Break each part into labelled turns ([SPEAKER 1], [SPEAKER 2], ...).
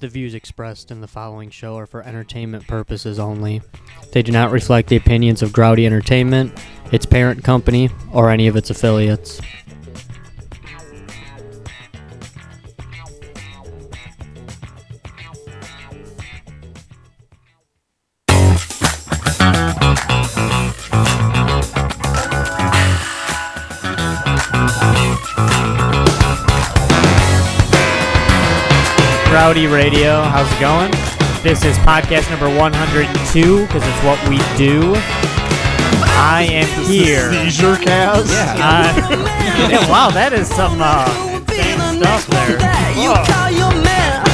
[SPEAKER 1] The views expressed in the following show are for entertainment purposes only. They do not reflect the opinions of Growdy Entertainment, its parent company, or any of its affiliates. Rowdy Radio. How's it going? This is podcast number 102 because it's what we do. I am here.
[SPEAKER 2] Seizure cast?
[SPEAKER 3] Yeah.
[SPEAKER 1] Uh, yeah, wow, that is some uh, insane stuff there.
[SPEAKER 4] Oh.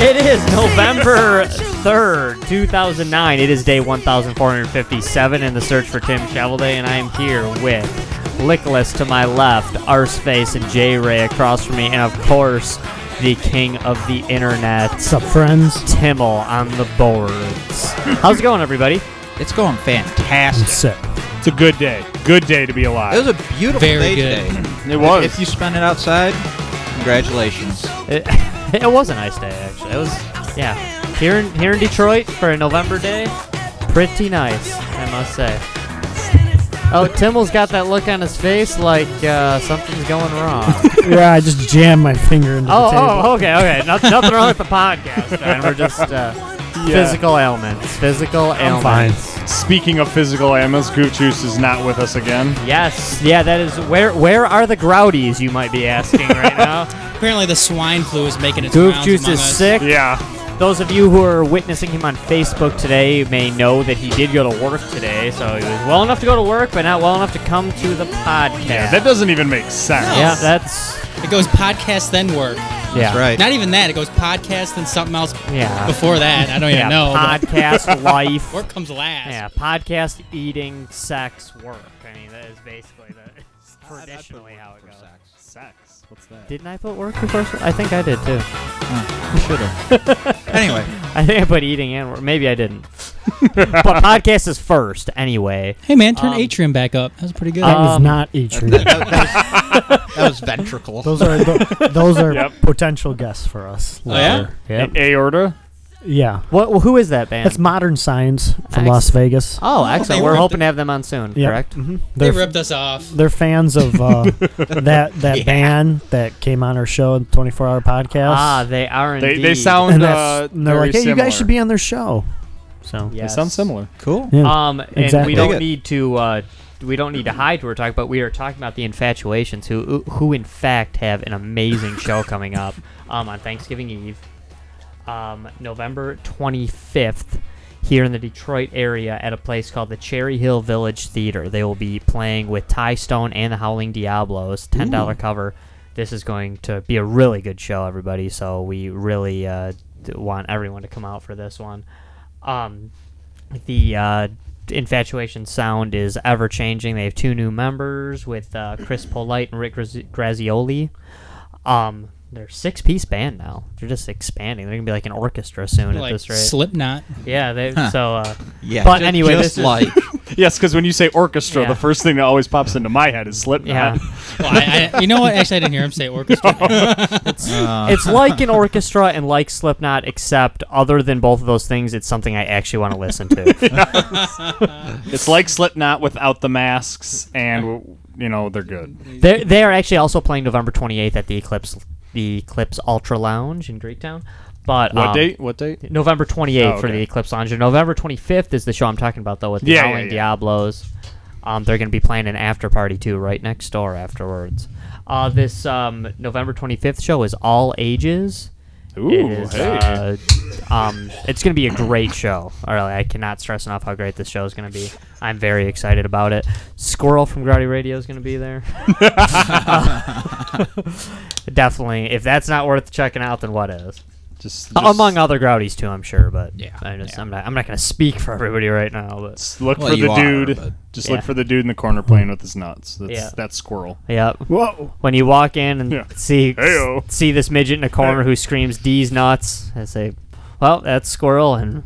[SPEAKER 1] It is November 3rd, 2009. It is day 1457 in the search for Tim Shovelday, and I am here with Lickless to my left, Arseface, and J Ray across from me, and of course, the king of the internet,
[SPEAKER 5] Sup, friends?
[SPEAKER 1] Timmel on the boards. How's it going, everybody?
[SPEAKER 3] It's going fantastic.
[SPEAKER 5] Sick.
[SPEAKER 2] It's a good day. Good day to be alive.
[SPEAKER 3] It was a beautiful day
[SPEAKER 5] Very good.
[SPEAKER 3] today.
[SPEAKER 2] It was.
[SPEAKER 3] If you spent it outside, congratulations.
[SPEAKER 1] It, it was a nice day, actually. It was, yeah. Here in, here in Detroit for a November day, pretty nice, I must say. Oh, Timmel's got that look on his face like uh, something's going wrong.
[SPEAKER 5] yeah, I just jammed my finger into
[SPEAKER 1] oh,
[SPEAKER 5] the table.
[SPEAKER 1] oh, okay, okay. Not, nothing wrong with the podcast, man. We're just uh,
[SPEAKER 2] Yeah.
[SPEAKER 1] physical ailments. Physical
[SPEAKER 5] I'm fine.
[SPEAKER 1] ailments.
[SPEAKER 2] Speaking of physical ailments, Goof Juice is not with us again.
[SPEAKER 1] Yes, yeah, that is where. Where are the grouties? You might be asking right now.
[SPEAKER 6] Apparently, the swine flu is making its
[SPEAKER 1] Goof
[SPEAKER 6] rounds
[SPEAKER 1] Juice
[SPEAKER 6] among
[SPEAKER 1] is
[SPEAKER 6] us.
[SPEAKER 1] sick.
[SPEAKER 2] Yeah.
[SPEAKER 1] Those of you who are witnessing him on Facebook today may know that he did go to work today, so he was well enough to go to work, but not well enough to come to the podcast.
[SPEAKER 2] Yeah, that doesn't even make sense.
[SPEAKER 1] Yeah, that's
[SPEAKER 6] It goes podcast then work.
[SPEAKER 1] yeah,
[SPEAKER 3] That's right.
[SPEAKER 6] Not even that. It goes podcast then something else
[SPEAKER 1] Yeah.
[SPEAKER 6] before that. I don't even
[SPEAKER 1] yeah,
[SPEAKER 6] know. but
[SPEAKER 1] podcast life.
[SPEAKER 6] work comes last.
[SPEAKER 1] Yeah, podcast eating sex work. I mean, that is basically the it's traditionally how it goes.
[SPEAKER 2] Sex. What's that?
[SPEAKER 1] Didn't I put work before? se- I think I did too.
[SPEAKER 3] Should have. anyway,
[SPEAKER 1] I think I put eating and work. Maybe I didn't. but podcast is first anyway.
[SPEAKER 6] Hey man, turn
[SPEAKER 1] Um,
[SPEAKER 6] Atrium back up. That was pretty good.
[SPEAKER 5] That
[SPEAKER 1] Um,
[SPEAKER 5] was not Atri.
[SPEAKER 3] that, that- that was, that was ventricle.
[SPEAKER 5] those are the, those are
[SPEAKER 2] Yep.
[SPEAKER 5] potential guests for us.
[SPEAKER 6] Oh, yeah?
[SPEAKER 5] yeah, yep.
[SPEAKER 2] Aorta?
[SPEAKER 5] yeah.
[SPEAKER 1] What? Who is that band?
[SPEAKER 5] That's modern science from
[SPEAKER 1] Ex-
[SPEAKER 5] Las Vegas.
[SPEAKER 1] oh,
[SPEAKER 6] they
[SPEAKER 1] excellent. We're
[SPEAKER 6] were-
[SPEAKER 1] hoping to have them on soon.
[SPEAKER 5] Yeah.
[SPEAKER 1] Correct. Mm-hmm.
[SPEAKER 6] they
[SPEAKER 5] They're
[SPEAKER 6] ripped us off.
[SPEAKER 5] they're fans of uh, that that
[SPEAKER 6] Yeah.
[SPEAKER 5] band that came on our show in 24 hour podcast.
[SPEAKER 1] Ah, they are indeed.
[SPEAKER 2] They, they sound
[SPEAKER 5] and
[SPEAKER 2] uh,
[SPEAKER 5] that's, and they're
[SPEAKER 2] very
[SPEAKER 5] like, hey,
[SPEAKER 2] similar.
[SPEAKER 5] you guys should be on their show. So
[SPEAKER 1] Yes.
[SPEAKER 2] They sound similar.
[SPEAKER 3] Cool.
[SPEAKER 5] yeah.
[SPEAKER 1] Um, and we
[SPEAKER 5] Exactly.
[SPEAKER 1] don't
[SPEAKER 3] Dig it.
[SPEAKER 1] need to. Uh, we don't need to hide who we're talking about. We are talking about the Infatuations, who who in fact have an amazing show coming up um, on Thanksgiving Eve, um, November twenty fifth, here in the Detroit area at a place called the Cherry Hill Village Theater. They will be playing with Ty Stone and the Howling Diablos. Ten dollar cover. This is going to be a really good show, everybody. So we really uh, d- want everyone to come out for this one. Um, the uh, infatuation sound is ever changing. They have two new members with uh, Chris Polite and Rick Graz- Grazioli. Um, they're six piece band now. They're just expanding. They're gonna be like an orchestra soon at
[SPEAKER 6] Like
[SPEAKER 1] this rate.
[SPEAKER 6] Slipknot.
[SPEAKER 1] yeah. They
[SPEAKER 3] Huh.
[SPEAKER 1] so. Uh,
[SPEAKER 3] Yeah.
[SPEAKER 1] But
[SPEAKER 3] ju-
[SPEAKER 1] anyway,
[SPEAKER 3] just
[SPEAKER 1] this is-
[SPEAKER 3] like
[SPEAKER 2] Yes, because when you say orchestra,
[SPEAKER 1] Yeah.
[SPEAKER 2] the first thing that always pops into my head is Slipknot.
[SPEAKER 1] yeah.
[SPEAKER 6] Well, I, I, you know what? Actually, I didn't hear him say orchestra.
[SPEAKER 3] uh,
[SPEAKER 1] it's like an orchestra and like Slipknot, except other than both of those things, it's something I actually want to listen to.
[SPEAKER 2] It's like Slipknot without the masks, and, you know, they're good.
[SPEAKER 1] They're, they are actually also playing November 28th at the Eclipse the Eclipse Ultra Lounge in Greektown. But
[SPEAKER 2] What
[SPEAKER 1] um,
[SPEAKER 2] date? What date?
[SPEAKER 1] November 28th
[SPEAKER 2] Oh,
[SPEAKER 1] for
[SPEAKER 2] okay.
[SPEAKER 1] the Eclipse Lounge. And November 25th is the show I'm talking about, though, with the
[SPEAKER 2] Yeah,
[SPEAKER 1] Howling
[SPEAKER 2] yeah, yeah.
[SPEAKER 1] Diablos. Um, they're going to be playing an after party, too, right next door afterwards. Uh, this um, November 25th show is all ages.
[SPEAKER 2] Ooh,
[SPEAKER 1] it is,
[SPEAKER 2] hey.
[SPEAKER 1] uh, um, it's going to be a great show. All right, I cannot stress enough how great this show is going to be. I'm very excited about it. Squirrel from Grotty Radio is going to be there. Definitely. If that's not worth checking out, then what is?
[SPEAKER 2] just,
[SPEAKER 1] among
[SPEAKER 2] just
[SPEAKER 1] other grouties too, I'm sure. But
[SPEAKER 6] Yeah,
[SPEAKER 1] I just,
[SPEAKER 6] yeah.
[SPEAKER 1] I'm not, I'm not gonna speak for everybody right now. But
[SPEAKER 2] Look
[SPEAKER 3] Well,
[SPEAKER 2] for
[SPEAKER 3] you
[SPEAKER 2] the
[SPEAKER 3] are,
[SPEAKER 2] dude.
[SPEAKER 3] but-
[SPEAKER 2] just
[SPEAKER 1] Yeah.
[SPEAKER 2] look for the dude in the corner playing with his nuts. That's,
[SPEAKER 1] Yeah.
[SPEAKER 2] that's squirrel.
[SPEAKER 1] yeah,
[SPEAKER 2] Whoa.
[SPEAKER 1] when you walk in and
[SPEAKER 2] Yeah.
[SPEAKER 1] see
[SPEAKER 2] Heyo.
[SPEAKER 1] see this midget in a corner who screams D's nuts, I say, well, that's squirrel, and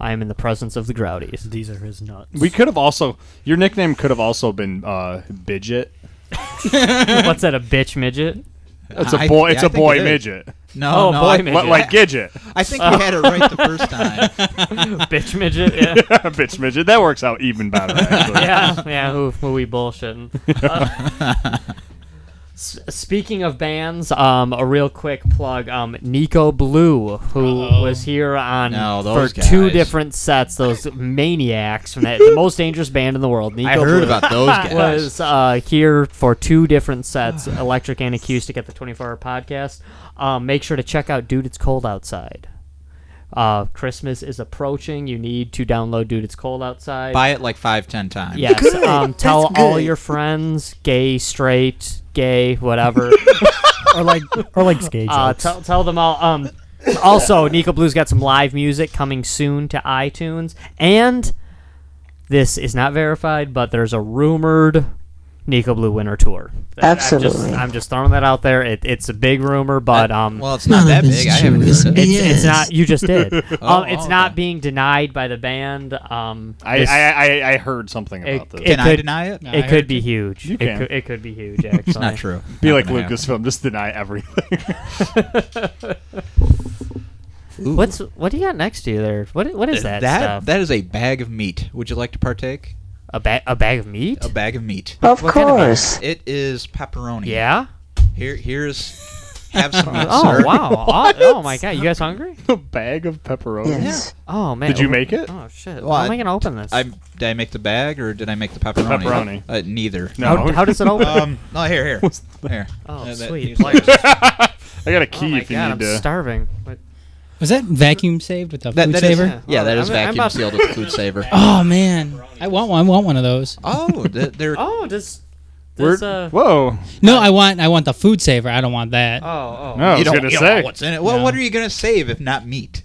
[SPEAKER 1] I'm in the presence of the grouties.
[SPEAKER 5] These are his nuts.
[SPEAKER 2] We could have also. Your nickname could have also been uh, Bidget.
[SPEAKER 1] What's that? A bitch midget?
[SPEAKER 2] It's a
[SPEAKER 3] I-
[SPEAKER 2] boy.
[SPEAKER 3] yeah,
[SPEAKER 2] it's
[SPEAKER 3] I
[SPEAKER 2] a
[SPEAKER 3] think
[SPEAKER 2] boy
[SPEAKER 3] it is.
[SPEAKER 2] midget.
[SPEAKER 3] No,
[SPEAKER 1] Oh,
[SPEAKER 3] no.
[SPEAKER 1] boy,
[SPEAKER 3] I,
[SPEAKER 1] man. Oh.
[SPEAKER 2] What, like Gidget?
[SPEAKER 3] I think we had it right the first time.
[SPEAKER 1] Bitch midget. Yeah.
[SPEAKER 2] Bitch midget. That works out even better. Actually.
[SPEAKER 1] yeah, Oh, yeah, who, who we bullshitting. Uh, s- speaking of bands, um, a real quick plug. Um, Nico Blue, who
[SPEAKER 6] Uh-oh.
[SPEAKER 1] was here on
[SPEAKER 3] No, those
[SPEAKER 1] for two
[SPEAKER 3] guys.
[SPEAKER 1] different sets, those maniacs from that, the most dangerous band in the world. Nico
[SPEAKER 3] I heard
[SPEAKER 1] Blue
[SPEAKER 3] about those guys.
[SPEAKER 1] was uh, here for two different sets, electric and acoustic, at the 24 hour podcast. Um, make sure to check out Dude It's Cold Outside. Uh, Christmas is approaching. You need to download Dude It's Cold Outside.
[SPEAKER 3] Buy it like five, ten times.
[SPEAKER 1] Yes. Um, tell
[SPEAKER 5] That's
[SPEAKER 1] all
[SPEAKER 5] good.
[SPEAKER 1] your friends, gay, straight, gay, whatever.
[SPEAKER 5] or like or like skate
[SPEAKER 1] uh,
[SPEAKER 5] jokes.
[SPEAKER 1] tell, tell them all. Um, also, Nico Blue's got some live music coming soon to iTunes. And this is not verified, but there's a rumored Nico Blue winter tour. That- I'm
[SPEAKER 4] Absolutely.
[SPEAKER 1] just, I'm just throwing that out there. It, it's a big rumor, but. um.
[SPEAKER 3] Well, it's not
[SPEAKER 6] None
[SPEAKER 3] that
[SPEAKER 6] of it's
[SPEAKER 3] big. I haven't
[SPEAKER 6] true,
[SPEAKER 3] heard
[SPEAKER 6] is
[SPEAKER 3] it.
[SPEAKER 6] it?
[SPEAKER 1] it's, it's
[SPEAKER 6] Yes.
[SPEAKER 1] not. You just did.
[SPEAKER 3] Oh,
[SPEAKER 1] um, it's
[SPEAKER 3] oh,
[SPEAKER 1] not
[SPEAKER 3] okay.
[SPEAKER 1] being denied by the band. Um,
[SPEAKER 2] I,
[SPEAKER 1] this-
[SPEAKER 2] I, I, I heard something about
[SPEAKER 1] It-
[SPEAKER 2] this.
[SPEAKER 1] it-
[SPEAKER 3] Can I
[SPEAKER 1] could-
[SPEAKER 3] deny it?
[SPEAKER 6] No, I
[SPEAKER 1] it
[SPEAKER 6] heard
[SPEAKER 1] could be huge.
[SPEAKER 2] You
[SPEAKER 1] it,
[SPEAKER 2] can.
[SPEAKER 1] Could, it could be huge. Actually,
[SPEAKER 3] It's not true.
[SPEAKER 2] be like
[SPEAKER 3] gonna happen.
[SPEAKER 2] Lucasfilm, just deny everything.
[SPEAKER 3] Ooh.
[SPEAKER 1] What's what do you got next to you there? What what is Uh, that, stuff?
[SPEAKER 3] that is a bag of meat. Would you like to partake?
[SPEAKER 1] a bag a bag of meat?
[SPEAKER 3] A bag of meat.
[SPEAKER 4] Of
[SPEAKER 1] What kind of
[SPEAKER 4] course.
[SPEAKER 3] It is pepperoni.
[SPEAKER 1] yeah.
[SPEAKER 3] Here, here's have some. of it,
[SPEAKER 1] Oh
[SPEAKER 3] sir.
[SPEAKER 1] wow. Oh, oh, my god. You guys hungry?
[SPEAKER 2] a bag of pepperoni.
[SPEAKER 4] yes.
[SPEAKER 1] Oh man.
[SPEAKER 2] Did you make it?
[SPEAKER 1] Oh shit.
[SPEAKER 3] Well,
[SPEAKER 1] How am
[SPEAKER 3] I-
[SPEAKER 1] I gonna open this?
[SPEAKER 3] I did I make the bag or did I make the pepperoni?
[SPEAKER 2] pepperoni.
[SPEAKER 3] Uh, neither.
[SPEAKER 2] No.
[SPEAKER 1] how, how does it open?
[SPEAKER 3] Um. No. Here. Here. Here.
[SPEAKER 1] oh
[SPEAKER 3] Uh, that-
[SPEAKER 1] sweet.
[SPEAKER 3] here's
[SPEAKER 1] players.
[SPEAKER 3] that-
[SPEAKER 2] I got a
[SPEAKER 1] Oh
[SPEAKER 2] key
[SPEAKER 1] my
[SPEAKER 2] if you
[SPEAKER 1] god.
[SPEAKER 2] need
[SPEAKER 1] I'm
[SPEAKER 2] to.
[SPEAKER 1] starving. What-
[SPEAKER 6] Was that vacuum saved with the
[SPEAKER 3] That,
[SPEAKER 6] food
[SPEAKER 3] that is,
[SPEAKER 6] saver?
[SPEAKER 3] yeah, yeah, that is
[SPEAKER 1] I'm- I'm
[SPEAKER 3] vacuum
[SPEAKER 1] about-
[SPEAKER 3] sealed with food saver.
[SPEAKER 6] Oh man, I want one. I want one of those.
[SPEAKER 3] Oh, th- they're
[SPEAKER 1] Oh, does
[SPEAKER 2] We're-
[SPEAKER 1] this uh?
[SPEAKER 2] Whoa.
[SPEAKER 6] No, I want. I want the food saver. I don't want that.
[SPEAKER 1] Oh oh.
[SPEAKER 2] No, I was
[SPEAKER 3] you don't,
[SPEAKER 2] going to
[SPEAKER 3] you don't know
[SPEAKER 2] say.
[SPEAKER 3] what's in it. Well,
[SPEAKER 6] No.
[SPEAKER 3] what are you gonna save if not meat?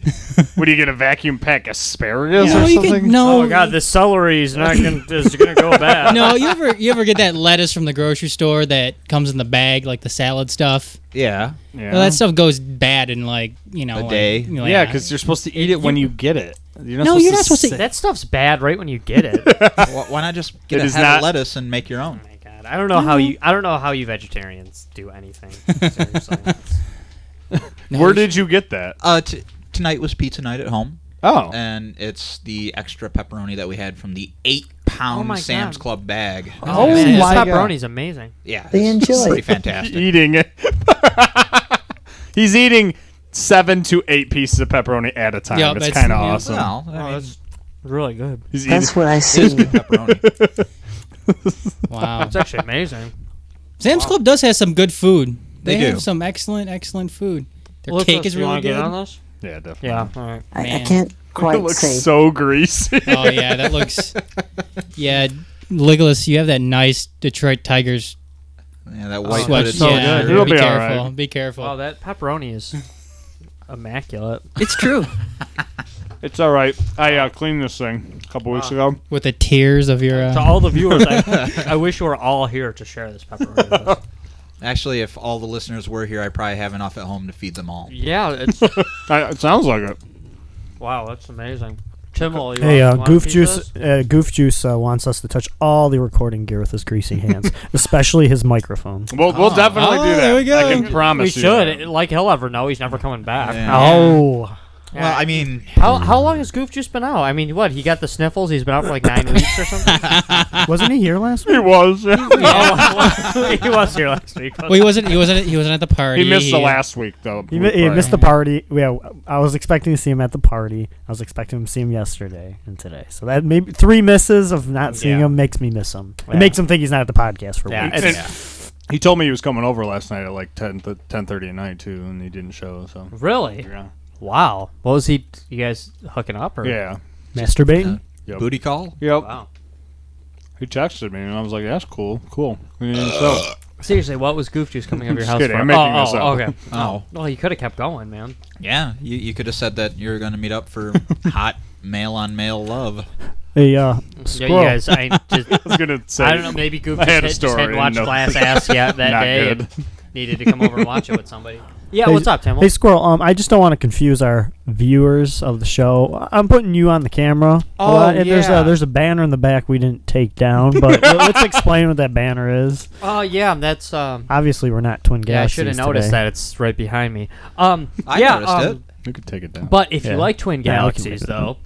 [SPEAKER 2] What are you going to vacuum pack asparagus
[SPEAKER 6] no,
[SPEAKER 2] or
[SPEAKER 6] you can,
[SPEAKER 2] something?
[SPEAKER 6] no.
[SPEAKER 1] Oh god, this celery's not gonna is gonna go bad.
[SPEAKER 6] no, you ever you ever get that lettuce from the grocery store that comes in the bag like the salad stuff?
[SPEAKER 3] yeah,
[SPEAKER 2] Yeah.
[SPEAKER 6] Well, that stuff goes bad in like you know
[SPEAKER 3] A
[SPEAKER 6] like-
[SPEAKER 3] day.
[SPEAKER 6] you know,
[SPEAKER 2] yeah, because you're supposed to eat it when you get it. You're not
[SPEAKER 6] No, you're not supposed to-
[SPEAKER 2] sit-
[SPEAKER 1] That stuff's bad right when you get it. Oh
[SPEAKER 3] why, why not just get
[SPEAKER 2] It
[SPEAKER 3] a
[SPEAKER 2] is
[SPEAKER 3] head
[SPEAKER 2] not-
[SPEAKER 3] of lettuce and make your own?
[SPEAKER 1] my god. I don't know how you I don't know how you vegetarians do anything. Seriously.
[SPEAKER 6] no,
[SPEAKER 2] Where
[SPEAKER 6] you-
[SPEAKER 2] did you get that?
[SPEAKER 3] Uh, t- tonight was pizza night at home,
[SPEAKER 2] Oh.
[SPEAKER 3] and it's the extra pepperoni that we had from the eight-pound
[SPEAKER 1] my
[SPEAKER 3] Sam's
[SPEAKER 1] God.
[SPEAKER 3] Club bag.
[SPEAKER 1] Oh,
[SPEAKER 2] Oh
[SPEAKER 1] man, this
[SPEAKER 2] my God.
[SPEAKER 1] pepperoni's amazing.
[SPEAKER 3] Yeah,
[SPEAKER 4] They
[SPEAKER 3] it's- it's
[SPEAKER 4] enjoy
[SPEAKER 3] pretty
[SPEAKER 4] it.
[SPEAKER 3] fantastic.
[SPEAKER 2] eating it. He's eating seven to eight pieces of pepperoni at a time.
[SPEAKER 6] Yeah,
[SPEAKER 2] it's
[SPEAKER 6] that's-
[SPEAKER 2] kind of
[SPEAKER 6] yeah.
[SPEAKER 2] awesome.
[SPEAKER 3] Well,
[SPEAKER 1] Oh,
[SPEAKER 3] I mean,
[SPEAKER 1] that's really good.
[SPEAKER 2] He's eating-
[SPEAKER 4] That's what I
[SPEAKER 3] it is
[SPEAKER 4] see.
[SPEAKER 3] good pepperoni.
[SPEAKER 6] Wow,
[SPEAKER 1] It's actually amazing.
[SPEAKER 6] Sam's Club does have some good food. They,
[SPEAKER 3] They do.
[SPEAKER 6] have some excellent, excellent food. Their cake is really good. Oh
[SPEAKER 1] this?
[SPEAKER 2] yeah, definitely.
[SPEAKER 1] Yeah. All right.
[SPEAKER 4] I, I
[SPEAKER 6] Man.
[SPEAKER 4] can't
[SPEAKER 2] It
[SPEAKER 4] quite
[SPEAKER 2] looks
[SPEAKER 4] say.
[SPEAKER 2] so greasy.
[SPEAKER 6] Oh, yeah, that looks. Yeah, Legolas, you have that nice Detroit Tigers
[SPEAKER 1] Oh,
[SPEAKER 3] Oh, Yeah, that white
[SPEAKER 6] sweat.
[SPEAKER 3] hooded
[SPEAKER 1] so
[SPEAKER 6] yeah,
[SPEAKER 2] good.
[SPEAKER 3] sweater.
[SPEAKER 2] It'll
[SPEAKER 6] be,
[SPEAKER 2] be all
[SPEAKER 6] careful.
[SPEAKER 2] right.
[SPEAKER 6] Be careful.
[SPEAKER 1] Wow, that pepperoni is immaculate.
[SPEAKER 6] it's true.
[SPEAKER 2] It's all right. I uh, cleaned this thing a couple weeks ago.
[SPEAKER 6] With the tears of your.
[SPEAKER 1] To
[SPEAKER 6] Uh,
[SPEAKER 1] all the viewers, I, I wish you were all here to share this pepperoni. with us.
[SPEAKER 3] Actually, if all the listeners were here, I probably have enough at home to feed them all.
[SPEAKER 1] Yeah, it's
[SPEAKER 2] I, it sounds like it.
[SPEAKER 1] wow, that's amazing. Timmel, you
[SPEAKER 5] Hey,
[SPEAKER 1] want,
[SPEAKER 5] uh,
[SPEAKER 1] you want a
[SPEAKER 5] Goof
[SPEAKER 1] piece of
[SPEAKER 5] Juice.
[SPEAKER 1] this?
[SPEAKER 5] Uh, Goof Juice uh, wants us to touch all the recording gear with his greasy hands, especially his microphone.
[SPEAKER 2] We'll, we'll
[SPEAKER 3] Oh.
[SPEAKER 2] definitely
[SPEAKER 6] Oh,
[SPEAKER 2] do that.
[SPEAKER 6] there we go.
[SPEAKER 2] I can
[SPEAKER 1] We
[SPEAKER 2] promise you.
[SPEAKER 1] should,
[SPEAKER 2] that.
[SPEAKER 1] it- like he'll ever know, he's never coming back.
[SPEAKER 3] Yeah.
[SPEAKER 5] Oh,
[SPEAKER 3] Well, I mean,
[SPEAKER 1] How, how long has Goof Juice been out? I mean, what? He got the sniffles. He's been out for like nine weeks or something.
[SPEAKER 5] wasn't he here last
[SPEAKER 2] He
[SPEAKER 5] week?
[SPEAKER 2] was.
[SPEAKER 1] Oh, he was here last week.
[SPEAKER 6] well, he wasn't. He wasn't. He wasn't at the party.
[SPEAKER 2] he missed the last week though.
[SPEAKER 5] He, mi- he missed the party. Yeah, I was expecting to see him at the party. I was expecting to see him yesterday and today. So that maybe three misses of not seeing
[SPEAKER 1] Yeah.
[SPEAKER 5] him makes me miss him.
[SPEAKER 1] Yeah.
[SPEAKER 5] It makes him think he's not at the podcast for
[SPEAKER 1] Yeah,
[SPEAKER 5] weeks.
[SPEAKER 2] And
[SPEAKER 1] it's-
[SPEAKER 2] He told me he was coming over last night at like 10, th- 10.30 at night too, and he didn't show. So
[SPEAKER 1] Really?
[SPEAKER 2] yeah,
[SPEAKER 1] Wow. What was he? You guys hooking up or?
[SPEAKER 2] yeah.
[SPEAKER 5] Masturbating.
[SPEAKER 2] Yep.
[SPEAKER 3] booty call.
[SPEAKER 2] Yep.
[SPEAKER 1] Wow.
[SPEAKER 2] He texted me, and I was like, "That's cool, cool." He didn't show it.
[SPEAKER 1] Seriously, what was Goof Juice coming out of your
[SPEAKER 2] Just
[SPEAKER 1] house
[SPEAKER 2] kidding,
[SPEAKER 1] for?
[SPEAKER 2] I'm making
[SPEAKER 1] oh,
[SPEAKER 2] this
[SPEAKER 1] oh,
[SPEAKER 2] up.
[SPEAKER 1] okay.
[SPEAKER 3] Oh,
[SPEAKER 1] Well, you could have kept going, man.
[SPEAKER 3] yeah. You, you could have said that you're going to meet up for hot male on male love.
[SPEAKER 5] Hey, uh,
[SPEAKER 1] Yeah,
[SPEAKER 5] squirrel.
[SPEAKER 1] you guys, I just,
[SPEAKER 2] I was gonna say.
[SPEAKER 1] I don't know, maybe Goof
[SPEAKER 2] I
[SPEAKER 1] just,
[SPEAKER 2] had a
[SPEAKER 1] hit, just
[SPEAKER 2] story
[SPEAKER 1] hadn't watched
[SPEAKER 2] and no-
[SPEAKER 1] Glass Ass yet that
[SPEAKER 2] Not
[SPEAKER 1] day
[SPEAKER 2] good.
[SPEAKER 1] and needed to come over and watch it with somebody. Yeah,
[SPEAKER 5] Hey,
[SPEAKER 1] what's up, Tim?
[SPEAKER 5] Hey, Squirrel. Um, I just don't want to confuse our viewers of the show. I'm putting you on the camera. a
[SPEAKER 1] Oh,
[SPEAKER 5] lot, and There's
[SPEAKER 1] yeah.
[SPEAKER 5] a there's a banner in the back we didn't take down, but let- let's explain what that banner is.
[SPEAKER 1] Oh yeah, that's um.
[SPEAKER 5] Obviously, we're not twin
[SPEAKER 1] Yeah, I
[SPEAKER 5] galaxies.
[SPEAKER 1] should have noticed
[SPEAKER 5] today.
[SPEAKER 1] that. It's right behind me. Um,
[SPEAKER 3] I
[SPEAKER 1] yeah,
[SPEAKER 3] noticed
[SPEAKER 1] um,
[SPEAKER 3] it.
[SPEAKER 2] You could take it down.
[SPEAKER 1] But if
[SPEAKER 5] Yeah.
[SPEAKER 1] you like Twin
[SPEAKER 5] Yeah, I can
[SPEAKER 1] Galaxies,
[SPEAKER 5] read it.
[SPEAKER 1] though,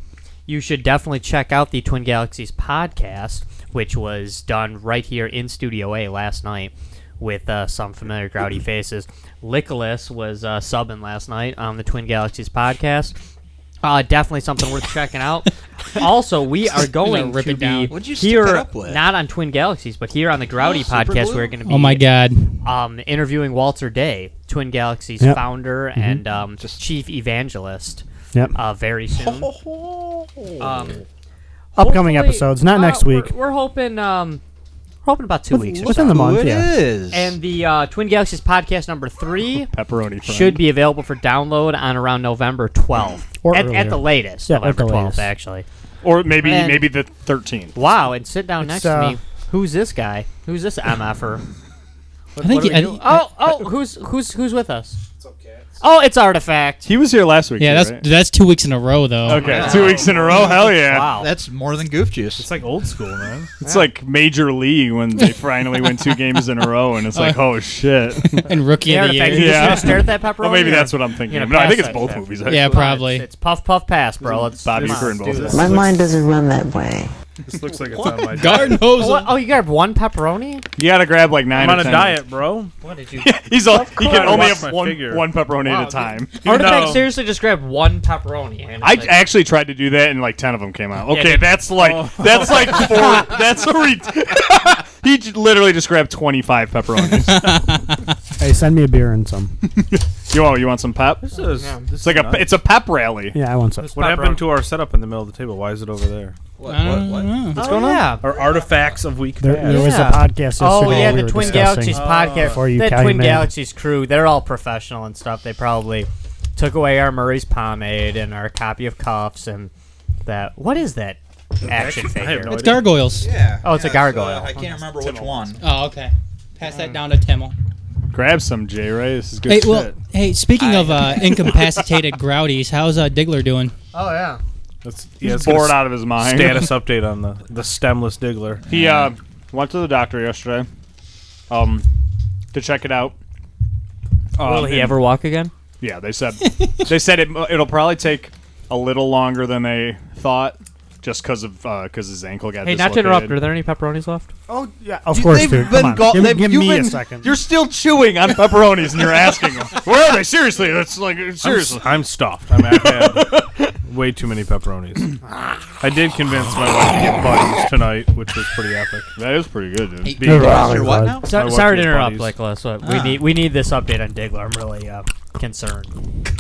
[SPEAKER 1] you should definitely check out the Twin Galaxies podcast, which was done right here in Studio A last night with uh, some familiar grouty faces. Nicholas was uh, subbing last night on the Twin Galaxies podcast. Uh, definitely something worth checking out. Also, we are going
[SPEAKER 6] rip
[SPEAKER 1] to
[SPEAKER 6] it down.
[SPEAKER 1] be
[SPEAKER 3] What'd you stick
[SPEAKER 1] here,
[SPEAKER 3] that up with?
[SPEAKER 1] not on Twin Galaxies, but here on the Grouty
[SPEAKER 3] Oh, super
[SPEAKER 1] podcast.
[SPEAKER 3] glue?
[SPEAKER 1] We're going to be
[SPEAKER 6] Oh my god.
[SPEAKER 1] um, interviewing Walter Day, Twin Galaxy's
[SPEAKER 5] Yep.
[SPEAKER 1] founder and um,
[SPEAKER 3] Just-
[SPEAKER 1] chief evangelist.
[SPEAKER 5] Yep.
[SPEAKER 1] Uh, very soon. Um,
[SPEAKER 5] Upcoming
[SPEAKER 1] hopefully-
[SPEAKER 5] episodes, not
[SPEAKER 1] uh,
[SPEAKER 5] next
[SPEAKER 1] we're-
[SPEAKER 5] week.
[SPEAKER 1] We're, hoping, um, hoping about two weeks. Or
[SPEAKER 5] within
[SPEAKER 1] so.
[SPEAKER 5] the month,
[SPEAKER 3] It
[SPEAKER 5] yeah.
[SPEAKER 3] is.
[SPEAKER 1] And the uh, Twin Galaxies podcast number three
[SPEAKER 5] Oh,
[SPEAKER 2] pepperoni friend.
[SPEAKER 1] should be available for download on around November twelfth,
[SPEAKER 5] Or
[SPEAKER 1] at, at
[SPEAKER 5] earlier.
[SPEAKER 1] the latest.
[SPEAKER 5] Yeah, at
[SPEAKER 1] November
[SPEAKER 5] the
[SPEAKER 1] twelfth,
[SPEAKER 5] latest.
[SPEAKER 1] actually.
[SPEAKER 2] or maybe
[SPEAKER 1] And-
[SPEAKER 2] maybe the 13th.
[SPEAKER 1] Wow! And sit down
[SPEAKER 5] It's,
[SPEAKER 1] next
[SPEAKER 5] uh,
[SPEAKER 1] to me. Who's this guy? Who's this mf'er? What,
[SPEAKER 6] I think
[SPEAKER 1] what are we
[SPEAKER 6] you- I
[SPEAKER 1] doing?
[SPEAKER 6] think-
[SPEAKER 1] oh, oh, who's who's who's with us? Oh, it's Artifact.
[SPEAKER 2] He was here last week.
[SPEAKER 6] Yeah,
[SPEAKER 2] too,
[SPEAKER 6] that's
[SPEAKER 2] right?
[SPEAKER 6] that's two weeks in a row though.
[SPEAKER 2] okay. Two weeks in a row. Hell yeah!
[SPEAKER 1] Wow.
[SPEAKER 3] That's more than goof juice.
[SPEAKER 7] It's like old school, man.
[SPEAKER 2] It's like Major League when they finally win two games in a row, and it's like, oh shit.
[SPEAKER 6] And rookie
[SPEAKER 1] yeah,
[SPEAKER 6] of the
[SPEAKER 1] artifact.
[SPEAKER 6] year.
[SPEAKER 1] You just
[SPEAKER 2] Yeah.
[SPEAKER 1] gonna stare at that pepperoni?
[SPEAKER 2] well, maybe
[SPEAKER 1] or-
[SPEAKER 2] that's what I'm thinking.
[SPEAKER 1] You're
[SPEAKER 2] of.
[SPEAKER 1] gonna
[SPEAKER 2] No, I
[SPEAKER 1] pass
[SPEAKER 2] think it's
[SPEAKER 1] that
[SPEAKER 2] both
[SPEAKER 1] shit.
[SPEAKER 2] movies.
[SPEAKER 6] Yeah,
[SPEAKER 2] Actually.
[SPEAKER 6] probably.
[SPEAKER 1] It's, it's puff, puff, pass, bro. Let's
[SPEAKER 2] Bobby
[SPEAKER 1] come
[SPEAKER 2] Cooper
[SPEAKER 1] on,
[SPEAKER 2] in
[SPEAKER 1] let's
[SPEAKER 2] both
[SPEAKER 1] do
[SPEAKER 2] of
[SPEAKER 1] this.
[SPEAKER 2] them.
[SPEAKER 4] My mind doesn't run that way.
[SPEAKER 7] This looks like it's on my diet.
[SPEAKER 6] Garden hose.
[SPEAKER 1] Oh, what- oh, you grabbed one pepperoni?
[SPEAKER 2] You gotta grab like 9
[SPEAKER 7] I'm
[SPEAKER 2] or
[SPEAKER 7] on a
[SPEAKER 2] 10.
[SPEAKER 7] diet, bro.
[SPEAKER 1] What did you?
[SPEAKER 2] He's all, he can
[SPEAKER 7] course.
[SPEAKER 2] only
[SPEAKER 7] I
[SPEAKER 2] have
[SPEAKER 7] lost my
[SPEAKER 2] one,
[SPEAKER 7] figure.
[SPEAKER 2] one pepperoni
[SPEAKER 1] Wow,
[SPEAKER 2] at a time.
[SPEAKER 1] Artifact
[SPEAKER 7] know.
[SPEAKER 1] seriously just grabbed one pepperoni. And it's
[SPEAKER 2] I
[SPEAKER 1] like-
[SPEAKER 2] actually tried to do that, and like ten of them came out. Okay,
[SPEAKER 1] Yeah,
[SPEAKER 2] that's like that's like four. That's a re- he j- literally just grabbed twenty five pepperonis.
[SPEAKER 5] Hey, send me a beer and some.
[SPEAKER 2] you want you want some pep?
[SPEAKER 7] This is this
[SPEAKER 2] It's like
[SPEAKER 7] is
[SPEAKER 2] a
[SPEAKER 7] nuts.
[SPEAKER 2] it's a pep rally.
[SPEAKER 5] Yeah, I want some.
[SPEAKER 7] What happened to our setup in the middle of the table? Why is it over there?
[SPEAKER 3] What,
[SPEAKER 6] I don't
[SPEAKER 3] what, what?
[SPEAKER 6] know.
[SPEAKER 1] oh, yeah.
[SPEAKER 7] Our artifacts of week
[SPEAKER 5] There,
[SPEAKER 7] past.
[SPEAKER 5] there was a
[SPEAKER 1] Yeah. Uh,
[SPEAKER 5] podcast yesterday.
[SPEAKER 1] Oh yeah,
[SPEAKER 5] we
[SPEAKER 1] the
[SPEAKER 5] were
[SPEAKER 1] Twin
[SPEAKER 5] discussing.
[SPEAKER 1] Galaxies podcast.
[SPEAKER 5] Before you
[SPEAKER 1] the
[SPEAKER 5] came
[SPEAKER 1] Twin
[SPEAKER 5] in.
[SPEAKER 1] Galaxies crew—they're all professional and stuff. They probably took away our Murray's pomade and our copy of Cuffs and that. What is that action
[SPEAKER 7] I have
[SPEAKER 1] figure?
[SPEAKER 7] no
[SPEAKER 6] It's gargoyles.
[SPEAKER 3] Yeah.
[SPEAKER 1] Oh, it's a
[SPEAKER 3] yeah,
[SPEAKER 1] gargoyle.
[SPEAKER 3] uh, I can't remember which one.
[SPEAKER 6] Oh, okay. Pass that down to Timmel.
[SPEAKER 2] Grab some, Jay. Right, this is good
[SPEAKER 6] Hey,
[SPEAKER 2] shit.
[SPEAKER 6] well, hey, speaking
[SPEAKER 3] I-
[SPEAKER 6] of uh, incapacitated grouties, how's uh, Diggler doing?
[SPEAKER 1] oh yeah.
[SPEAKER 7] That's, yeah,
[SPEAKER 2] He's
[SPEAKER 7] it's gonna
[SPEAKER 2] bored
[SPEAKER 7] s-
[SPEAKER 2] out of his mind.
[SPEAKER 7] Status update on the the stemless Diggler.
[SPEAKER 2] He uh, went to the doctor yesterday, um, to check it out. Um,
[SPEAKER 1] Will he
[SPEAKER 2] and-
[SPEAKER 1] ever walk again?
[SPEAKER 2] Yeah, they said they said it, it'll probably take a little longer than they thought, just because of because his ankle got.
[SPEAKER 1] Hey, not to
[SPEAKER 2] dislocated.
[SPEAKER 1] interrupt. Are there any pepperonis left?
[SPEAKER 5] Oh yeah, of course,
[SPEAKER 2] They've
[SPEAKER 5] dude.
[SPEAKER 2] been
[SPEAKER 5] Come on,
[SPEAKER 2] go-
[SPEAKER 5] give,
[SPEAKER 2] they've-
[SPEAKER 5] give
[SPEAKER 2] you've
[SPEAKER 5] me a
[SPEAKER 2] been-
[SPEAKER 5] second.
[SPEAKER 2] You're still chewing on pepperonis, and you're asking them, "Where are they?" Seriously, that's like
[SPEAKER 7] I'm s-
[SPEAKER 2] seriously.
[SPEAKER 7] I'm, stuffed. I'm I've had way too many pepperonis. I did convince my wife to get buddies tonight, which was pretty epic.
[SPEAKER 2] That is pretty good, dude.
[SPEAKER 5] You're
[SPEAKER 3] Is
[SPEAKER 5] wrong,
[SPEAKER 3] there what
[SPEAKER 5] bud.
[SPEAKER 3] now?
[SPEAKER 1] So,
[SPEAKER 7] My
[SPEAKER 1] sorry to
[SPEAKER 7] wife
[SPEAKER 1] interrupt,
[SPEAKER 7] is
[SPEAKER 1] Nicholas. but We need we need this update on Diggler. I'm really uh, concerned.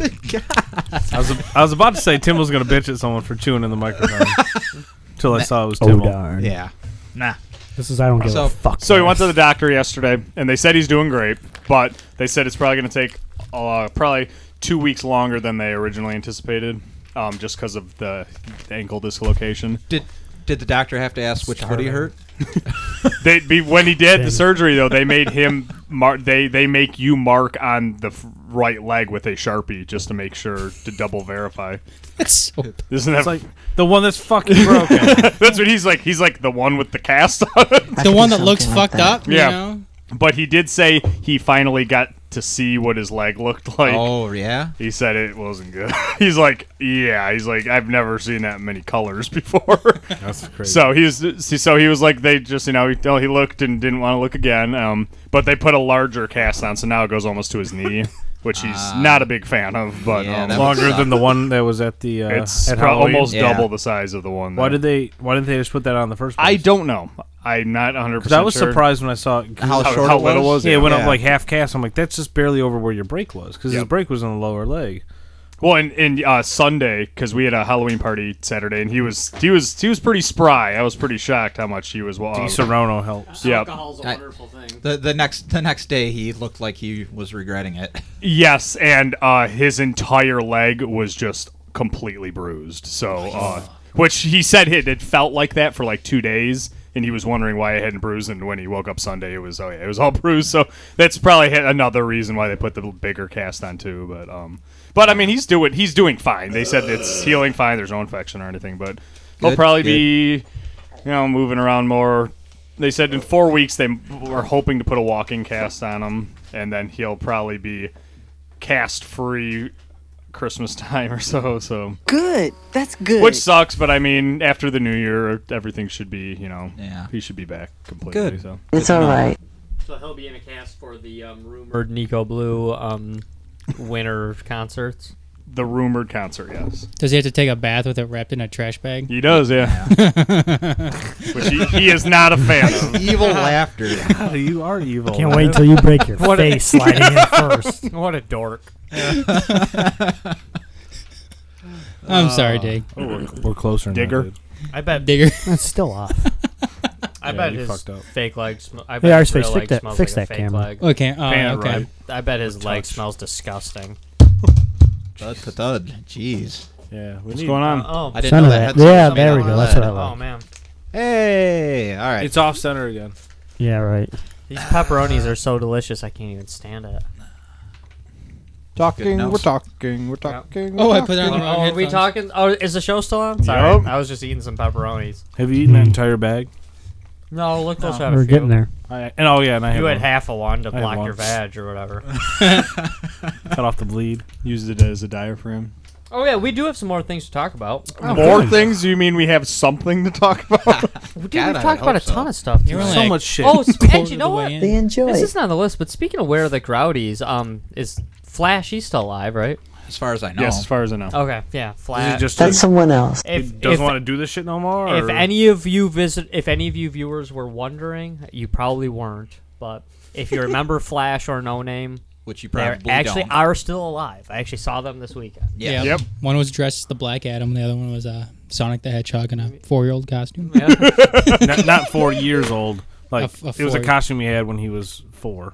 [SPEAKER 7] I was, I was about to say Tim was going to bitch at someone for chewing in the microphone until I saw it was
[SPEAKER 5] Oh
[SPEAKER 7] Tim.
[SPEAKER 5] darn!
[SPEAKER 3] Yeah. Nah.
[SPEAKER 5] This is I don't give
[SPEAKER 3] So-
[SPEAKER 5] a fuck.
[SPEAKER 2] So he went to the doctor yesterday, and they said he's doing great, but they said it's probably going to take uh, probably two weeks longer than they originally anticipated, um, just because of the ankle dislocation.
[SPEAKER 3] Did did the doctor have to ask which foot he hurt?
[SPEAKER 2] They be when he did the surgery though. They made him mark. They they make you mark on the f- right leg with a sharpie just to make sure to double verify.
[SPEAKER 6] That's so
[SPEAKER 2] Isn't that
[SPEAKER 7] It's like the one that's fucking broken.
[SPEAKER 2] that's what he's like? He's like the one with the cast on. it.
[SPEAKER 6] the one that looks
[SPEAKER 4] Something like
[SPEAKER 6] fucked
[SPEAKER 4] that.
[SPEAKER 6] up. You
[SPEAKER 2] Yeah.
[SPEAKER 6] know?
[SPEAKER 2] But he did say he finally got to see what his leg looked like.
[SPEAKER 3] Oh yeah.
[SPEAKER 2] He said it wasn't good. he's like, yeah. He's like, I've never seen that many colors before.
[SPEAKER 7] That's crazy.
[SPEAKER 2] So he was, so he was like, they just, you know, he, oh, he looked and didn't want to look again. Um, but they put a larger cast on, so now it goes almost to his knee, which he's
[SPEAKER 7] Ah.
[SPEAKER 2] not a big fan of. But
[SPEAKER 3] Yeah,
[SPEAKER 2] um,
[SPEAKER 3] that would
[SPEAKER 7] longer than the one that was at the uh,
[SPEAKER 2] it's
[SPEAKER 7] at
[SPEAKER 2] pro-
[SPEAKER 7] Halloween.
[SPEAKER 2] almost
[SPEAKER 3] Yeah.
[SPEAKER 2] double the size of the one.
[SPEAKER 7] Why
[SPEAKER 2] that-
[SPEAKER 7] did they? Why didn't they just put that on in the first place?
[SPEAKER 2] I don't know. I'm not 100.
[SPEAKER 7] Because
[SPEAKER 2] percent
[SPEAKER 7] I was surprised when I saw it.
[SPEAKER 3] How,
[SPEAKER 2] How-
[SPEAKER 3] short
[SPEAKER 2] how
[SPEAKER 3] it
[SPEAKER 2] little
[SPEAKER 3] was?
[SPEAKER 2] was
[SPEAKER 7] yeah, it went
[SPEAKER 3] Yeah.
[SPEAKER 7] up like half cast. I'm like, that's just barely over where your break was because his
[SPEAKER 2] Yep.
[SPEAKER 7] break was on the lower leg.
[SPEAKER 2] Well, and, and uh, Sunday because we had a Halloween party Saturday, and he was he was he was pretty spry. I was pretty shocked how much he was. Well,
[SPEAKER 7] D. Serrano helps.
[SPEAKER 2] yeah.
[SPEAKER 1] Alcohol's
[SPEAKER 3] I- wonderful The the next the next day he looked like he was regretting it.
[SPEAKER 2] Yes, and uh, his entire leg was just completely bruised. So, uh, which he said it, it felt like that for like two days. and he was wondering why I hadn't bruised. And when he woke up Sunday, it was oh yeah, it was all bruised. So that's probably ha- another reason why they put the bigger cast on too. But um, but I mean, he's doing he's doing fine. They said it's healing fine. There's no infection or anything. But he'll
[SPEAKER 3] Uh. Good,
[SPEAKER 2] probably
[SPEAKER 3] good.
[SPEAKER 2] be you know moving around more. They said in four weeks they were hoping to put a walking cast on him, and then he'll probably be cast free Christmas time or so. So
[SPEAKER 4] Good. That's good.
[SPEAKER 2] which sucks, but I mean, after the new year, everything should be, you know,
[SPEAKER 3] Yeah.
[SPEAKER 2] he should be back completely.
[SPEAKER 3] Good.
[SPEAKER 2] So
[SPEAKER 4] it's all right.
[SPEAKER 1] So he'll be in a cast for the um, rumored Nico Blue um, winter concerts.
[SPEAKER 2] the rumored concert, yes,
[SPEAKER 6] Does he have to take a bath with it wrapped in a trash bag?
[SPEAKER 2] he does, yeah. Which he, he is not a fan of.
[SPEAKER 3] Evil laughter.
[SPEAKER 7] you are evil.
[SPEAKER 5] Can't wait till you break your
[SPEAKER 1] What a-
[SPEAKER 5] face sliding in first.
[SPEAKER 1] What a dork!
[SPEAKER 6] I'm sorry, Dig.
[SPEAKER 7] We're closer.
[SPEAKER 2] Digger.
[SPEAKER 7] Now, dude.
[SPEAKER 1] I
[SPEAKER 2] Uh,
[SPEAKER 1] bet.
[SPEAKER 6] Digger.
[SPEAKER 5] It's still off.
[SPEAKER 1] I
[SPEAKER 7] Yeah,
[SPEAKER 1] bet
[SPEAKER 7] you
[SPEAKER 1] his
[SPEAKER 7] fucked up.
[SPEAKER 1] fake leg. Sm- I
[SPEAKER 5] Hey,
[SPEAKER 1] bet his
[SPEAKER 5] Arsface,
[SPEAKER 1] real
[SPEAKER 5] fix
[SPEAKER 1] leg
[SPEAKER 5] that-
[SPEAKER 1] smells
[SPEAKER 5] fix
[SPEAKER 1] like a
[SPEAKER 5] that
[SPEAKER 1] fake
[SPEAKER 5] camera.
[SPEAKER 1] leg.
[SPEAKER 6] Okay. Oh,
[SPEAKER 2] Pan,
[SPEAKER 6] okay.
[SPEAKER 2] right?
[SPEAKER 1] I bet his leg
[SPEAKER 7] touch.
[SPEAKER 1] smells disgusting.
[SPEAKER 3] thud to thud. Jeez.
[SPEAKER 7] Yeah.
[SPEAKER 2] What's going on?
[SPEAKER 1] Oh,
[SPEAKER 3] I didn't
[SPEAKER 5] Son
[SPEAKER 3] know
[SPEAKER 5] of
[SPEAKER 3] that.
[SPEAKER 5] that. Yeah,
[SPEAKER 3] had something
[SPEAKER 5] there
[SPEAKER 3] to
[SPEAKER 5] we
[SPEAKER 3] do
[SPEAKER 5] go.
[SPEAKER 3] with
[SPEAKER 5] That's what I
[SPEAKER 3] that.
[SPEAKER 5] like.
[SPEAKER 1] oh man,
[SPEAKER 3] Hey. All right.
[SPEAKER 7] It's off center again.
[SPEAKER 5] Yeah, right.
[SPEAKER 1] these pepperonis are so delicious. I can't even stand it.
[SPEAKER 3] Good
[SPEAKER 8] Talking,
[SPEAKER 3] nose.
[SPEAKER 8] we're talking, we're talking.
[SPEAKER 6] Oh,
[SPEAKER 8] we're
[SPEAKER 6] I put it on the wrong
[SPEAKER 1] Oh, are we
[SPEAKER 6] headphones.
[SPEAKER 1] talking? Oh, is the show still on? Sorry,
[SPEAKER 2] Yup.
[SPEAKER 1] I was just eating some pepperonis.
[SPEAKER 7] Have you eaten
[SPEAKER 6] Hmm.
[SPEAKER 7] an entire bag?
[SPEAKER 1] No, look, those have a
[SPEAKER 5] We're
[SPEAKER 1] few.
[SPEAKER 5] getting there.
[SPEAKER 7] I, and oh yeah, and I
[SPEAKER 1] You had
[SPEAKER 7] had,
[SPEAKER 1] half a one to
[SPEAKER 7] had
[SPEAKER 1] block your
[SPEAKER 7] once.
[SPEAKER 1] badge or whatever.
[SPEAKER 7] one. cut off the bleed.
[SPEAKER 2] Used it as a diaphragm.
[SPEAKER 1] oh yeah, we do have some more things to talk about.
[SPEAKER 7] Oh,
[SPEAKER 2] More things? You mean we have something to talk about?
[SPEAKER 1] Dude,
[SPEAKER 3] God,
[SPEAKER 1] we've
[SPEAKER 3] I
[SPEAKER 1] talked
[SPEAKER 3] hope
[SPEAKER 1] about a
[SPEAKER 3] so.
[SPEAKER 1] ton of stuff.
[SPEAKER 6] You were
[SPEAKER 1] tonight.
[SPEAKER 6] like,
[SPEAKER 7] much shit.
[SPEAKER 1] oh, s-
[SPEAKER 6] quarter
[SPEAKER 1] and you
[SPEAKER 6] of
[SPEAKER 1] know
[SPEAKER 6] the
[SPEAKER 1] what?
[SPEAKER 6] way
[SPEAKER 4] They
[SPEAKER 6] in.
[SPEAKER 4] enjoy
[SPEAKER 1] This
[SPEAKER 4] it.
[SPEAKER 1] is not on the list, but speaking of where the Groudies, um, is Flash? He's still alive, right?
[SPEAKER 3] As far as I know.
[SPEAKER 2] Yes, as far as I know.
[SPEAKER 1] Okay, yeah,
[SPEAKER 7] Is it
[SPEAKER 1] Flash.
[SPEAKER 7] just
[SPEAKER 4] That's someone else.
[SPEAKER 1] if,
[SPEAKER 7] Oh, doesn't
[SPEAKER 1] if,
[SPEAKER 7] want to do this shit no more?
[SPEAKER 1] if
[SPEAKER 7] or-
[SPEAKER 1] any of you visit, if any of you viewers were wondering, you probably weren't, but if you remember Flash or No Name,
[SPEAKER 3] Which you
[SPEAKER 1] they
[SPEAKER 3] probably
[SPEAKER 1] actually
[SPEAKER 3] don't.
[SPEAKER 1] are still alive. I actually saw them this weekend.
[SPEAKER 3] yeah.
[SPEAKER 6] Yep. One was dressed as the Black Adam. The other one was uh, Sonic the Hedgehog in a four-year-old costume.
[SPEAKER 7] not, not four years old. Like
[SPEAKER 6] A f- a
[SPEAKER 7] it was a
[SPEAKER 6] four-
[SPEAKER 7] costume he had when he was four.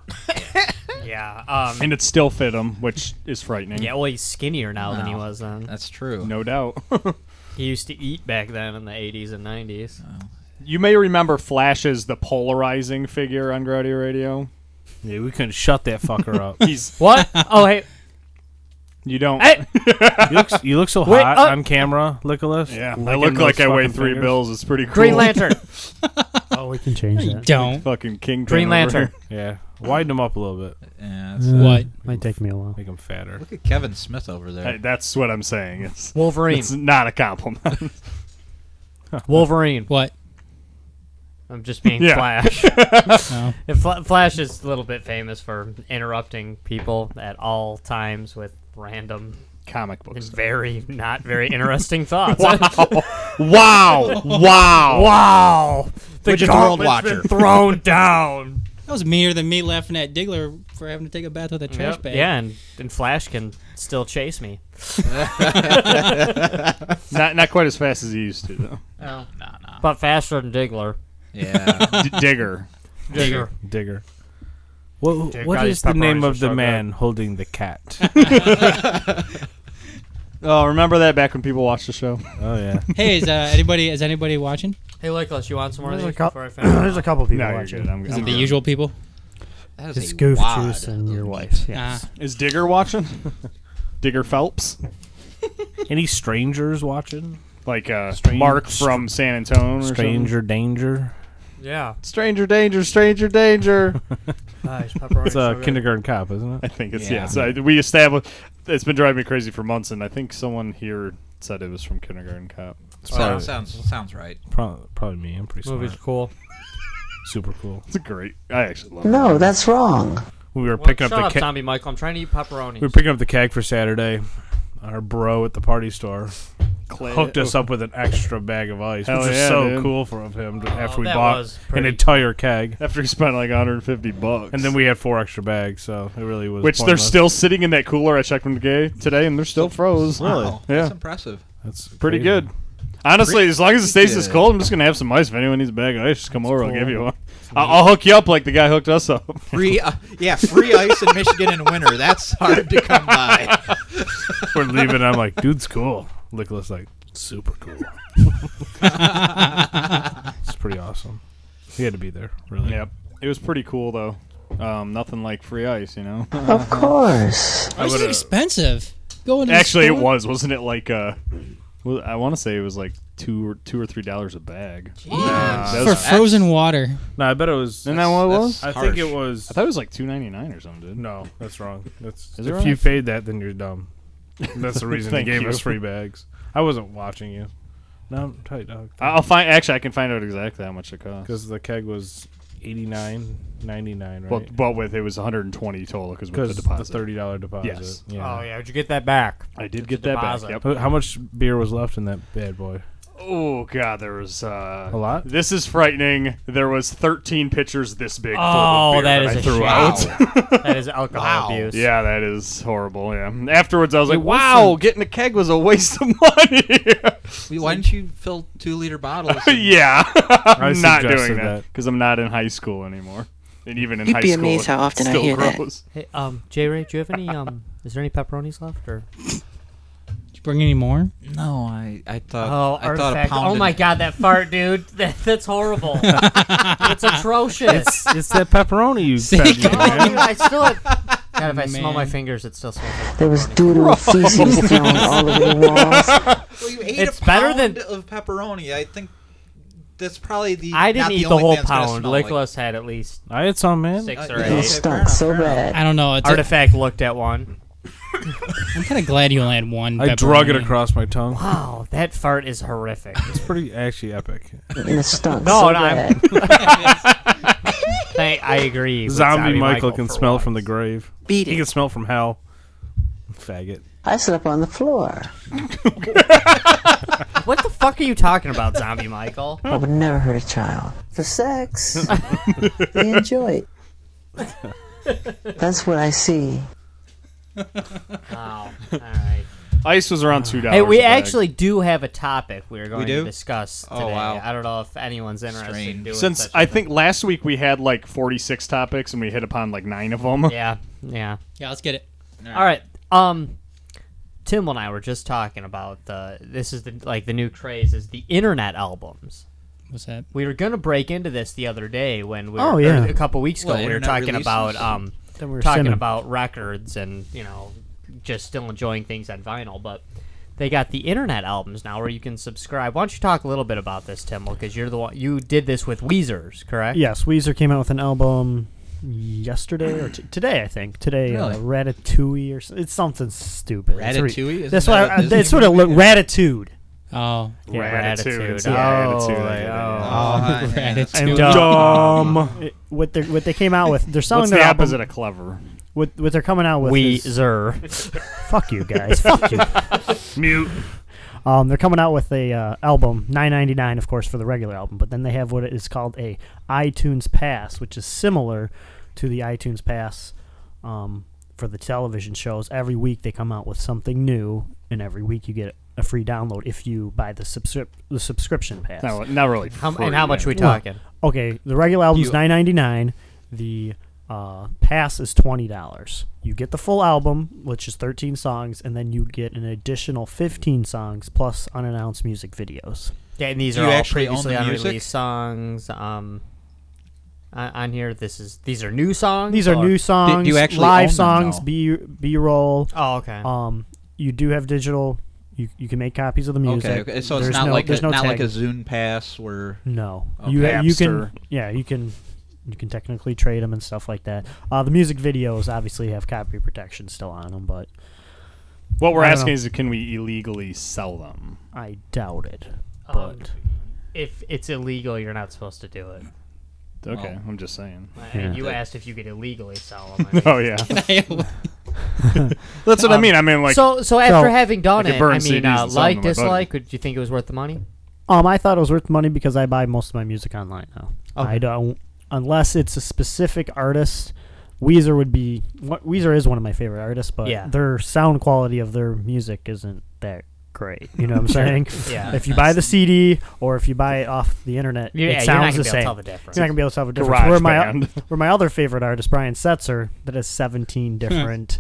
[SPEAKER 1] Yeah. Um,
[SPEAKER 2] And it still fit him, which is frightening.
[SPEAKER 1] yeah. Well, he's skinnier now than he
[SPEAKER 3] Wow.
[SPEAKER 1] was then.
[SPEAKER 3] That's true.
[SPEAKER 2] No doubt.
[SPEAKER 1] He used to eat back then in the 80s and 90s.
[SPEAKER 2] you may remember Flash as the polarizing figure on Grody Radio.
[SPEAKER 7] Yeah, we couldn't shut that fucker up.
[SPEAKER 2] He's
[SPEAKER 1] What? oh, hey,
[SPEAKER 2] you don't.
[SPEAKER 1] hey,
[SPEAKER 7] you, look, you look so
[SPEAKER 1] Wait,
[SPEAKER 7] hot
[SPEAKER 1] uh-
[SPEAKER 7] on camera, Nicholas.
[SPEAKER 2] Yeah, I
[SPEAKER 7] Licking
[SPEAKER 2] look
[SPEAKER 7] those
[SPEAKER 2] like I weigh
[SPEAKER 7] fucking
[SPEAKER 2] three
[SPEAKER 7] fingers.
[SPEAKER 2] bills. It's pretty cool.
[SPEAKER 1] Green Lantern.
[SPEAKER 5] Oh, we can change
[SPEAKER 6] You
[SPEAKER 5] that.
[SPEAKER 6] don't.
[SPEAKER 2] Fucking King.
[SPEAKER 1] Green Lantern.
[SPEAKER 7] Yeah, widen them up a little bit,
[SPEAKER 3] Yeah, it's-
[SPEAKER 6] What?
[SPEAKER 5] Might take me a while.
[SPEAKER 7] make them fatter.
[SPEAKER 3] Look at Kevin Smith over there.
[SPEAKER 2] that's what I'm saying. It's,
[SPEAKER 1] Wolverine.
[SPEAKER 2] it's not a compliment.
[SPEAKER 1] Wolverine.
[SPEAKER 6] What?
[SPEAKER 1] I'm just being
[SPEAKER 2] Yeah.
[SPEAKER 1] Flash.
[SPEAKER 6] No.
[SPEAKER 1] If Fla- Flash is a little bit famous for interrupting people at all times with random
[SPEAKER 2] Comic
[SPEAKER 1] and
[SPEAKER 2] books.
[SPEAKER 1] very not very interesting thoughts.
[SPEAKER 2] wow! Wow!
[SPEAKER 1] wow. The
[SPEAKER 3] Which is the World
[SPEAKER 1] gauntlet's been
[SPEAKER 3] Watcher.
[SPEAKER 1] thrown down.
[SPEAKER 6] That was meaner than me laughing at Diggler for having to take a bath with a trash
[SPEAKER 1] Yep,
[SPEAKER 6] bag.
[SPEAKER 1] Yeah, and, and Flash can still chase me.
[SPEAKER 2] Not not quite as fast as he used to though.
[SPEAKER 1] Oh.
[SPEAKER 3] Nah, nah.
[SPEAKER 1] But faster than Diggler.
[SPEAKER 3] Yeah.
[SPEAKER 2] D- Digger.
[SPEAKER 1] Digger.
[SPEAKER 7] Digger. What,
[SPEAKER 1] Dude,
[SPEAKER 7] what
[SPEAKER 1] God,
[SPEAKER 7] is
[SPEAKER 1] these
[SPEAKER 7] the name
[SPEAKER 1] pepperonis
[SPEAKER 7] of
[SPEAKER 1] are
[SPEAKER 7] the
[SPEAKER 1] so good.
[SPEAKER 7] man holding the cat?
[SPEAKER 2] Oh, remember that back when people watched the show?
[SPEAKER 7] oh yeah,
[SPEAKER 6] Hey, is uh, anybody is anybody watching?
[SPEAKER 1] Hey, Nicholas, you want some more of
[SPEAKER 5] There's a,
[SPEAKER 1] these
[SPEAKER 5] cou-
[SPEAKER 1] before I finish?
[SPEAKER 5] there's a couple people
[SPEAKER 2] no, you're
[SPEAKER 5] watching.
[SPEAKER 2] good. I'm,
[SPEAKER 6] Is
[SPEAKER 2] I'm
[SPEAKER 6] it the
[SPEAKER 2] good.
[SPEAKER 6] usual people?
[SPEAKER 3] That is
[SPEAKER 5] It's
[SPEAKER 3] a
[SPEAKER 5] Goof
[SPEAKER 3] wad
[SPEAKER 5] Juice and
[SPEAKER 3] of
[SPEAKER 5] your
[SPEAKER 3] meat.
[SPEAKER 5] wife. Yes.
[SPEAKER 2] Is Digger watching? Digger Phelps,
[SPEAKER 7] any strangers watching?
[SPEAKER 2] like uh,
[SPEAKER 7] Strange-
[SPEAKER 2] Mark from San Antonio. Or something?
[SPEAKER 7] Stranger danger.
[SPEAKER 1] Yeah.
[SPEAKER 2] Stranger danger. Stranger danger.
[SPEAKER 1] Nice.
[SPEAKER 7] It's a kindergarten cop, isn't
[SPEAKER 2] I
[SPEAKER 7] it?
[SPEAKER 2] think it's
[SPEAKER 3] Yeah.
[SPEAKER 2] yeah. So I, we established. It's been driving me crazy for months, and I think someone here said it was from Kindergarten Cop. Uh,
[SPEAKER 3] So- sounds sounds right.
[SPEAKER 7] Pro- probably me. I'm pretty smart.
[SPEAKER 1] Movie's cool.
[SPEAKER 7] Super cool.
[SPEAKER 2] It's a great. I actually love.
[SPEAKER 4] No,
[SPEAKER 2] it.
[SPEAKER 4] that's wrong.
[SPEAKER 7] We were
[SPEAKER 1] Well,
[SPEAKER 7] picking up
[SPEAKER 1] shut
[SPEAKER 7] the
[SPEAKER 1] up,
[SPEAKER 7] cat.
[SPEAKER 1] zombie Michael. I'm trying to eat pepperoni.
[SPEAKER 7] We were picking up the keg for Saturday. Our bro at the party store
[SPEAKER 2] Clay-
[SPEAKER 7] hooked us up with an extra bag of ice,
[SPEAKER 2] Hell
[SPEAKER 7] which is
[SPEAKER 2] yeah,
[SPEAKER 7] so
[SPEAKER 2] dude.
[SPEAKER 7] cool for of him to- after we
[SPEAKER 1] Oh, that
[SPEAKER 7] bought
[SPEAKER 1] was
[SPEAKER 7] an
[SPEAKER 1] pretty.
[SPEAKER 7] entire keg.
[SPEAKER 2] after we spent like 150 bucks,
[SPEAKER 7] And then we had four extra bags, so it really was.
[SPEAKER 2] which they're
[SPEAKER 7] pointless.
[SPEAKER 2] still sitting in that cooler. I checked them today, today, and they're still froze.
[SPEAKER 3] Wow,
[SPEAKER 2] Yeah,
[SPEAKER 3] That's impressive.
[SPEAKER 7] That's
[SPEAKER 2] pretty
[SPEAKER 7] crazy.
[SPEAKER 2] good. Honestly, as long as it stays this
[SPEAKER 3] good.
[SPEAKER 2] cold, I'm just gonna have some ice. If anyone needs a bag of ice, just come over. I'll
[SPEAKER 7] cool.
[SPEAKER 2] give you one. I'll, I'll hook you up like the guy hooked us up.
[SPEAKER 3] Free, uh, yeah, free ice in Michigan in winter. That's hard to come by.
[SPEAKER 7] We're leaving. and I'm like, dude's cool. Nicholas like, super cool. it's pretty awesome. He had to be there, really.
[SPEAKER 2] Yep. It was pretty cool though. Um, nothing like free ice, you know.
[SPEAKER 4] Of course.
[SPEAKER 7] I
[SPEAKER 6] It's
[SPEAKER 7] would've-
[SPEAKER 6] expensive. Going to the
[SPEAKER 2] Actually, it
[SPEAKER 6] store?
[SPEAKER 2] was, wasn't it? Like, uh, well, I want to say it was like two or two or three dollars a bag. That
[SPEAKER 6] for
[SPEAKER 2] was-
[SPEAKER 6] frozen water.
[SPEAKER 7] No, Uh, I bet it was.
[SPEAKER 2] Isn't that what it was?
[SPEAKER 3] That's-
[SPEAKER 7] I think it was.
[SPEAKER 2] I thought it was like two ninety nine or something. Dude.
[SPEAKER 7] No, that's wrong. That's
[SPEAKER 2] Is
[SPEAKER 7] if
[SPEAKER 2] it
[SPEAKER 7] you
[SPEAKER 2] wrong?
[SPEAKER 7] paid that, then you're dumb. That's the reason they
[SPEAKER 2] Thank
[SPEAKER 7] gave
[SPEAKER 2] you.
[SPEAKER 7] us free bags. I wasn't watching you. No, I'm tight dog.
[SPEAKER 2] I- I'll find. Actually, I can find out exactly how much it cost.
[SPEAKER 7] because the keg was 89 99 right?
[SPEAKER 2] Well, but with it was one hundred and twenty total because with
[SPEAKER 7] because
[SPEAKER 2] the
[SPEAKER 7] the,
[SPEAKER 2] deposit.
[SPEAKER 7] thirty dollar deposit.
[SPEAKER 2] Yes.
[SPEAKER 7] Yeah.
[SPEAKER 1] Oh, yeah, would you get that back?
[SPEAKER 2] I
[SPEAKER 1] It's
[SPEAKER 2] did
[SPEAKER 1] a
[SPEAKER 2] get that back.
[SPEAKER 1] deposit.
[SPEAKER 2] Yep.
[SPEAKER 7] How- How much beer was left in that bad boy?
[SPEAKER 2] Oh god, there was uh,
[SPEAKER 7] A lot?
[SPEAKER 2] This is frightening. There was thirteen pitchers this big.
[SPEAKER 1] Oh,
[SPEAKER 2] full of beer
[SPEAKER 1] that is
[SPEAKER 2] I
[SPEAKER 1] a
[SPEAKER 2] threw
[SPEAKER 1] shame.
[SPEAKER 2] out.
[SPEAKER 1] That is alcohol
[SPEAKER 3] Wow.
[SPEAKER 1] abuse.
[SPEAKER 2] Yeah, that is horrible. Yeah. Afterwards, I was like,
[SPEAKER 9] was
[SPEAKER 2] "Wow, getting a keg was a waste of money."
[SPEAKER 3] Why didn't you fill two liter bottles?
[SPEAKER 2] yeah, I'm not
[SPEAKER 7] suggested
[SPEAKER 2] doing that
[SPEAKER 7] that.
[SPEAKER 2] because I'm not in high school anymore, and even in
[SPEAKER 4] You'd
[SPEAKER 2] high
[SPEAKER 4] be
[SPEAKER 2] school,
[SPEAKER 4] amazed how
[SPEAKER 2] it's
[SPEAKER 4] often I
[SPEAKER 2] still
[SPEAKER 4] hear that.
[SPEAKER 2] gross.
[SPEAKER 9] Hey, um, J Ray, do you have any um? Is there any pepperonis left or?
[SPEAKER 6] Did you bring any more?
[SPEAKER 3] No, I, I thought
[SPEAKER 1] Oh,
[SPEAKER 3] I thought a
[SPEAKER 1] artifact.
[SPEAKER 3] pound.
[SPEAKER 1] Oh my
[SPEAKER 3] and-
[SPEAKER 1] god, that fart, dude. That, that's horrible. it's atrocious.
[SPEAKER 7] It's that pepperoni you
[SPEAKER 6] See,
[SPEAKER 7] fed me.
[SPEAKER 6] God.
[SPEAKER 1] Oh, dude,
[SPEAKER 7] man.
[SPEAKER 1] I still have. God, if I smell
[SPEAKER 6] Man.
[SPEAKER 1] my fingers, it still smells like
[SPEAKER 4] There was
[SPEAKER 1] pepperoni.
[SPEAKER 4] doodle with feces thrown all over the walls.
[SPEAKER 3] Well, you ate
[SPEAKER 1] It's
[SPEAKER 3] a
[SPEAKER 1] better
[SPEAKER 3] pound
[SPEAKER 1] than-
[SPEAKER 3] of pepperoni. I think that's probably the.
[SPEAKER 1] I didn't
[SPEAKER 3] not the
[SPEAKER 1] eat the
[SPEAKER 3] only
[SPEAKER 1] whole
[SPEAKER 3] thing that's gonna
[SPEAKER 1] pound.
[SPEAKER 3] smell like.
[SPEAKER 1] Nicholas had at least
[SPEAKER 7] I had some man.
[SPEAKER 1] six
[SPEAKER 3] Uh,
[SPEAKER 1] or
[SPEAKER 3] yeah.
[SPEAKER 4] It
[SPEAKER 1] eight.
[SPEAKER 3] Okay,
[SPEAKER 4] stunk so bad.
[SPEAKER 6] I don't know. It's a,
[SPEAKER 1] Artifact looked at one.
[SPEAKER 6] I'm kind of glad you only had one.
[SPEAKER 7] I drug it
[SPEAKER 6] pepperoni.
[SPEAKER 7] across my tongue.
[SPEAKER 1] Wow, Oh, that fart is horrific.
[SPEAKER 7] It's pretty actually epic.
[SPEAKER 4] And it stunk
[SPEAKER 1] No,
[SPEAKER 4] so
[SPEAKER 1] no, I'm-
[SPEAKER 4] bad.
[SPEAKER 1] I, I agree. with
[SPEAKER 7] Zombie, Michael, can
[SPEAKER 1] for
[SPEAKER 7] smell
[SPEAKER 1] once.
[SPEAKER 7] from the grave.
[SPEAKER 4] Beat
[SPEAKER 7] He can
[SPEAKER 4] it.
[SPEAKER 7] smell from hell. Faggot.
[SPEAKER 4] I slept on the floor.
[SPEAKER 1] What the fuck are you talking about, Zombie Michael?
[SPEAKER 4] I would never hurt a child. For sex, they enjoy it. That's what I see.
[SPEAKER 1] Wow. All right.
[SPEAKER 2] Ice was around two dollars.
[SPEAKER 1] Hey, we
[SPEAKER 2] a bag.
[SPEAKER 1] actually do have a topic we are going to
[SPEAKER 3] do?
[SPEAKER 1] discuss today.
[SPEAKER 3] Oh, wow.
[SPEAKER 1] I don't know if anyone's interested in
[SPEAKER 3] Strange.
[SPEAKER 1] doing
[SPEAKER 2] since
[SPEAKER 1] such a
[SPEAKER 2] I
[SPEAKER 1] thing.
[SPEAKER 2] think last week we had like 46 topics and we hit upon like nine of them.
[SPEAKER 1] Yeah. Yeah.
[SPEAKER 6] Yeah, let's get it.
[SPEAKER 1] All right. Um, Tim and I were just talking about the. This is the like the new craze is the internet albums.
[SPEAKER 6] What's that?
[SPEAKER 1] We were gonna break into this the other day when we. Were,
[SPEAKER 5] Oh, yeah.
[SPEAKER 1] or a couple weeks ago
[SPEAKER 3] Well,
[SPEAKER 1] we were
[SPEAKER 3] internet
[SPEAKER 1] talking
[SPEAKER 3] releases?
[SPEAKER 1] about um
[SPEAKER 5] Then we were
[SPEAKER 1] talking
[SPEAKER 5] sending-
[SPEAKER 1] about records and you know just still enjoying things on vinyl, but. They got the internet albums now, where you can subscribe. Why don't you talk a little bit about this, Tim? Because you're the one you did this with Weezer's, correct?
[SPEAKER 5] Yes, Weezer came out with an album yesterday or t- today, I think. Today, uh,
[SPEAKER 3] Really?
[SPEAKER 5] Ratatouille or so- it's something stupid. It's re-
[SPEAKER 3] Ratatouille? Isn't
[SPEAKER 5] That's
[SPEAKER 3] that
[SPEAKER 5] why
[SPEAKER 3] a
[SPEAKER 5] I,
[SPEAKER 3] Disney
[SPEAKER 5] that's what it
[SPEAKER 3] movie?
[SPEAKER 5] looked. Ratitude.
[SPEAKER 6] Oh,
[SPEAKER 2] Ratitude.
[SPEAKER 1] Ratitude.
[SPEAKER 2] It's
[SPEAKER 1] Oh,
[SPEAKER 2] not Ratitude.
[SPEAKER 1] like, oh.
[SPEAKER 3] Oh, man.
[SPEAKER 6] Ratatouille.
[SPEAKER 5] dumb.
[SPEAKER 2] Dumb.
[SPEAKER 5] It- what they what they came out with. They're selling
[SPEAKER 2] What's
[SPEAKER 5] their
[SPEAKER 2] the
[SPEAKER 5] album-
[SPEAKER 2] opposite of clever?
[SPEAKER 5] What, what they're coming out with. is, uh,
[SPEAKER 1] Weezer.
[SPEAKER 5] fuck you guys. fuck you.
[SPEAKER 7] Mute.
[SPEAKER 5] Um, they're coming out with a uh, album, nine ninety nine, of course, for the regular album. But then they have what is called a iTunes Pass, which is similar to the iTunes Pass um, for the television shows. Every week they come out with something new, and every week you get a free download if you buy the subscrip the subscription pass.
[SPEAKER 2] No, not really.
[SPEAKER 1] How,
[SPEAKER 2] free,
[SPEAKER 1] and how much are
[SPEAKER 2] man.
[SPEAKER 1] we talking?
[SPEAKER 5] Okay, the regular album's
[SPEAKER 3] You-
[SPEAKER 5] nine ninety nine. The uh, pass is twenty dollars. You get the full album, which is thirteen songs, and then you get an additional fifteen songs plus unannounced music videos.
[SPEAKER 1] Yeah, and these
[SPEAKER 3] Do
[SPEAKER 1] are
[SPEAKER 3] you
[SPEAKER 1] all
[SPEAKER 3] actually own
[SPEAKER 1] previously
[SPEAKER 3] the music?
[SPEAKER 1] unreleased songs. Um, on, on here, this is these are new songs.
[SPEAKER 5] These are
[SPEAKER 1] or-
[SPEAKER 5] new songs,
[SPEAKER 3] you actually own
[SPEAKER 5] live
[SPEAKER 3] them,
[SPEAKER 5] songs,
[SPEAKER 3] though?
[SPEAKER 5] B B roll.
[SPEAKER 1] Oh, okay.
[SPEAKER 5] Um, you do have digital. You, you can make copies of the music.
[SPEAKER 3] Okay, okay, so it's
[SPEAKER 5] There's
[SPEAKER 3] not
[SPEAKER 5] no-
[SPEAKER 3] like a,
[SPEAKER 5] there's no
[SPEAKER 3] not like a
[SPEAKER 5] tag.
[SPEAKER 3] Zune pass where
[SPEAKER 5] No,
[SPEAKER 3] Okay.
[SPEAKER 5] you you can
[SPEAKER 2] Napster.
[SPEAKER 5] yeah you can you can technically trade them and stuff like that. Uh, the music videos obviously have copy protection still on them, but
[SPEAKER 2] What we're
[SPEAKER 5] I don't
[SPEAKER 2] asking
[SPEAKER 5] know.
[SPEAKER 2] is, can we illegally sell them?
[SPEAKER 5] I doubt it. But
[SPEAKER 1] Um, if it's illegal, you're not supposed to do it.
[SPEAKER 2] Okay,
[SPEAKER 3] Well.
[SPEAKER 2] I'm just saying.
[SPEAKER 1] And
[SPEAKER 5] Yeah.
[SPEAKER 1] you asked if you could illegally sell them. I mean-
[SPEAKER 2] Oh yeah, that's what I mean. I mean, like,
[SPEAKER 1] so, so after
[SPEAKER 5] So-
[SPEAKER 1] having done
[SPEAKER 2] I could
[SPEAKER 1] it,
[SPEAKER 2] burn
[SPEAKER 1] I mean,
[SPEAKER 2] CDs and
[SPEAKER 1] uh,
[SPEAKER 2] sell them
[SPEAKER 1] like,
[SPEAKER 2] to my buddy.
[SPEAKER 1] dislike, would you think it was worth the money?
[SPEAKER 5] Um, I thought it was worth money because I buy most of my music online now. I don't unless it's a specific artist. Weezer would be what Weezer is one of my favorite artists, but
[SPEAKER 1] Yeah.
[SPEAKER 5] their sound quality of their music isn't that great. You know what I'm saying?
[SPEAKER 1] Yeah.
[SPEAKER 5] If you buy the CD or if you buy it off the internet,
[SPEAKER 1] Yeah,
[SPEAKER 5] it
[SPEAKER 1] you're not
[SPEAKER 5] sounds
[SPEAKER 1] gonna
[SPEAKER 5] the
[SPEAKER 1] be able to
[SPEAKER 5] same.
[SPEAKER 1] tell the difference.
[SPEAKER 5] You're not gonna be able to tell the difference.
[SPEAKER 2] Garage
[SPEAKER 5] where my
[SPEAKER 2] band.
[SPEAKER 5] where my other favorite artist Brian Setzer that has
[SPEAKER 2] Hmm.
[SPEAKER 5] 17 different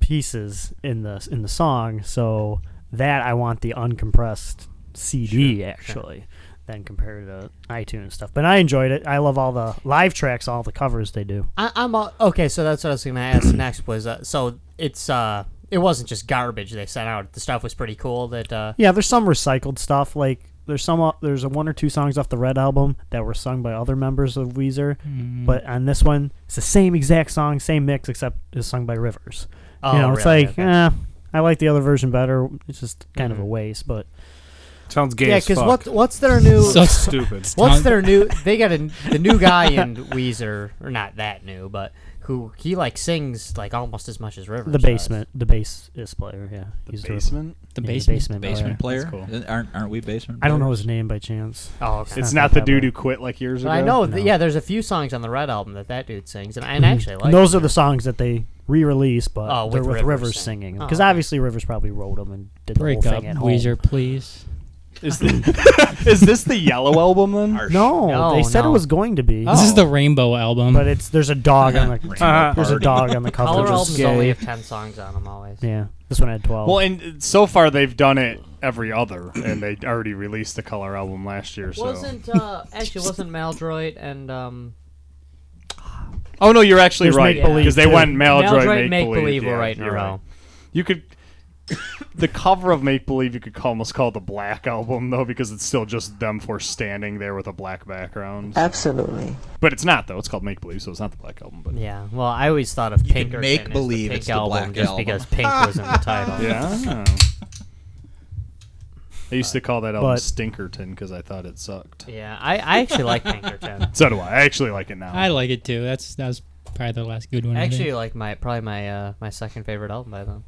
[SPEAKER 5] pieces in the in the song. So that I want the uncompressed CD actually. than compared to iTunes stuff. But I enjoyed it. I love all the live tracks, all the covers they do.
[SPEAKER 1] I, I'm all, okay. So that's what I was going to ask next. Was uh, so it's uh, it wasn't just garbage they sent out. The stuff was pretty cool. That uh,
[SPEAKER 5] Yeah, there's some recycled stuff. Like there's some uh, there's a one or two songs off the Red album that were sung by other members of Weezer,
[SPEAKER 2] Hmm.
[SPEAKER 5] but on this one it's the same exact song, same mix, except it's sung by Rivers.
[SPEAKER 1] Oh,
[SPEAKER 5] you know, it's
[SPEAKER 1] really?
[SPEAKER 5] like,
[SPEAKER 1] Okay. Mm-hmm.
[SPEAKER 5] eh, I like the other version better. It's just kind of a waste, but
[SPEAKER 7] Sounds gay
[SPEAKER 1] yeah,
[SPEAKER 7] as
[SPEAKER 1] because what
[SPEAKER 7] fuck.
[SPEAKER 1] what's their new
[SPEAKER 6] So
[SPEAKER 7] Stupid.
[SPEAKER 1] What's
[SPEAKER 6] Tongue-
[SPEAKER 1] their new? They got a the new guy in Weezer, or not that new, but who he like sings like almost as much as Rivers.
[SPEAKER 5] the
[SPEAKER 1] does.
[SPEAKER 5] basement, the bass is player, yeah. He's the-
[SPEAKER 2] Basement.
[SPEAKER 6] The
[SPEAKER 5] yeah,
[SPEAKER 6] basement.
[SPEAKER 5] basement, player.
[SPEAKER 3] Basement player?
[SPEAKER 2] cool.
[SPEAKER 3] Isn't- Aren't, aren't we basement
[SPEAKER 5] I don't know
[SPEAKER 3] players?
[SPEAKER 5] his name by chance.
[SPEAKER 1] Oh, okay.
[SPEAKER 2] It's
[SPEAKER 5] not
[SPEAKER 2] not
[SPEAKER 5] that
[SPEAKER 2] the dude
[SPEAKER 5] bad.
[SPEAKER 2] who quit like years
[SPEAKER 1] But
[SPEAKER 2] ago.
[SPEAKER 1] I know. th-
[SPEAKER 5] No. Mm-hmm.
[SPEAKER 1] Yeah, there's a few songs on the Red album that that dude sings, and I and I actually like.
[SPEAKER 5] And those are the songs that they re-release, but
[SPEAKER 1] Oh,
[SPEAKER 5] they're
[SPEAKER 1] with
[SPEAKER 5] with
[SPEAKER 1] Rivers
[SPEAKER 5] Rivers,
[SPEAKER 1] singing.
[SPEAKER 5] singing
[SPEAKER 1] Oh,
[SPEAKER 5] because
[SPEAKER 1] okay.
[SPEAKER 5] obviously Rivers probably wrote them and did
[SPEAKER 6] Break
[SPEAKER 5] the whole
[SPEAKER 6] up,
[SPEAKER 5] thing at home.
[SPEAKER 6] Weezer, please.
[SPEAKER 2] Is, the, is this the yellow album then?
[SPEAKER 3] Harsh.
[SPEAKER 5] No,
[SPEAKER 1] No,
[SPEAKER 5] they said
[SPEAKER 1] no. Oh.
[SPEAKER 5] it was going to be,
[SPEAKER 6] This is the Rainbow album.
[SPEAKER 5] but it's there's a dog on the
[SPEAKER 7] Uh-huh.
[SPEAKER 5] there's a dog on the cover.
[SPEAKER 1] color
[SPEAKER 5] which is
[SPEAKER 1] albums
[SPEAKER 5] gay.
[SPEAKER 1] only have ten songs on them always.
[SPEAKER 5] Yeah, this one had twelve.
[SPEAKER 2] Well, and so far they've done it every other, and they already released the color album last year. So.
[SPEAKER 1] Wasn't uh, actually wasn't Maldroit and um
[SPEAKER 2] oh no, you're actually
[SPEAKER 5] There's
[SPEAKER 2] right
[SPEAKER 5] Make-Believe,
[SPEAKER 2] because they
[SPEAKER 5] too.
[SPEAKER 2] went Maladroit,
[SPEAKER 1] Maldroit
[SPEAKER 2] make, believe.
[SPEAKER 1] were right in a row.
[SPEAKER 2] You could. the cover of Make Believe you could call- almost call the black album though because it's still just them for standing there with a black background.
[SPEAKER 4] Absolutely.
[SPEAKER 2] But it's not though. It's called Make Believe, so it's not the black album. But
[SPEAKER 1] Yeah, well, I always thought of
[SPEAKER 3] You
[SPEAKER 1] Pink
[SPEAKER 3] could
[SPEAKER 1] or
[SPEAKER 3] make
[SPEAKER 1] Pink as
[SPEAKER 3] believe
[SPEAKER 1] the Pink
[SPEAKER 3] it's the
[SPEAKER 1] album
[SPEAKER 3] Black
[SPEAKER 1] just
[SPEAKER 3] Album.
[SPEAKER 1] because Pink was in the title.
[SPEAKER 2] yeah. I used to call that album
[SPEAKER 5] But-
[SPEAKER 2] Stinkerton because I thought it sucked.
[SPEAKER 1] Yeah, I, I actually like Pinkerton.
[SPEAKER 2] So do I. I actually like it now.
[SPEAKER 6] I like it too. That's that was probably the last good one. I think.
[SPEAKER 1] Actually, like my probably my uh, my second favorite album by them.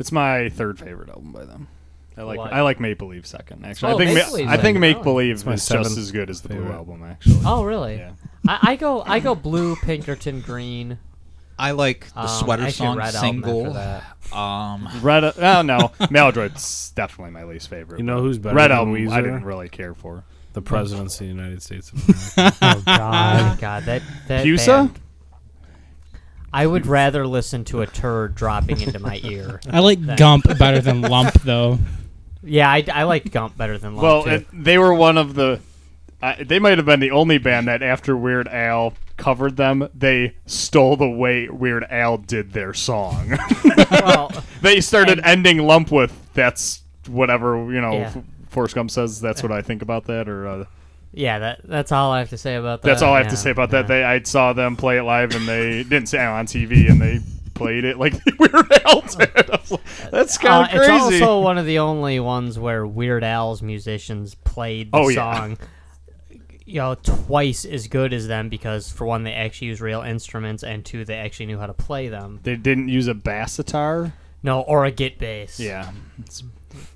[SPEAKER 2] It's my third favorite album by them. I like
[SPEAKER 1] What?
[SPEAKER 2] I like Make Believe second. Actually,
[SPEAKER 1] Oh,
[SPEAKER 2] I think
[SPEAKER 1] Make
[SPEAKER 2] Ma-
[SPEAKER 1] Believe's
[SPEAKER 2] I think
[SPEAKER 1] second.
[SPEAKER 2] Make
[SPEAKER 7] It's
[SPEAKER 2] Believe
[SPEAKER 7] my
[SPEAKER 2] is just
[SPEAKER 7] seventh
[SPEAKER 2] as good as the Blue
[SPEAKER 7] favorite.
[SPEAKER 2] album. Actually,
[SPEAKER 1] Oh, really?
[SPEAKER 2] Yeah.
[SPEAKER 1] I, I go I go blue, Pinkerton, green.
[SPEAKER 3] I like the
[SPEAKER 1] Um,
[SPEAKER 3] sweater
[SPEAKER 1] actually,
[SPEAKER 3] song
[SPEAKER 1] Red Album after
[SPEAKER 3] single.
[SPEAKER 1] that.
[SPEAKER 3] Um,
[SPEAKER 2] Red. Uh, oh no, Maladroit's definitely my least favorite.
[SPEAKER 7] You know who's better
[SPEAKER 2] Red
[SPEAKER 7] than
[SPEAKER 2] album I
[SPEAKER 7] Weezer?
[SPEAKER 2] didn't really care for.
[SPEAKER 7] the presidency of the United States of America.
[SPEAKER 5] oh God,
[SPEAKER 1] God, that that
[SPEAKER 2] Pusa?
[SPEAKER 1] band. I would rather listen to a turd dropping into my ear.
[SPEAKER 6] I like Gump better than Lump though.
[SPEAKER 1] Yeah, I, I liked Gump better than Lump
[SPEAKER 7] Oh,
[SPEAKER 2] Well,
[SPEAKER 1] too.
[SPEAKER 2] it, they were one of the. I they might have been the only band that after Weird Al covered them, they stole the way Weird Al did their song.
[SPEAKER 1] well,
[SPEAKER 2] they started ending lump with that's whatever you know.
[SPEAKER 1] Yeah.
[SPEAKER 2] F- Forrest Gump says that's what I think about that, or uh,
[SPEAKER 1] yeah, that that's all I have to say about that.
[SPEAKER 2] that's all I have to
[SPEAKER 1] Uh, Yeah,
[SPEAKER 2] say about that.
[SPEAKER 1] yeah.
[SPEAKER 2] They I saw them play it live, and they didn't say it on TV, and they played it like they were out. that's
[SPEAKER 1] Uh,
[SPEAKER 2] kind of
[SPEAKER 1] It's
[SPEAKER 2] crazy.
[SPEAKER 1] also one of the only ones where Weird Al's musicians played the
[SPEAKER 2] Oh, yeah.
[SPEAKER 1] song, you know, twice as good as them because for one, they actually use real instruments, and two, they actually knew how to play them.
[SPEAKER 2] they didn't use a bass guitar.
[SPEAKER 1] No, or a git bass.
[SPEAKER 2] Yeah,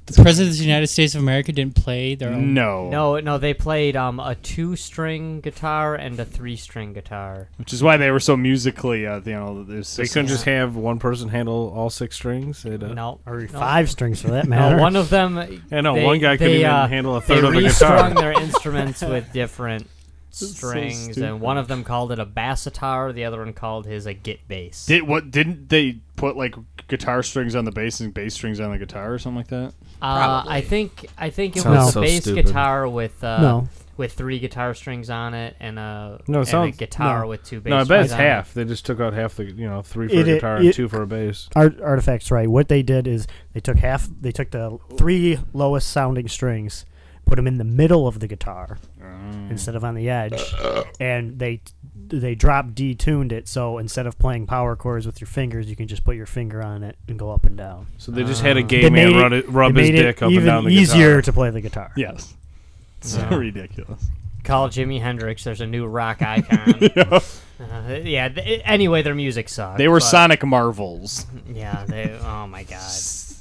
[SPEAKER 6] The President of the United States of America didn't play their own.
[SPEAKER 2] no,
[SPEAKER 1] No, no, they played um a two-string guitar and a three-string guitar.
[SPEAKER 2] which is why they were so musically. Uh, you know, there's
[SPEAKER 7] they couldn't just have one person handle all six strings. They'd, uh,
[SPEAKER 1] No,
[SPEAKER 5] or
[SPEAKER 1] no.
[SPEAKER 5] five strings for that matter.
[SPEAKER 1] No, Uh, one of them.
[SPEAKER 7] Yeah, no,
[SPEAKER 1] they-
[SPEAKER 7] one guy couldn't
[SPEAKER 1] they,
[SPEAKER 7] even
[SPEAKER 1] uh,
[SPEAKER 7] handle a
[SPEAKER 1] They
[SPEAKER 7] third of a
[SPEAKER 1] restrung
[SPEAKER 7] guitar.
[SPEAKER 1] their instruments with different strings,
[SPEAKER 2] stupid.
[SPEAKER 1] and one of them called it a bassitar, the other one called his a git bass.
[SPEAKER 2] Did what? Didn't they put like guitar strings on the bass and bass strings on the guitar or something like that?
[SPEAKER 1] uh,
[SPEAKER 3] Probably.
[SPEAKER 1] I think I think it
[SPEAKER 7] Sounds
[SPEAKER 1] was
[SPEAKER 7] so
[SPEAKER 1] a bass
[SPEAKER 7] stupid.
[SPEAKER 1] guitar with uh,
[SPEAKER 5] No.
[SPEAKER 1] with three guitar strings on it, and a
[SPEAKER 7] No, it
[SPEAKER 1] and
[SPEAKER 7] sounds-
[SPEAKER 1] a guitar
[SPEAKER 5] no.
[SPEAKER 1] with two bass.
[SPEAKER 7] No, I bet it's
[SPEAKER 1] strings on it.
[SPEAKER 7] half. They just took out half the, you know, three for
[SPEAKER 5] It-
[SPEAKER 7] a
[SPEAKER 5] it-
[SPEAKER 7] guitar and
[SPEAKER 5] it-
[SPEAKER 7] two for a bass.
[SPEAKER 5] Art, artifacts, right? What they did is they took half, they took the three lowest sounding strings, put them in the middle of the guitar
[SPEAKER 7] Ah.
[SPEAKER 5] instead of on the edge, and they they drop detuned it. So instead of playing power chords with your fingers, you can just put your finger on it and go up and down.
[SPEAKER 7] So they just
[SPEAKER 6] Ah.
[SPEAKER 7] had a
[SPEAKER 5] They
[SPEAKER 7] gay man
[SPEAKER 5] made it-
[SPEAKER 7] run it, rub
[SPEAKER 5] they
[SPEAKER 7] his
[SPEAKER 5] made it
[SPEAKER 7] dick up
[SPEAKER 5] even
[SPEAKER 7] and down the
[SPEAKER 5] easier
[SPEAKER 7] guitar.
[SPEAKER 5] to play the guitar.
[SPEAKER 2] Yes. So ridiculous.
[SPEAKER 1] Call Jimi Hendrix. There's a new rock icon. yeah. Uh, yeah. Th- anyway, their music sucked.
[SPEAKER 2] They were
[SPEAKER 1] but-
[SPEAKER 2] sonic marvels.
[SPEAKER 1] Yeah. They. Oh my god.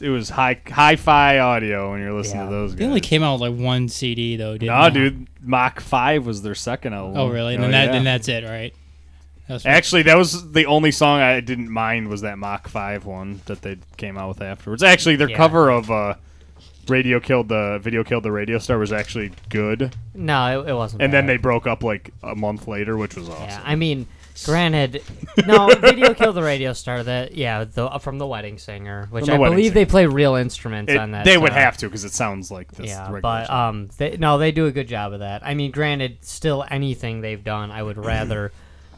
[SPEAKER 2] It was high hi-fi audio when you're listening
[SPEAKER 1] Yeah.
[SPEAKER 2] to those guys.
[SPEAKER 6] They only came out with like one CD though, didn't
[SPEAKER 2] Nah,
[SPEAKER 6] they?
[SPEAKER 2] dude, Mach Five was their second album.
[SPEAKER 6] Oh really? And
[SPEAKER 2] Oh,
[SPEAKER 6] then that
[SPEAKER 2] yeah.
[SPEAKER 6] then that's it, right? That's what-
[SPEAKER 2] Actually, that was the only song I didn't mind was that Mach Five one that they came out with afterwards. Actually, their
[SPEAKER 1] Yeah.
[SPEAKER 2] cover of uh, "Radio Killed the Video Killed the Radio Star" was actually good,
[SPEAKER 1] No, it, it wasn't.
[SPEAKER 2] and then
[SPEAKER 1] bad.
[SPEAKER 2] they broke up like a month later, which was awesome.
[SPEAKER 1] Yeah, I mean, Granted, no, Video Killed the Radio Star. That yeah, the, uh, from the Wedding Singer, which
[SPEAKER 2] From The
[SPEAKER 1] I
[SPEAKER 2] Wedding
[SPEAKER 1] believe they
[SPEAKER 2] Singer.
[SPEAKER 1] play real instruments
[SPEAKER 2] It-
[SPEAKER 1] on that.
[SPEAKER 2] they would
[SPEAKER 1] song.
[SPEAKER 2] have to because it sounds like this.
[SPEAKER 1] Yeah,
[SPEAKER 2] regular
[SPEAKER 1] but
[SPEAKER 2] song.
[SPEAKER 1] um, they, no, they do a good job of that. I mean, granted, still anything they've done, I would rather,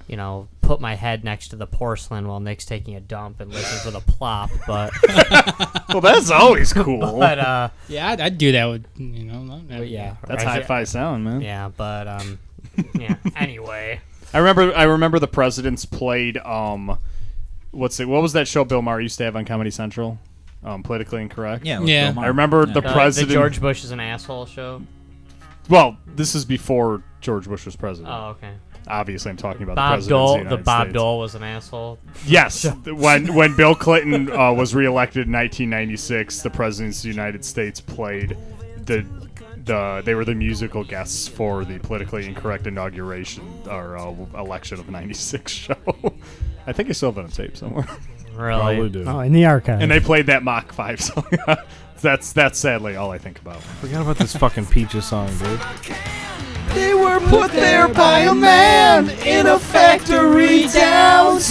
[SPEAKER 1] you know, put my head next to the porcelain while Nick's taking a dump and listen for the plop. But
[SPEAKER 2] well, that's always cool.
[SPEAKER 1] uh, but uh,
[SPEAKER 6] Yeah, I'd, I'd do that with you know. Not,
[SPEAKER 1] but yeah,
[SPEAKER 2] that's
[SPEAKER 1] right?
[SPEAKER 2] hi-fi sound, man.
[SPEAKER 1] Yeah, but um, yeah. Anyway,
[SPEAKER 2] I remember. I remember the presidents played. Um, what's it? What was that show Bill Maher used to have on Comedy Central? Um, politically incorrect.
[SPEAKER 3] Yeah. with
[SPEAKER 6] Yeah.
[SPEAKER 3] Bill Maher.
[SPEAKER 2] I remember
[SPEAKER 3] Yeah.
[SPEAKER 2] the
[SPEAKER 1] uh,
[SPEAKER 2] president.
[SPEAKER 1] the George Bush is an asshole show.
[SPEAKER 2] Well, this is before George Bush was president.
[SPEAKER 1] Oh, okay.
[SPEAKER 2] Obviously, I'm talking about
[SPEAKER 1] Bob
[SPEAKER 2] the
[SPEAKER 1] Dole,
[SPEAKER 2] president.
[SPEAKER 1] the Bob Dole was an asshole.
[SPEAKER 2] Yes, when when Bill Clinton uh, was reelected in 1996, the presidents of the United States played the the they were the musical guests for the politically incorrect inauguration or uh, election of '96 show. I think I still have it on tape somewhere.
[SPEAKER 1] Really?
[SPEAKER 7] Probably do.
[SPEAKER 5] Oh, in the archive.
[SPEAKER 2] And they played that Mach Five song. that's that's sadly all I think about.
[SPEAKER 7] Forgot about this fucking Peaches song, dude.
[SPEAKER 10] They were put there by a man in a factory downtown.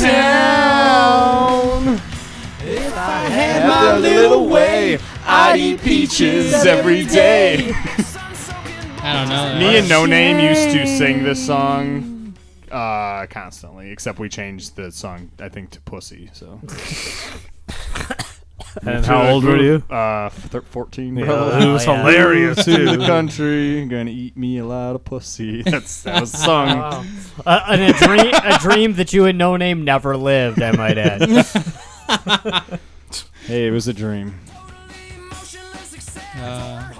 [SPEAKER 10] If I had my little way, I'd eat peaches every day.
[SPEAKER 6] I don't know.
[SPEAKER 2] Me and No Name used to sing this song uh, constantly, except we changed the song I think to Pussy. So.
[SPEAKER 7] And how old were you?
[SPEAKER 2] Uh, thir- 14.
[SPEAKER 6] Oh,
[SPEAKER 7] Yeah, it was
[SPEAKER 1] yeah.
[SPEAKER 7] hilarious
[SPEAKER 2] to the
[SPEAKER 7] too.
[SPEAKER 2] country, gonna eat me a lot of pussy. That's that was sung.
[SPEAKER 1] Wow. Uh, and a dream, a dream that you and No Name never lived. I might add.
[SPEAKER 2] hey, it was a dream.
[SPEAKER 6] Uh,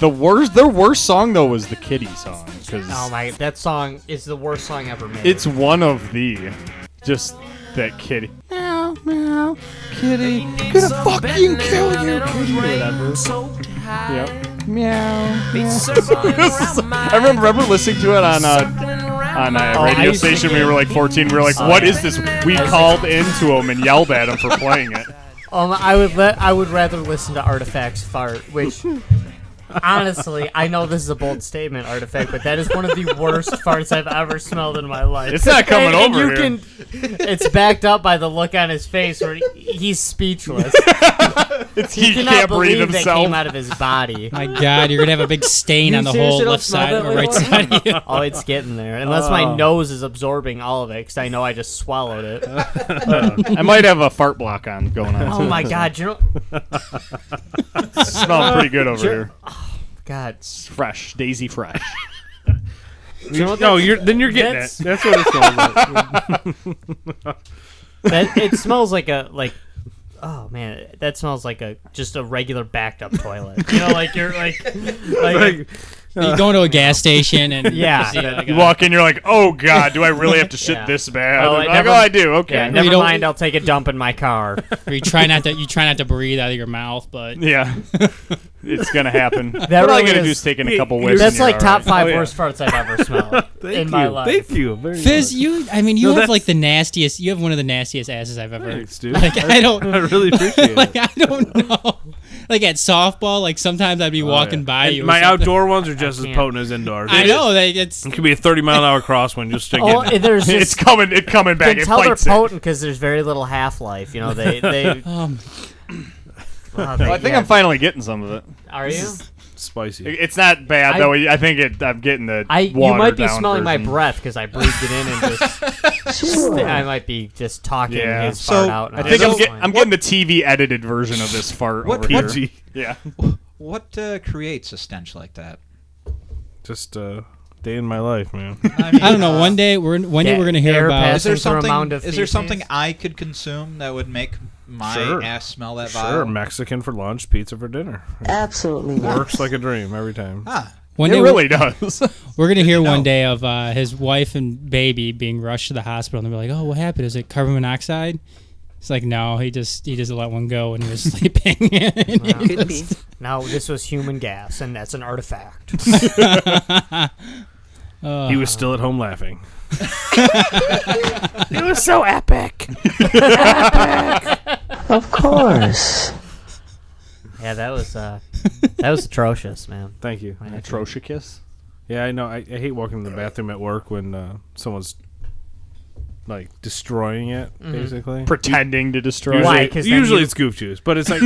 [SPEAKER 2] The worst, their worst song though was the Kitty song because
[SPEAKER 1] Oh my! That song is the worst song ever made.
[SPEAKER 2] it's one of the just that Kitty. Now, now, Kitty, gonna fucking kill you, Kitty. Whatever. Yep. Meow. I remember, remember listening to it on uh, on a
[SPEAKER 1] Oh, I
[SPEAKER 2] radio
[SPEAKER 1] used to
[SPEAKER 2] station. when We
[SPEAKER 1] get-
[SPEAKER 2] were like 14. We were like, "What is this?" We called into him and yelled at him for playing it.
[SPEAKER 1] um, I would let I would rather listen to Artifacts fart, which honestly I know this is a bold statement, Artifact, but that is one of the worst farts I've ever smelled in my life.
[SPEAKER 2] It's not coming
[SPEAKER 1] And- and you
[SPEAKER 2] over here.
[SPEAKER 1] Can, it's backed up by the look on his face where he- he's speechless.
[SPEAKER 2] It's, he
[SPEAKER 1] cannot
[SPEAKER 2] can't breathe
[SPEAKER 1] believe that
[SPEAKER 2] himself.
[SPEAKER 1] came out of his body.
[SPEAKER 6] my God, you're gonna have a big stain
[SPEAKER 1] You
[SPEAKER 6] on the
[SPEAKER 1] seriously
[SPEAKER 6] whole
[SPEAKER 1] don't
[SPEAKER 6] left
[SPEAKER 1] smell
[SPEAKER 6] side
[SPEAKER 1] that
[SPEAKER 6] or
[SPEAKER 1] way Oh.
[SPEAKER 6] right
[SPEAKER 1] well?
[SPEAKER 6] side of you.
[SPEAKER 1] Oh, it's getting there. Unless my nose is absorbing all of it, because I know I just swallowed it.
[SPEAKER 2] I might have a fart block on going on.
[SPEAKER 1] Oh my god, you know,
[SPEAKER 2] Smell pretty good over here.
[SPEAKER 1] God,
[SPEAKER 2] It's fresh, daisy fresh.
[SPEAKER 7] no, you're then you're getting
[SPEAKER 1] that's-
[SPEAKER 7] it. That's what it's called.
[SPEAKER 1] that it smells like a like oh man that smells like a just a regular backed up toilet you know like you're like like,
[SPEAKER 6] you go to a gas station and
[SPEAKER 1] Yeah.
[SPEAKER 6] you see, like,
[SPEAKER 2] You
[SPEAKER 6] a-
[SPEAKER 2] walk in, you're like, oh god, do I really have to shit
[SPEAKER 1] Yeah.
[SPEAKER 2] this bad?
[SPEAKER 1] Oh,
[SPEAKER 2] Oh,
[SPEAKER 1] I
[SPEAKER 2] like,
[SPEAKER 1] never-
[SPEAKER 2] oh, I do. Okay.
[SPEAKER 1] yeah
[SPEAKER 2] Yeah.
[SPEAKER 1] never
[SPEAKER 6] don't-
[SPEAKER 1] mind i'll take a dump in my car
[SPEAKER 6] where you try not to you try not to breathe out of your mouth, but
[SPEAKER 2] it's gonna happen. What
[SPEAKER 1] That
[SPEAKER 2] all I
[SPEAKER 1] really
[SPEAKER 2] gotta do
[SPEAKER 1] is-
[SPEAKER 2] is take in a
[SPEAKER 7] Yeah,
[SPEAKER 2] couple
[SPEAKER 7] you're-
[SPEAKER 2] whiffs.
[SPEAKER 1] that's
[SPEAKER 2] and you're
[SPEAKER 1] like top
[SPEAKER 2] all right.
[SPEAKER 1] five
[SPEAKER 7] Oh, yeah.
[SPEAKER 1] worst farts i've ever smelled
[SPEAKER 7] Thank
[SPEAKER 1] in
[SPEAKER 7] you.
[SPEAKER 1] my life
[SPEAKER 7] Thank you. Very
[SPEAKER 6] Fizz,
[SPEAKER 7] much.
[SPEAKER 6] you I mean you
[SPEAKER 7] No,
[SPEAKER 6] have
[SPEAKER 7] that's-
[SPEAKER 6] like the nastiest you have one of the nastiest asses I've ever
[SPEAKER 7] Thanks, dude.
[SPEAKER 6] like I
[SPEAKER 7] I
[SPEAKER 6] don't
[SPEAKER 7] really appreciate it.
[SPEAKER 6] like I don't know. Like at softball, like sometimes I'd be walking by
[SPEAKER 7] Oh, And
[SPEAKER 6] you. or
[SPEAKER 7] My
[SPEAKER 6] something.
[SPEAKER 7] outdoor ones are just as
[SPEAKER 1] can't.
[SPEAKER 7] potent as indoor.
[SPEAKER 6] I know, like it's
[SPEAKER 7] It could be a 30 mile an hour crosswind just to
[SPEAKER 1] oh
[SPEAKER 7] get.
[SPEAKER 1] and there's
[SPEAKER 2] It's
[SPEAKER 1] just
[SPEAKER 2] coming. It coming
[SPEAKER 1] you
[SPEAKER 2] back.
[SPEAKER 1] can
[SPEAKER 2] It
[SPEAKER 1] tell they're
[SPEAKER 2] fights it.
[SPEAKER 1] potent because there's very little half-life you know they they
[SPEAKER 6] um
[SPEAKER 1] Wow,
[SPEAKER 2] Well,
[SPEAKER 1] they-
[SPEAKER 2] I think
[SPEAKER 1] yeah.
[SPEAKER 2] I'm finally getting some of it.
[SPEAKER 1] are you
[SPEAKER 7] spicy.
[SPEAKER 2] It- It's not bad
[SPEAKER 1] I-
[SPEAKER 2] though. I think it, I'm getting the.
[SPEAKER 1] I, you
[SPEAKER 2] watered
[SPEAKER 1] might be
[SPEAKER 2] down
[SPEAKER 1] smelling my
[SPEAKER 2] version.
[SPEAKER 1] breath because I breathed it in and just
[SPEAKER 4] Sure.
[SPEAKER 1] I might be just talking
[SPEAKER 2] Yeah.
[SPEAKER 1] his
[SPEAKER 3] So,
[SPEAKER 1] fart out.
[SPEAKER 2] I
[SPEAKER 1] now.
[SPEAKER 2] think I'm,
[SPEAKER 3] So-
[SPEAKER 2] get, I'm getting the TV edited version of this fart
[SPEAKER 3] What-
[SPEAKER 2] over
[SPEAKER 3] what-
[SPEAKER 2] here. Yeah.
[SPEAKER 3] What uh, creates a stench like that?
[SPEAKER 7] Just uh, day in my life, man.
[SPEAKER 3] I mean,
[SPEAKER 6] I don't know. One day we're one day
[SPEAKER 1] Yeah,
[SPEAKER 6] we're gonna hear
[SPEAKER 1] air
[SPEAKER 6] about
[SPEAKER 1] pass-
[SPEAKER 3] Is there
[SPEAKER 1] Passing through a mound
[SPEAKER 3] something?
[SPEAKER 1] of
[SPEAKER 3] Is there something
[SPEAKER 1] feces?
[SPEAKER 3] I could consume that would make my
[SPEAKER 7] Sure.
[SPEAKER 3] ass smell that
[SPEAKER 7] sure,
[SPEAKER 3] vile?
[SPEAKER 7] Mexican for lunch, pizza for dinner.
[SPEAKER 4] Absolutely not.
[SPEAKER 7] Works like a dream every time.
[SPEAKER 3] Ah,
[SPEAKER 6] one
[SPEAKER 2] It
[SPEAKER 6] day we're-
[SPEAKER 2] really does.
[SPEAKER 6] we're gonna hear one
[SPEAKER 3] know.
[SPEAKER 6] day of uh, his wife and baby being rushed to the hospital and they're like, Oh, what happened? Is it carbon monoxide? It's like no, he just he just let one go when he was sleeping.
[SPEAKER 4] Could be.
[SPEAKER 1] No, this was human gas, and that's an artifact.
[SPEAKER 6] Uh,
[SPEAKER 7] He was still at home laughing.
[SPEAKER 5] it was so epic.
[SPEAKER 4] Of course.
[SPEAKER 1] yeah, that was uh, that was atrocious, man.
[SPEAKER 7] Thank you.
[SPEAKER 2] Atrocicus.
[SPEAKER 7] Yeah, I know. I, I hate walking in the bathroom at work when uh, someone's like destroying it basically.
[SPEAKER 2] pretending to destroy.
[SPEAKER 7] Usually,
[SPEAKER 1] Why?
[SPEAKER 2] it.
[SPEAKER 1] 'Cause then
[SPEAKER 7] usually
[SPEAKER 1] you-
[SPEAKER 7] it's goof juice, but it's like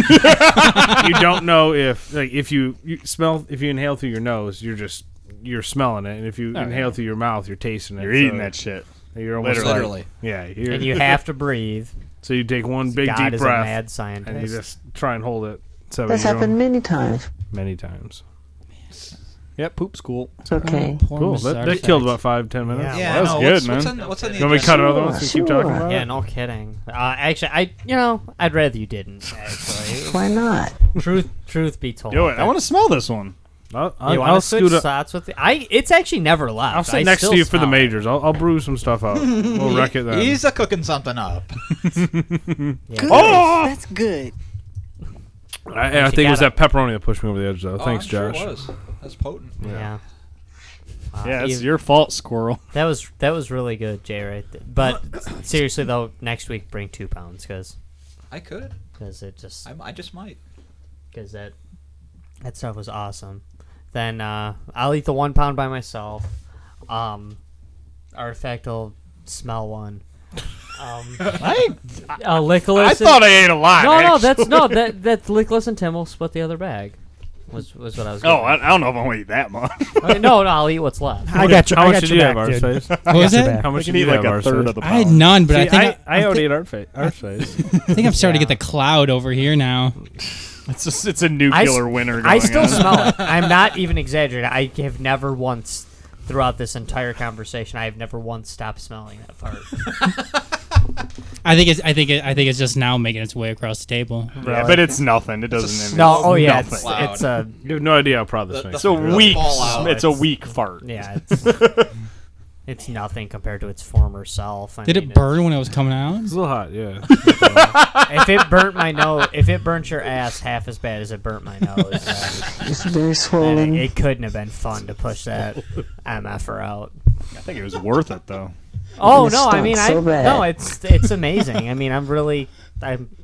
[SPEAKER 7] you don't know if like if you, you smell if you inhale through your nose, you're just you're smelling it, and if you inhale through your mouth, you're tasting it.
[SPEAKER 2] You're eating
[SPEAKER 7] so
[SPEAKER 2] that shit.
[SPEAKER 7] You're almost
[SPEAKER 2] literally.
[SPEAKER 7] like-
[SPEAKER 3] Literally.
[SPEAKER 7] yeah. You're,
[SPEAKER 1] and you have to breathe.
[SPEAKER 7] so you take one big
[SPEAKER 1] God
[SPEAKER 7] deep
[SPEAKER 1] is a
[SPEAKER 7] breath
[SPEAKER 1] mad
[SPEAKER 7] and you
[SPEAKER 1] scientist.
[SPEAKER 7] just try and hold it. So
[SPEAKER 4] That's
[SPEAKER 7] you don't-
[SPEAKER 4] happened many times.
[SPEAKER 7] many times.
[SPEAKER 2] Yeah, poop's cool.
[SPEAKER 4] It's okay.
[SPEAKER 7] Cool. That, that killed about five ten minutes.
[SPEAKER 1] Yeah,
[SPEAKER 2] that was good,
[SPEAKER 3] what's,
[SPEAKER 2] man.
[SPEAKER 3] What's on, what's on the
[SPEAKER 7] You want me to
[SPEAKER 3] agenda?
[SPEAKER 7] cut another one? So we keep talking
[SPEAKER 4] Sure.
[SPEAKER 7] about
[SPEAKER 1] Yeah,
[SPEAKER 7] it.
[SPEAKER 1] no kidding. Uh, actually, I you know I'd rather you didn't. Actually,
[SPEAKER 4] Why not?
[SPEAKER 1] truth truth be told,
[SPEAKER 2] Do it. I want to smell this one.
[SPEAKER 7] I'll,
[SPEAKER 1] You
[SPEAKER 7] I'll,
[SPEAKER 1] wanna
[SPEAKER 7] I'll
[SPEAKER 1] switch
[SPEAKER 7] scoot up.
[SPEAKER 1] spots with the, I. It's actually never left.
[SPEAKER 7] I'll sit
[SPEAKER 1] I
[SPEAKER 7] next
[SPEAKER 1] still
[SPEAKER 7] to you for the
[SPEAKER 1] smell it.
[SPEAKER 7] majors. I'll, I'll brew some stuff out. We'll wreck it then.
[SPEAKER 3] He's a cooking something up.
[SPEAKER 1] Yeah.
[SPEAKER 4] Good.
[SPEAKER 2] Oh!
[SPEAKER 4] That's good.
[SPEAKER 7] I, I
[SPEAKER 1] She
[SPEAKER 7] think it was
[SPEAKER 1] got
[SPEAKER 7] that pepperoni that pushed me over the edge, though. Thanks, Josh.
[SPEAKER 3] That's potent.
[SPEAKER 1] Yeah. Wow.
[SPEAKER 2] Yeah, it's
[SPEAKER 1] Ah, You-
[SPEAKER 2] your fault, squirrel.
[SPEAKER 1] that was that was really good, Jay. Right, th- but seriously though, next week bring two pounds because
[SPEAKER 3] I could.
[SPEAKER 1] it just
[SPEAKER 3] I, I just might.
[SPEAKER 1] because that that stuff was awesome. Then uh, I'll eat the one pound by myself. Um, Artifact will smell one. Um, uh, Lickolas
[SPEAKER 2] I thought I ate a lot.
[SPEAKER 1] No, no,
[SPEAKER 2] actually.
[SPEAKER 1] that's no that that's Lickless and Tim will split the other bag. Was was what I was.
[SPEAKER 2] Oh,
[SPEAKER 1] getting
[SPEAKER 2] I, I don't know if I'm gonna eat that much.
[SPEAKER 1] at. Okay, no, no, I'll eat what's left.
[SPEAKER 5] I got you.
[SPEAKER 7] How
[SPEAKER 5] I
[SPEAKER 7] much
[SPEAKER 5] got
[SPEAKER 7] did
[SPEAKER 5] your
[SPEAKER 7] you
[SPEAKER 5] back,
[SPEAKER 7] have, Art
[SPEAKER 5] dude.
[SPEAKER 7] Face?
[SPEAKER 6] What was that?
[SPEAKER 7] How
[SPEAKER 2] I
[SPEAKER 7] much
[SPEAKER 2] can
[SPEAKER 7] did you
[SPEAKER 2] eat like
[SPEAKER 7] have,
[SPEAKER 2] a
[SPEAKER 7] Art Face?
[SPEAKER 2] third of the.
[SPEAKER 6] I had
[SPEAKER 2] pound.
[SPEAKER 6] none, but I
[SPEAKER 7] See,
[SPEAKER 6] think I,
[SPEAKER 7] I, I
[SPEAKER 6] I
[SPEAKER 7] already
[SPEAKER 6] think,
[SPEAKER 7] ate Art Face. Art Face.
[SPEAKER 6] I think I'm starting to get the cloud over here now.
[SPEAKER 2] It's just it's a nuclear
[SPEAKER 1] s-
[SPEAKER 2] winter. Going
[SPEAKER 1] I still
[SPEAKER 2] on.
[SPEAKER 1] smell it. I'm not even exaggerating. I have never once throughout this entire conversation. I have never once stopped smelling that fart.
[SPEAKER 6] I think it's I think it, I think it's just now making its way across the table.
[SPEAKER 2] Yeah, but it's nothing. It doesn't.
[SPEAKER 3] s-
[SPEAKER 2] even-
[SPEAKER 1] No, oh yeah, it's,
[SPEAKER 3] Nothing.
[SPEAKER 1] it's a
[SPEAKER 7] You have no idea how proud this
[SPEAKER 3] The-
[SPEAKER 7] makes
[SPEAKER 2] It's a
[SPEAKER 7] me.
[SPEAKER 3] Really?
[SPEAKER 2] weak.
[SPEAKER 3] Fallout.
[SPEAKER 2] sm- It's a weak fart.
[SPEAKER 1] yeah, it's, it's nothing compared to its former self. I
[SPEAKER 6] Did
[SPEAKER 1] mean,
[SPEAKER 6] it burn when it was coming out?
[SPEAKER 7] It's a little hot, yeah.
[SPEAKER 1] If it burnt my nose, if it burnt your ass half as bad as it burnt my nose, uh,
[SPEAKER 4] It's very
[SPEAKER 1] then
[SPEAKER 4] swollen.
[SPEAKER 1] it, it couldn't have been fun to push that MFR out.
[SPEAKER 2] I think it was worth it though.
[SPEAKER 1] Oh
[SPEAKER 4] It
[SPEAKER 1] no, I
[SPEAKER 4] stunk
[SPEAKER 1] mean, I
[SPEAKER 4] so bad.
[SPEAKER 1] no, it's it's amazing. I mean, I'm really I'm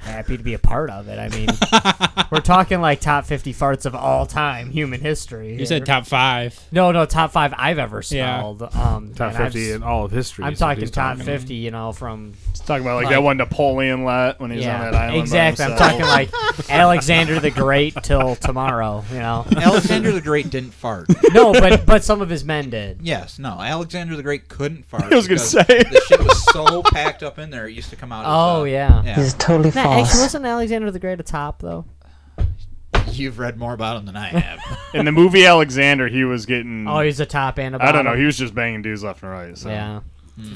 [SPEAKER 1] happy to be a part of it. I mean, we're talking like top 50 farts of all time human history.
[SPEAKER 6] You said top five.
[SPEAKER 1] no, no, top five I've ever
[SPEAKER 6] Yeah.
[SPEAKER 1] smelled. Um,
[SPEAKER 7] Top
[SPEAKER 1] and I've
[SPEAKER 7] 50
[SPEAKER 1] s-
[SPEAKER 7] in all of history.
[SPEAKER 1] I'm
[SPEAKER 7] is what
[SPEAKER 1] talking
[SPEAKER 7] he's
[SPEAKER 1] top 50. You know, from
[SPEAKER 2] It's talking about like,
[SPEAKER 1] Like-
[SPEAKER 2] that one Napoleon let when he's on that
[SPEAKER 1] yeah,
[SPEAKER 2] island. by
[SPEAKER 1] exactly. I'm
[SPEAKER 2] himself.
[SPEAKER 1] talking like Alexander the Great till tomorrow. You know,
[SPEAKER 3] Alexander the Great didn't fart.
[SPEAKER 1] no, but but some of his men did.
[SPEAKER 3] Yes, no. Alexander the Great couldn't fart.
[SPEAKER 2] I was gonna
[SPEAKER 3] because
[SPEAKER 2] say.
[SPEAKER 3] the shit was so packed up in there, it used to come out. as,
[SPEAKER 1] Oh
[SPEAKER 3] uh,
[SPEAKER 1] yeah.
[SPEAKER 3] yeah.
[SPEAKER 4] It's totally
[SPEAKER 1] Nah,
[SPEAKER 4] false.
[SPEAKER 1] actually, wasn't Alexander the Great a top though?
[SPEAKER 3] You've read more about him than I have.
[SPEAKER 2] in the movie Alexander, he was getting.
[SPEAKER 1] Oh, he's a top and a
[SPEAKER 2] I don't know.
[SPEAKER 1] bottom.
[SPEAKER 2] He was uh, just banging dudes left and right. So.
[SPEAKER 1] yeah.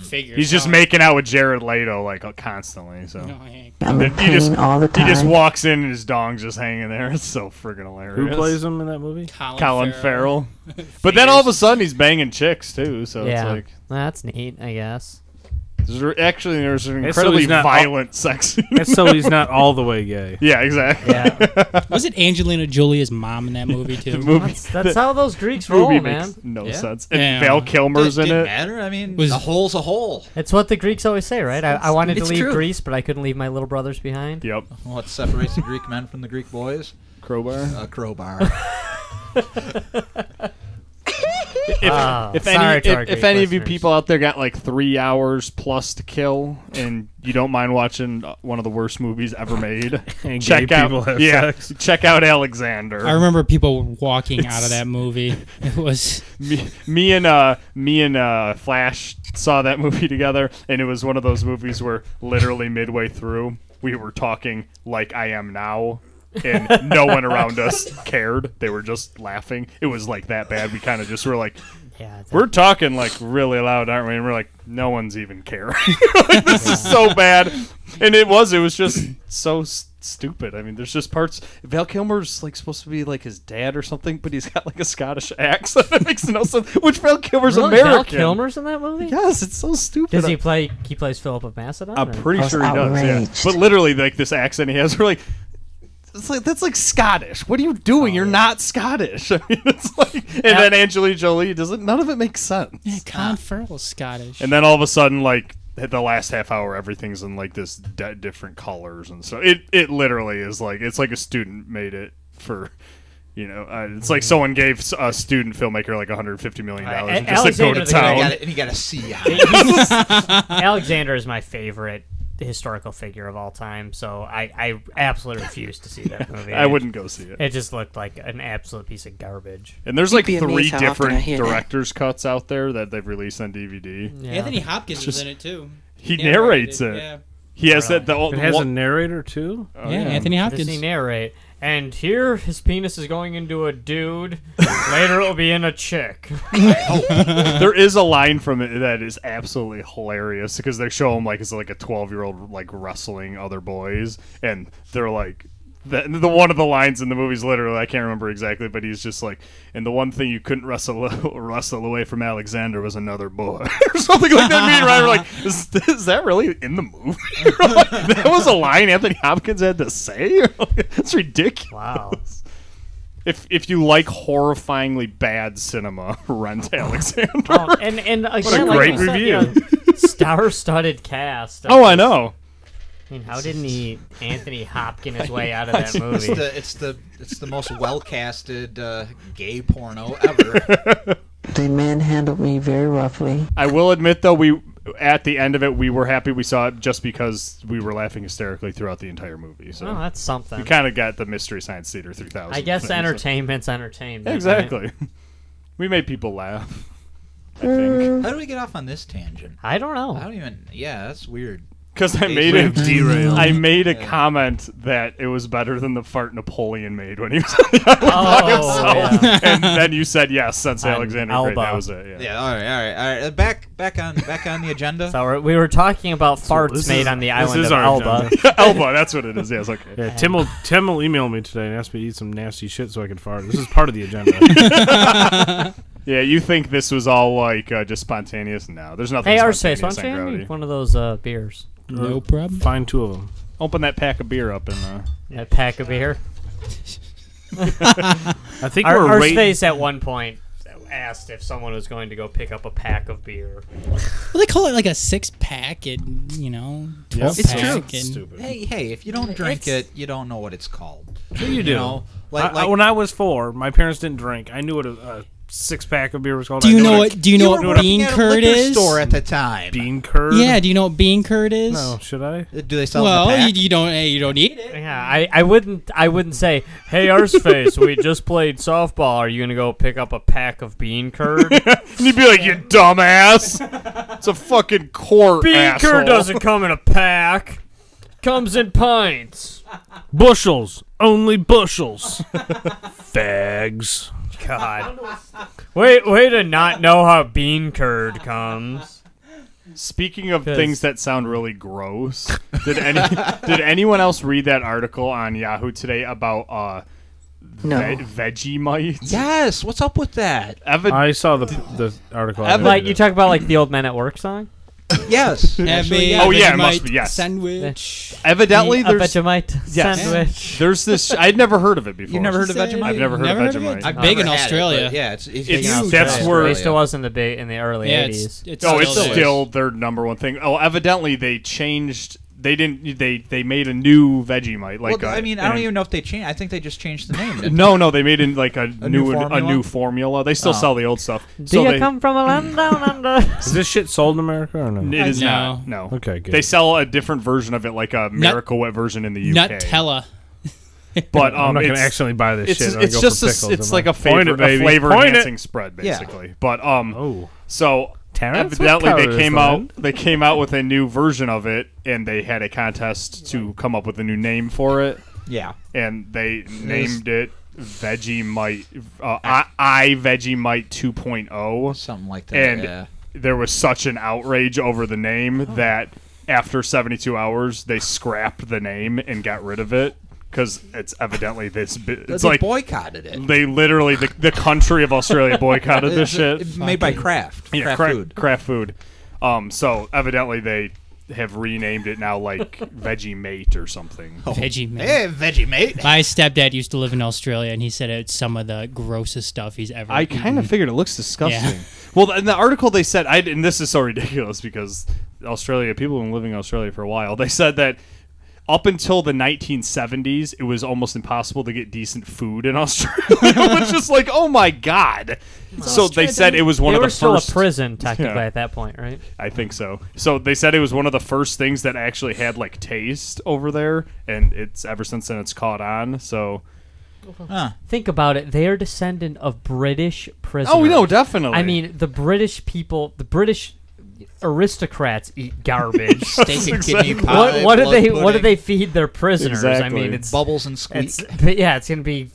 [SPEAKER 6] Figures. Oh.
[SPEAKER 2] He's just making out with Jared Leto like uh, constantly. So
[SPEAKER 4] I'm in
[SPEAKER 2] You
[SPEAKER 4] pain
[SPEAKER 2] just-
[SPEAKER 4] all the
[SPEAKER 2] he
[SPEAKER 4] time.
[SPEAKER 2] just walks in and his dong's just hanging there. It's so friggin'
[SPEAKER 7] Who
[SPEAKER 2] hilarious.
[SPEAKER 7] plays him in that movie?
[SPEAKER 2] Colin Farrell? but then all of a sudden he's banging chicks too. So
[SPEAKER 1] yeah,
[SPEAKER 2] it's
[SPEAKER 1] that's neat. I guess.
[SPEAKER 2] like there's, actually there's an
[SPEAKER 7] And so
[SPEAKER 2] incredibly
[SPEAKER 7] he's not-
[SPEAKER 2] violent sex. scene.
[SPEAKER 7] That's so he's not all the way gay.
[SPEAKER 2] yeah, exactly.
[SPEAKER 1] Yeah,
[SPEAKER 6] Was it Angelina Jolie's mom in that movie too?
[SPEAKER 2] Movie,
[SPEAKER 1] that's, that's how those Greeks roll,
[SPEAKER 2] movie
[SPEAKER 1] Oh, man.
[SPEAKER 2] makes no
[SPEAKER 3] Yeah.
[SPEAKER 2] sense. And
[SPEAKER 6] Yeah.
[SPEAKER 2] Val
[SPEAKER 3] Does-
[SPEAKER 2] Kilmer's in
[SPEAKER 3] didn't
[SPEAKER 2] it.
[SPEAKER 3] matter. I mean,
[SPEAKER 6] Was-
[SPEAKER 3] a hole's a hole.
[SPEAKER 1] It's what the Greeks always say, right? I, I wanted to
[SPEAKER 3] It's
[SPEAKER 1] leave
[SPEAKER 3] true.
[SPEAKER 1] Greece, but I couldn't leave my little brothers behind.
[SPEAKER 2] Yep.
[SPEAKER 3] What separates the Greek men from the Greek boys?
[SPEAKER 2] Crowbar.
[SPEAKER 3] A crowbar.
[SPEAKER 2] If,
[SPEAKER 1] Oh,
[SPEAKER 2] if
[SPEAKER 1] sorry
[SPEAKER 2] any,
[SPEAKER 1] to our
[SPEAKER 2] if, if
[SPEAKER 1] Greek
[SPEAKER 2] any of you
[SPEAKER 1] listeners.
[SPEAKER 2] people out there got like three hours plus to kill, and you don't mind watching uh, one of the worst movies ever made,
[SPEAKER 7] And
[SPEAKER 2] check
[SPEAKER 7] gay
[SPEAKER 2] out
[SPEAKER 7] people have
[SPEAKER 2] yeah,
[SPEAKER 7] sex.
[SPEAKER 2] check out Alexander.
[SPEAKER 6] I remember people walking out of that movie. It was
[SPEAKER 2] me, me and uh, me and uh, Flash saw that movie together, and it was one of those movies where literally midway through we were talking like I am now. and no one around us cared. They were just laughing. It was like that bad. We kind of just were like,
[SPEAKER 1] Yeah, that-
[SPEAKER 2] we're talking like really loud, aren't we? And we're like, no one's even caring. Like, this is so bad. And it was. It was just so s- stupid. I mean, there's just parts. Val Kilmer's like supposed to be like his dad or something, but he's got like a Scottish accent. it makes no sense. Which Val Kilmer's
[SPEAKER 1] really? Val
[SPEAKER 2] American.
[SPEAKER 1] Kilmer's in that movie.
[SPEAKER 2] Yes, it's so stupid.
[SPEAKER 1] Does he play? He plays Philip of Macedon.
[SPEAKER 2] I'm
[SPEAKER 1] or-
[SPEAKER 2] pretty
[SPEAKER 4] I was
[SPEAKER 2] sure he does.
[SPEAKER 4] outraged.
[SPEAKER 2] Yeah. But literally, like this accent he has, we're like. It's like that's like Scottish. What are you
[SPEAKER 1] Oh.
[SPEAKER 2] doing? You're not Scottish. I mean, it's like, and then Angelina Jolie doesn't. None of it makes sense.
[SPEAKER 6] Colin Farrell's Scottish.
[SPEAKER 2] And then all of a sudden, like at the last half hour, everything's in like this di different colors and so it it literally is like it's like a student made it for You know, uh, it's like someone gave s- a student filmmaker like 150 million dollars
[SPEAKER 9] A-
[SPEAKER 2] and just like go to
[SPEAKER 9] Alexander's the guy
[SPEAKER 2] town.
[SPEAKER 9] that
[SPEAKER 3] got it, and you got to see how.
[SPEAKER 1] Alexander is my favorite historical figure of all time, so I, I absolutely refuse to see that movie.
[SPEAKER 2] I wouldn't go see it.
[SPEAKER 1] It just looked like an absolute piece of garbage.
[SPEAKER 2] And there's like
[SPEAKER 10] be amazed
[SPEAKER 2] three
[SPEAKER 10] how often I
[SPEAKER 2] different
[SPEAKER 10] hear that.
[SPEAKER 2] directors cuts out there that they've released on DVD.
[SPEAKER 1] Yeah.
[SPEAKER 6] Anthony Hopkins
[SPEAKER 2] It's
[SPEAKER 6] was in it too.
[SPEAKER 2] He
[SPEAKER 6] Yeah,
[SPEAKER 2] narrates
[SPEAKER 6] right,
[SPEAKER 2] it.
[SPEAKER 6] Yeah,
[SPEAKER 2] He has that. The, all-
[SPEAKER 7] It
[SPEAKER 2] the
[SPEAKER 7] has a
[SPEAKER 2] one-
[SPEAKER 7] narrator too.
[SPEAKER 2] oh,
[SPEAKER 6] yeah, Anthony
[SPEAKER 1] Does he
[SPEAKER 6] Hopkins.
[SPEAKER 1] narrate? And here, his penis is going into a dude. Later, it'll be in a chick.
[SPEAKER 2] there is a line from it that is absolutely hilarious because they show him like it's like a 12 year old like wrestling other boys and they're like the, the one of the lines in the movie's literally I can't remember exactly but he's just like and the one thing you couldn't wrestle wrestle away from Alexander was another boy or something like that me and Ryan were like is, is that really in the movie We're like, that was a line Anthony Hopkins had to say that's ridiculous
[SPEAKER 1] Wow.
[SPEAKER 2] if if you like horrifyingly bad cinema rent Alexander
[SPEAKER 1] Oh, and and again,
[SPEAKER 2] great
[SPEAKER 1] like you said, you
[SPEAKER 2] review.
[SPEAKER 1] know, star-studded cast.
[SPEAKER 2] oh I know
[SPEAKER 1] I mean, how didn't he Anthony Hopkins his way out of that
[SPEAKER 3] It's
[SPEAKER 1] movie?
[SPEAKER 3] the it's the it's the most well casted uh, gay porno ever.
[SPEAKER 4] They manhandled me very roughly.
[SPEAKER 2] I will admit though, we at the end of it, we were happy we saw it just because we were laughing hysterically throughout the entire movie. So
[SPEAKER 1] Oh, that's something.
[SPEAKER 2] we kind of got the Mystery Science Theater 3000.
[SPEAKER 1] I guess
[SPEAKER 2] thing, so-
[SPEAKER 1] entertainment's entertainment. right?
[SPEAKER 2] Exactly. we made people laugh. I think
[SPEAKER 3] How do we get off on this tangent?
[SPEAKER 1] I don't know.
[SPEAKER 3] I don't even. Yeah, that's weird.
[SPEAKER 2] because I made a I made a comment that it was better than the fart Napoleon made when he was on the island by
[SPEAKER 1] Oh,
[SPEAKER 2] himself. and then you said yes, since
[SPEAKER 1] On
[SPEAKER 2] Alexander Great. That
[SPEAKER 1] Elba.
[SPEAKER 2] was it. Yeah.
[SPEAKER 3] Yeah. All right. All right. All right. uh, Back back on back on the agenda.
[SPEAKER 1] So we're, we were talking about farts
[SPEAKER 7] this
[SPEAKER 1] made
[SPEAKER 7] is-
[SPEAKER 1] on the
[SPEAKER 7] this
[SPEAKER 1] island
[SPEAKER 7] is
[SPEAKER 1] of
[SPEAKER 7] our
[SPEAKER 1] Elba.
[SPEAKER 7] agenda.
[SPEAKER 2] Elba, that's what it is. Yes, okay.
[SPEAKER 7] Yeah, Tim will Tim will email me today and ask me to eat some nasty shit so I can fart. This is part of the agenda.
[SPEAKER 2] Yeah, you think this was all like uh, just spontaneous? No, there's nothing.
[SPEAKER 1] Hey, Arsface,
[SPEAKER 2] spontaneous
[SPEAKER 1] why don't
[SPEAKER 2] on
[SPEAKER 1] you hand
[SPEAKER 2] Gravity.
[SPEAKER 1] me one of those uh, beers?
[SPEAKER 2] Er.
[SPEAKER 6] No problem.
[SPEAKER 7] Find two of them.
[SPEAKER 2] Open that pack of beer up and uh,
[SPEAKER 1] That pack of beer.
[SPEAKER 7] I think
[SPEAKER 1] Our,
[SPEAKER 7] we're waiting.
[SPEAKER 1] Arsface at one point asked if someone was going to go pick up a pack of beer.
[SPEAKER 6] Well, they call it like a six pack and you know twelve
[SPEAKER 3] It's true.
[SPEAKER 6] pack. and
[SPEAKER 3] Hey, hey! If you don't drink it, you don't know what it's called.
[SPEAKER 7] you do.
[SPEAKER 3] know,
[SPEAKER 7] I-
[SPEAKER 3] like,
[SPEAKER 7] I-
[SPEAKER 3] like
[SPEAKER 7] when I was four, my parents didn't drink. I knew what a, a six pack of beer was called.
[SPEAKER 6] Do
[SPEAKER 7] I
[SPEAKER 6] you
[SPEAKER 7] knew
[SPEAKER 6] know
[SPEAKER 7] a
[SPEAKER 6] what? Do you
[SPEAKER 3] you
[SPEAKER 6] know
[SPEAKER 3] were
[SPEAKER 6] what
[SPEAKER 3] working
[SPEAKER 6] bean
[SPEAKER 3] at a
[SPEAKER 6] curd
[SPEAKER 3] liquor
[SPEAKER 6] is?
[SPEAKER 3] store at the time.
[SPEAKER 7] bean curd?
[SPEAKER 6] Yeah. Do you know what bean curd is?
[SPEAKER 7] No, should I?
[SPEAKER 3] Do they sell well,
[SPEAKER 6] Well,
[SPEAKER 3] in the
[SPEAKER 6] you,
[SPEAKER 3] pack?
[SPEAKER 6] you don't. Hey, you don't eat it.
[SPEAKER 1] Yeah, I, I wouldn't I wouldn't say, "Hey, Arsface, we just played softball. Are you going to go pick up a pack of bean curd?"
[SPEAKER 2] And you'd be like, you dumbass. It's a fucking quart.
[SPEAKER 1] bean
[SPEAKER 2] asshole.
[SPEAKER 1] curd doesn't come in a pack. Comes in pints.
[SPEAKER 7] Bushels, only bushels. Fags.
[SPEAKER 1] God. Wait, way to not know how bean curd comes.
[SPEAKER 2] Speaking of things that sound really gross, did any did anyone else read that article on Yahoo today about uh
[SPEAKER 4] No.
[SPEAKER 2] ve- Vegemite?
[SPEAKER 3] Yes. What's up with that?
[SPEAKER 2] Evan-
[SPEAKER 7] I saw the the article. I
[SPEAKER 2] Evan-
[SPEAKER 7] didn't
[SPEAKER 1] Like
[SPEAKER 7] read
[SPEAKER 1] you
[SPEAKER 7] it.
[SPEAKER 1] talk about like the old men at work song.
[SPEAKER 3] Yes.
[SPEAKER 6] Have
[SPEAKER 3] actually,
[SPEAKER 6] me
[SPEAKER 3] yeah.
[SPEAKER 6] a
[SPEAKER 2] Oh, yeah, it must
[SPEAKER 6] Vegemite
[SPEAKER 2] be, yes.
[SPEAKER 6] Sandwich.
[SPEAKER 2] Eh, evidently
[SPEAKER 1] a
[SPEAKER 2] there's
[SPEAKER 1] Vegemite
[SPEAKER 2] Yes.
[SPEAKER 1] sandwich.
[SPEAKER 2] there's this I'd never heard of it before.
[SPEAKER 3] You've never heard of
[SPEAKER 6] Said-
[SPEAKER 3] Vegemite?
[SPEAKER 2] I've never heard of Vegemite.
[SPEAKER 3] I've
[SPEAKER 6] Big
[SPEAKER 3] never
[SPEAKER 6] in
[SPEAKER 3] had it,
[SPEAKER 6] Australia.
[SPEAKER 3] but yeah, it's, it's,
[SPEAKER 2] It's-
[SPEAKER 3] huge.
[SPEAKER 2] that's
[SPEAKER 3] Yeah.
[SPEAKER 2] where-
[SPEAKER 1] They still was in the big in the early
[SPEAKER 6] Yeah, it's,
[SPEAKER 1] '80s.
[SPEAKER 6] it's
[SPEAKER 2] Oh, it's
[SPEAKER 6] still
[SPEAKER 2] still their number one thing. Oh, evidently they changed. They didn't. They they made a new Vegemite. Like
[SPEAKER 3] well,
[SPEAKER 2] I
[SPEAKER 3] I mean, I don't even know if they changed. I think they just changed the name. didn't
[SPEAKER 2] No, no, they made it like a, new,
[SPEAKER 3] new
[SPEAKER 2] a new
[SPEAKER 3] formula?
[SPEAKER 2] formula. They still
[SPEAKER 3] Oh.
[SPEAKER 2] sell the old stuff.
[SPEAKER 1] Do
[SPEAKER 2] so
[SPEAKER 1] you
[SPEAKER 2] they,
[SPEAKER 1] come from a land down under?
[SPEAKER 7] Is this shit sold in America or no?
[SPEAKER 2] It is
[SPEAKER 6] No.
[SPEAKER 2] not. No.
[SPEAKER 7] Okay, good.
[SPEAKER 2] They sell a different version of it, like a miracle Whip version in the UK.
[SPEAKER 6] Nutella.
[SPEAKER 2] But um,
[SPEAKER 7] I'm not gonna
[SPEAKER 2] it's,
[SPEAKER 7] accidentally buy this
[SPEAKER 2] it's,
[SPEAKER 7] shit. I'm gonna
[SPEAKER 2] it's
[SPEAKER 7] go
[SPEAKER 2] just
[SPEAKER 7] for
[SPEAKER 2] a,
[SPEAKER 7] pickles,
[SPEAKER 2] it's
[SPEAKER 7] am
[SPEAKER 2] like
[SPEAKER 7] I?
[SPEAKER 2] a
[SPEAKER 7] Point
[SPEAKER 2] flavor
[SPEAKER 7] it, baby.
[SPEAKER 2] a flavor
[SPEAKER 7] Point it.
[SPEAKER 2] enhancing spread
[SPEAKER 3] Yeah.
[SPEAKER 2] basically. But um,
[SPEAKER 7] Oh,
[SPEAKER 2] so
[SPEAKER 7] Terrence, what
[SPEAKER 2] evidently
[SPEAKER 7] color
[SPEAKER 2] they
[SPEAKER 7] is
[SPEAKER 2] came
[SPEAKER 7] that?
[SPEAKER 2] out they came out with a new version of it, and they had a contest to come up with a new name for it,
[SPEAKER 3] they? Yeah.
[SPEAKER 2] and they named it Vegemite, uh, I, I Vegemite 2.0.
[SPEAKER 3] Something like that.
[SPEAKER 2] and
[SPEAKER 3] yeah.
[SPEAKER 2] there was such an outrage over the
[SPEAKER 7] Oh.
[SPEAKER 2] name that after 72 hours they scrapped the name and got rid of it because it's evidently this bi- it's
[SPEAKER 3] they
[SPEAKER 2] like
[SPEAKER 3] boycotted it.
[SPEAKER 2] they literally the, the country of australia boycotted this
[SPEAKER 3] It's, uh,
[SPEAKER 2] shit
[SPEAKER 3] made by Kraft.
[SPEAKER 2] yeah
[SPEAKER 3] Kraft
[SPEAKER 2] cra-
[SPEAKER 3] food.
[SPEAKER 2] craft food um so evidently they have renamed it now like vegemate or something
[SPEAKER 6] Vegemite.
[SPEAKER 3] Hey, Vegemite.
[SPEAKER 6] My stepdad used to live in Australia, and he said it's some of the grossest stuff he's ever.
[SPEAKER 2] I kind of figured it looks disgusting.
[SPEAKER 6] Yeah.
[SPEAKER 2] Well, in the article they said, I and this is so ridiculous because Australia people have been living in Australia for a while. They said that up until the 1970s, it was almost impossible to get decent food in Australia, which is like, oh my god. So they said it was one
[SPEAKER 1] they
[SPEAKER 2] of
[SPEAKER 1] were
[SPEAKER 2] the
[SPEAKER 1] still
[SPEAKER 2] first.
[SPEAKER 1] a prison technically
[SPEAKER 2] Yeah.
[SPEAKER 1] at that point, right?
[SPEAKER 2] I think so. So they said it was one of the first things that actually had like taste over there, and it's ever since then it's caught on. So
[SPEAKER 3] Huh.
[SPEAKER 1] Think about it. They are descendant of British prisoners.
[SPEAKER 2] oh no, definitely.
[SPEAKER 1] I mean, the British people, the British aristocrats eat garbage.
[SPEAKER 3] Steak and kidney pie.
[SPEAKER 1] what what do
[SPEAKER 3] blood
[SPEAKER 1] they what do
[SPEAKER 3] pudding,
[SPEAKER 1] they feed their prisoners? I mean,
[SPEAKER 2] Exactly.
[SPEAKER 1] it's
[SPEAKER 3] Bubbles and squeak.
[SPEAKER 1] it's but yeah, it's gonna be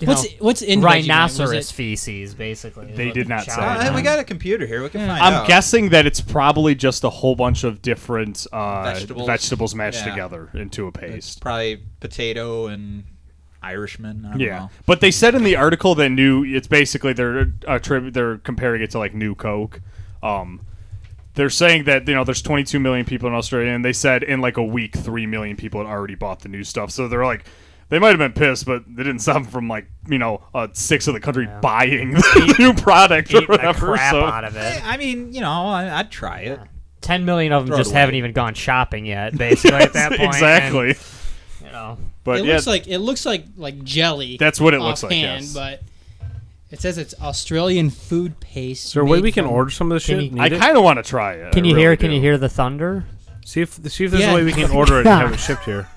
[SPEAKER 1] you
[SPEAKER 6] What's
[SPEAKER 1] know,
[SPEAKER 6] what's in Vegemite? Was
[SPEAKER 1] rhinoceros
[SPEAKER 6] it-
[SPEAKER 1] feces basically.
[SPEAKER 2] They did not say.
[SPEAKER 3] Oh, hey, we got a computer here. We can find
[SPEAKER 2] I'm
[SPEAKER 3] out.
[SPEAKER 2] guessing that it's probably just a whole bunch of different uh,
[SPEAKER 3] Vegetables.
[SPEAKER 2] vegetables. mashed
[SPEAKER 3] Yeah.
[SPEAKER 2] together into a
[SPEAKER 3] It's
[SPEAKER 2] paste.
[SPEAKER 3] probably potato and Irishman. I don't
[SPEAKER 2] Yeah,
[SPEAKER 3] know.
[SPEAKER 2] but they said in the article that new it's basically they're attrib- they're comparing it to like New Coke. Um, they're saying that you know there's 22 million people in Australia, and they said in like a week, three million people had already bought the new stuff. So they're like. They might have been pissed, but they didn't stop them from like you know uh, six of the country buying the new product or
[SPEAKER 11] Eat the
[SPEAKER 2] whatever.
[SPEAKER 11] crap
[SPEAKER 2] so
[SPEAKER 11] out of
[SPEAKER 3] Hey,
[SPEAKER 11] it.
[SPEAKER 3] I mean, you know, I, I'd try it.
[SPEAKER 1] Ten million of them
[SPEAKER 3] Throw it
[SPEAKER 1] just
[SPEAKER 3] away.
[SPEAKER 1] haven't even gone shopping yet, basically at that point. and,
[SPEAKER 2] exactly.
[SPEAKER 1] you know,
[SPEAKER 2] But
[SPEAKER 6] it
[SPEAKER 2] yeah,
[SPEAKER 6] looks like it looks like like jelly.
[SPEAKER 2] That's what it looks like,
[SPEAKER 6] offhand,
[SPEAKER 2] yes.
[SPEAKER 6] But it says it's Australian food paste.
[SPEAKER 7] Is there a way
[SPEAKER 6] made
[SPEAKER 7] we can
[SPEAKER 6] from-
[SPEAKER 7] order some of this
[SPEAKER 11] Can
[SPEAKER 7] shit?
[SPEAKER 11] you-
[SPEAKER 2] I kind of want to try it.
[SPEAKER 1] can
[SPEAKER 2] I
[SPEAKER 1] you
[SPEAKER 2] really
[SPEAKER 1] hear? Can
[SPEAKER 2] do.
[SPEAKER 1] you hear the thunder?
[SPEAKER 7] see if see if there's
[SPEAKER 6] Yeah.
[SPEAKER 7] a way we can order it and have it shipped here.